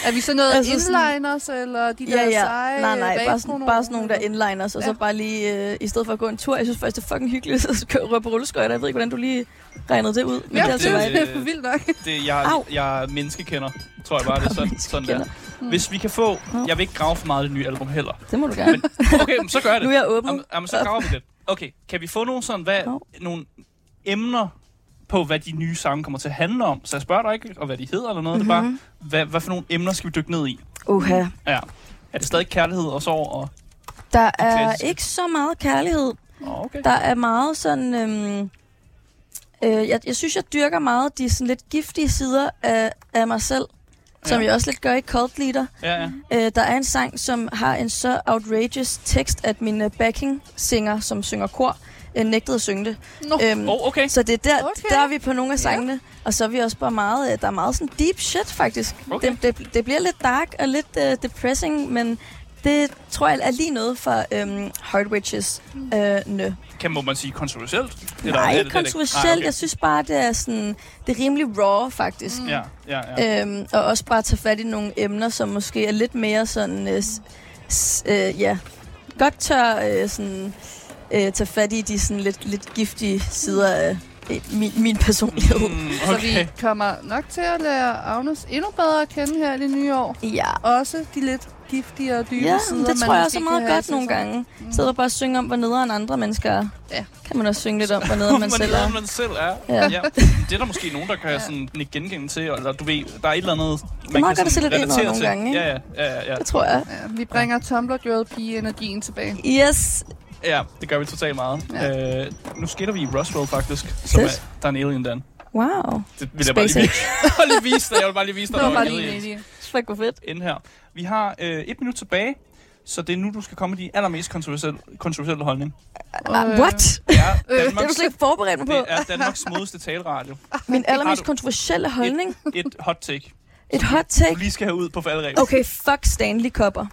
[SPEAKER 3] Er vi så noget
[SPEAKER 4] Altså
[SPEAKER 3] altså
[SPEAKER 4] sådan-
[SPEAKER 3] inliners, eller de der
[SPEAKER 4] ja, ja.
[SPEAKER 3] seje
[SPEAKER 4] nej, nej, bare sådan,
[SPEAKER 3] vaperonomer?
[SPEAKER 4] bare sådan nogle, der inliners, og ja. så
[SPEAKER 3] Ja.
[SPEAKER 4] bare lige, øh, i stedet for at gå en tur, jeg synes faktisk, det er fucking hyggeligt at køre på rulleskøjter. Jeg ved ikke, hvordan du lige regnede det ud.
[SPEAKER 3] Ja,
[SPEAKER 4] Men det er
[SPEAKER 3] det
[SPEAKER 4] altså
[SPEAKER 2] det-
[SPEAKER 4] mig.
[SPEAKER 3] er jo vildt nok.
[SPEAKER 2] Det, jeg,
[SPEAKER 4] Au.
[SPEAKER 2] jeg er menneskekender, tror jeg bare, det er sådan, sådan der. Hvis vi kan få...
[SPEAKER 4] Nå.
[SPEAKER 2] Jeg vil ikke grave for meget af det nye album heller.
[SPEAKER 4] Det må du gerne.
[SPEAKER 2] Okay, men så gør jeg
[SPEAKER 4] Nu
[SPEAKER 2] det.
[SPEAKER 4] er jeg åben.
[SPEAKER 2] Jamen, jamen, så graver vi lidt. Okay, kan vi få nogle, sådan, hvad,
[SPEAKER 4] Nå.
[SPEAKER 2] nogle emner på, hvad de nye sange kommer til at handle om? Så jeg spørger dig ikke, og hvad de hedder eller noget. Mm-hmm. Det er bare, hvad, hvad for nogle emner skal vi dykke ned i?
[SPEAKER 4] Mhm. Uha.
[SPEAKER 2] Ja. Er det stadig kærlighed og sorg? Og...
[SPEAKER 4] Der er
[SPEAKER 2] Klassisk.
[SPEAKER 4] ikke så meget kærlighed.
[SPEAKER 2] Oh, okay.
[SPEAKER 4] Der er meget sådan... Øhm, øh, jeg, jeg synes, jeg dyrker meget de sådan lidt giftige sider af, af mig selv, som
[SPEAKER 2] Ja.
[SPEAKER 4] jeg også lidt gør i Cult Leader.
[SPEAKER 2] Ja, ja.
[SPEAKER 4] Øh, der er en sang, som har en så outrageous tekst, at min øh, backing-singer, som synger kor, øh, nægtede at synge det.
[SPEAKER 3] Nå.
[SPEAKER 4] Øhm,
[SPEAKER 2] Oh, okay.
[SPEAKER 4] Så det er der, okay.
[SPEAKER 3] Okay.
[SPEAKER 4] der er vi på nogle af sangene. Og så er vi også bare meget, øh, der er meget sådan deep shit faktisk.
[SPEAKER 2] Okay.
[SPEAKER 4] Det, det, det bliver lidt dark og lidt øh, depressing, men det tror jeg er lige noget for øhm, Hard Witches. Øh, nø.
[SPEAKER 2] Kan, må man sige kontroversielt? Eller
[SPEAKER 4] Nej,
[SPEAKER 2] er det
[SPEAKER 4] ikke
[SPEAKER 2] det, det ikke?
[SPEAKER 4] kontroversielt.
[SPEAKER 2] Nej, okay.
[SPEAKER 4] Jeg synes bare, det er sådan, det er rimelig raw
[SPEAKER 3] Mm.
[SPEAKER 4] faktisk.
[SPEAKER 2] Ja, ja, ja.
[SPEAKER 4] Øhm, og også bare tage fat i nogle emner, som måske er lidt mere sådan, øh, s- s- øh, ja, godt tør øh, sådan, øh, tage fat i de sådan lidt, lidt giftige sider af øh, min, min personlighed.
[SPEAKER 2] Mm,
[SPEAKER 3] Så
[SPEAKER 2] okay.
[SPEAKER 3] vi kommer nok til at lære Agnes endnu bedre at kende her i det nye år.
[SPEAKER 4] Ja,
[SPEAKER 3] Også de lidt giftige og dybe
[SPEAKER 4] ja
[SPEAKER 3] sider,
[SPEAKER 4] men det
[SPEAKER 3] man
[SPEAKER 4] tror jeg
[SPEAKER 3] måske
[SPEAKER 4] også er
[SPEAKER 3] kan
[SPEAKER 4] meget
[SPEAKER 3] have i
[SPEAKER 4] godt
[SPEAKER 3] sig
[SPEAKER 4] nogle
[SPEAKER 3] selv.
[SPEAKER 4] gange. Sidder bare og synge om, hvor nederen andre mennesker er.
[SPEAKER 3] Ja.
[SPEAKER 4] Kan man også synge lidt om, hvor nederen man selv er.
[SPEAKER 2] man selv er.
[SPEAKER 4] Ja.
[SPEAKER 2] Ja. ja. Det er der måske nogen, der kan ja. sådan nikke genkende til, eller du ved, der er et eller andet, man
[SPEAKER 4] meget
[SPEAKER 2] kan
[SPEAKER 4] godt at se
[SPEAKER 2] sådan
[SPEAKER 4] lidt ind over
[SPEAKER 2] relatere
[SPEAKER 4] nogle
[SPEAKER 2] til.
[SPEAKER 4] gange, ikke?
[SPEAKER 2] Ja, ja, ja, ja,
[SPEAKER 4] Det tror jeg.
[SPEAKER 3] Ja, vi bringer Tumblr Girl Pige-energien tilbage.
[SPEAKER 4] Yes,
[SPEAKER 2] ja. det gør vi totalt meget. Ja. Øh, nu skætter vi i Roswell faktisk, som
[SPEAKER 4] Fedt.
[SPEAKER 2] er, der er en alien den.
[SPEAKER 4] wow.
[SPEAKER 2] Det vil jeg bare lige,
[SPEAKER 4] Space
[SPEAKER 2] bare lige vise dig. Jeg vil bare lige vise dig,
[SPEAKER 3] Det var
[SPEAKER 2] der var
[SPEAKER 3] bare
[SPEAKER 2] en
[SPEAKER 3] lige en
[SPEAKER 2] alien
[SPEAKER 3] idé.
[SPEAKER 4] Fuck, hvor fedt.
[SPEAKER 2] inde her. Vi har øh, et minut tilbage, så det er nu, du skal komme med de allermest kontroversielle, kontroversielle holdning.
[SPEAKER 3] Øh,
[SPEAKER 4] What?
[SPEAKER 2] Det er
[SPEAKER 4] Det er du
[SPEAKER 2] Danmarks,
[SPEAKER 4] slet ikke forberedt mig på.
[SPEAKER 2] det er Danmarks smuddeste taleradio.
[SPEAKER 4] Min allermest
[SPEAKER 2] du.
[SPEAKER 4] kontroversielle holdning.
[SPEAKER 2] Et hot take,
[SPEAKER 4] Et hot
[SPEAKER 2] du
[SPEAKER 4] take.
[SPEAKER 2] lige skal have ud på faldrebet. Okay.
[SPEAKER 4] Okay, fuck Stanley kopper.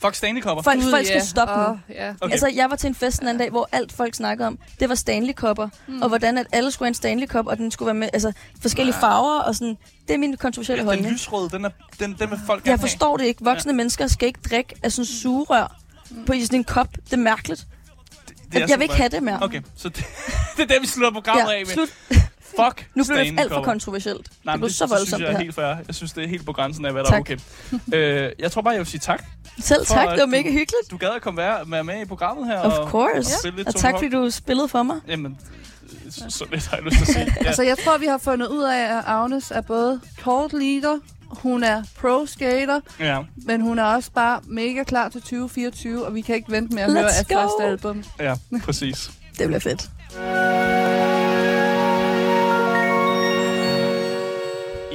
[SPEAKER 2] Fuck Stanley Copper.
[SPEAKER 4] Folk,
[SPEAKER 3] Gud,
[SPEAKER 4] folk skal
[SPEAKER 3] ja.
[SPEAKER 4] stoppe nu.
[SPEAKER 3] Åh, ja.
[SPEAKER 2] Ah. Okay.
[SPEAKER 4] Altså, jeg var til en fest den anden dag, hvor alt folk snakkede om, det var Stanley kopper.
[SPEAKER 2] Hmm.
[SPEAKER 4] Mm. Og hvordan at alle skulle have en Stanley kop, og den skulle være med, altså forskellige farver og sådan. Det er min kontroversielle
[SPEAKER 2] Ja, den
[SPEAKER 4] holdning.
[SPEAKER 2] lysrøde, den, er, den, den vil folk
[SPEAKER 4] Jeg
[SPEAKER 2] gerne
[SPEAKER 4] forstår det ikke. Voksne mennesker skal ikke drikke af sådan sugerør
[SPEAKER 2] Hmm.
[SPEAKER 4] på i sådan en kop. Det er mærkeligt.
[SPEAKER 2] have.
[SPEAKER 4] Jeg, jeg vil ikke have det mere.
[SPEAKER 2] altså Okay, så det, det er det, vi slutter programmet af
[SPEAKER 4] Ja,
[SPEAKER 2] med.
[SPEAKER 4] slut.
[SPEAKER 2] Fuck
[SPEAKER 4] Nu blev det
[SPEAKER 2] Stanley
[SPEAKER 4] alt for
[SPEAKER 2] Copper.
[SPEAKER 4] kontroversielt.
[SPEAKER 2] Nej,
[SPEAKER 4] det
[SPEAKER 2] men
[SPEAKER 4] blev
[SPEAKER 2] det,
[SPEAKER 4] så
[SPEAKER 2] det, synes
[SPEAKER 4] voldsomt,
[SPEAKER 2] jeg
[SPEAKER 4] det
[SPEAKER 2] er
[SPEAKER 4] her.
[SPEAKER 2] helt fair. Jeg synes, det er helt på grænsen af, hvad der
[SPEAKER 4] Tak.
[SPEAKER 2] er okay. øh, jeg tror bare, jeg vil sige tak.
[SPEAKER 4] Selv
[SPEAKER 2] for,
[SPEAKER 4] tak,
[SPEAKER 2] at
[SPEAKER 4] det var
[SPEAKER 2] du-
[SPEAKER 4] mega hyggeligt.
[SPEAKER 2] Du gad at komme være, være med i programmet her.
[SPEAKER 4] Of
[SPEAKER 2] og,
[SPEAKER 4] course.
[SPEAKER 2] Og, spille lidt
[SPEAKER 4] Og
[SPEAKER 2] Tony
[SPEAKER 4] tak,
[SPEAKER 2] Hawk.
[SPEAKER 4] fordi du spillede for mig.
[SPEAKER 2] Jamen, øh, så, så lidt har jeg lyst til at sige. Ja.
[SPEAKER 3] Altså, jeg tror, vi har fundet ud af, at Agnes er både court leader, hun er pro-skater,
[SPEAKER 2] ja.
[SPEAKER 3] men hun er også bare mega klar til 2024, og vi kan ikke vente med at
[SPEAKER 4] Let's
[SPEAKER 3] høre af
[SPEAKER 4] go!
[SPEAKER 3] første album.
[SPEAKER 2] ja, præcis.
[SPEAKER 4] Det bliver fedt.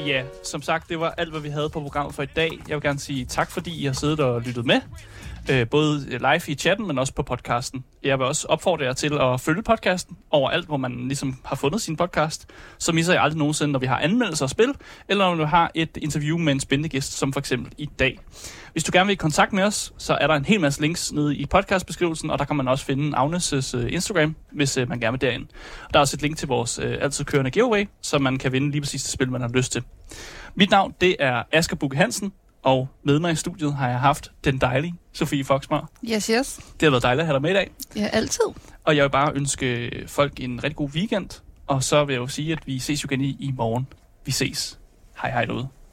[SPEAKER 2] Ja, som sagt, det var alt, hvad vi havde på programmet for i dag. Jeg vil gerne sige tak, fordi I har siddet og lyttet med. Øh, både live i chatten, men også på podcasten. Jeg vil også opfordre jer til at følge podcasten overalt, hvor man ligesom har fundet sin podcast. Så misser jeg aldrig nogensinde, når vi har anmeldelser af spil, eller når vi har et interview med en spændende gæst, som for eksempel i dag. Hvis du gerne vil i kontakt med os, så er der en hel masse links nede i podcastbeskrivelsen, og der kan man også finde Agnes' øh, Instagram, hvis øh, man gerne vil derind. Der er også et link til vores øh, altid kørende giveaway, så man kan vinde lige præcis det spil, man har lyst til. Mit navn, det er Asger Bukke Hansen, og med mig i studiet har jeg haft den dejlige Sofie Foxmar.
[SPEAKER 3] Yes, yes.
[SPEAKER 2] Det har været dejligt at have dig med i dag,
[SPEAKER 3] Ja, altid.
[SPEAKER 2] og jeg vil bare ønske folk en rigtig god weekend, og så vil jeg jo sige, at vi ses jo igen i, i morgen. Vi ses. Hej hej derude.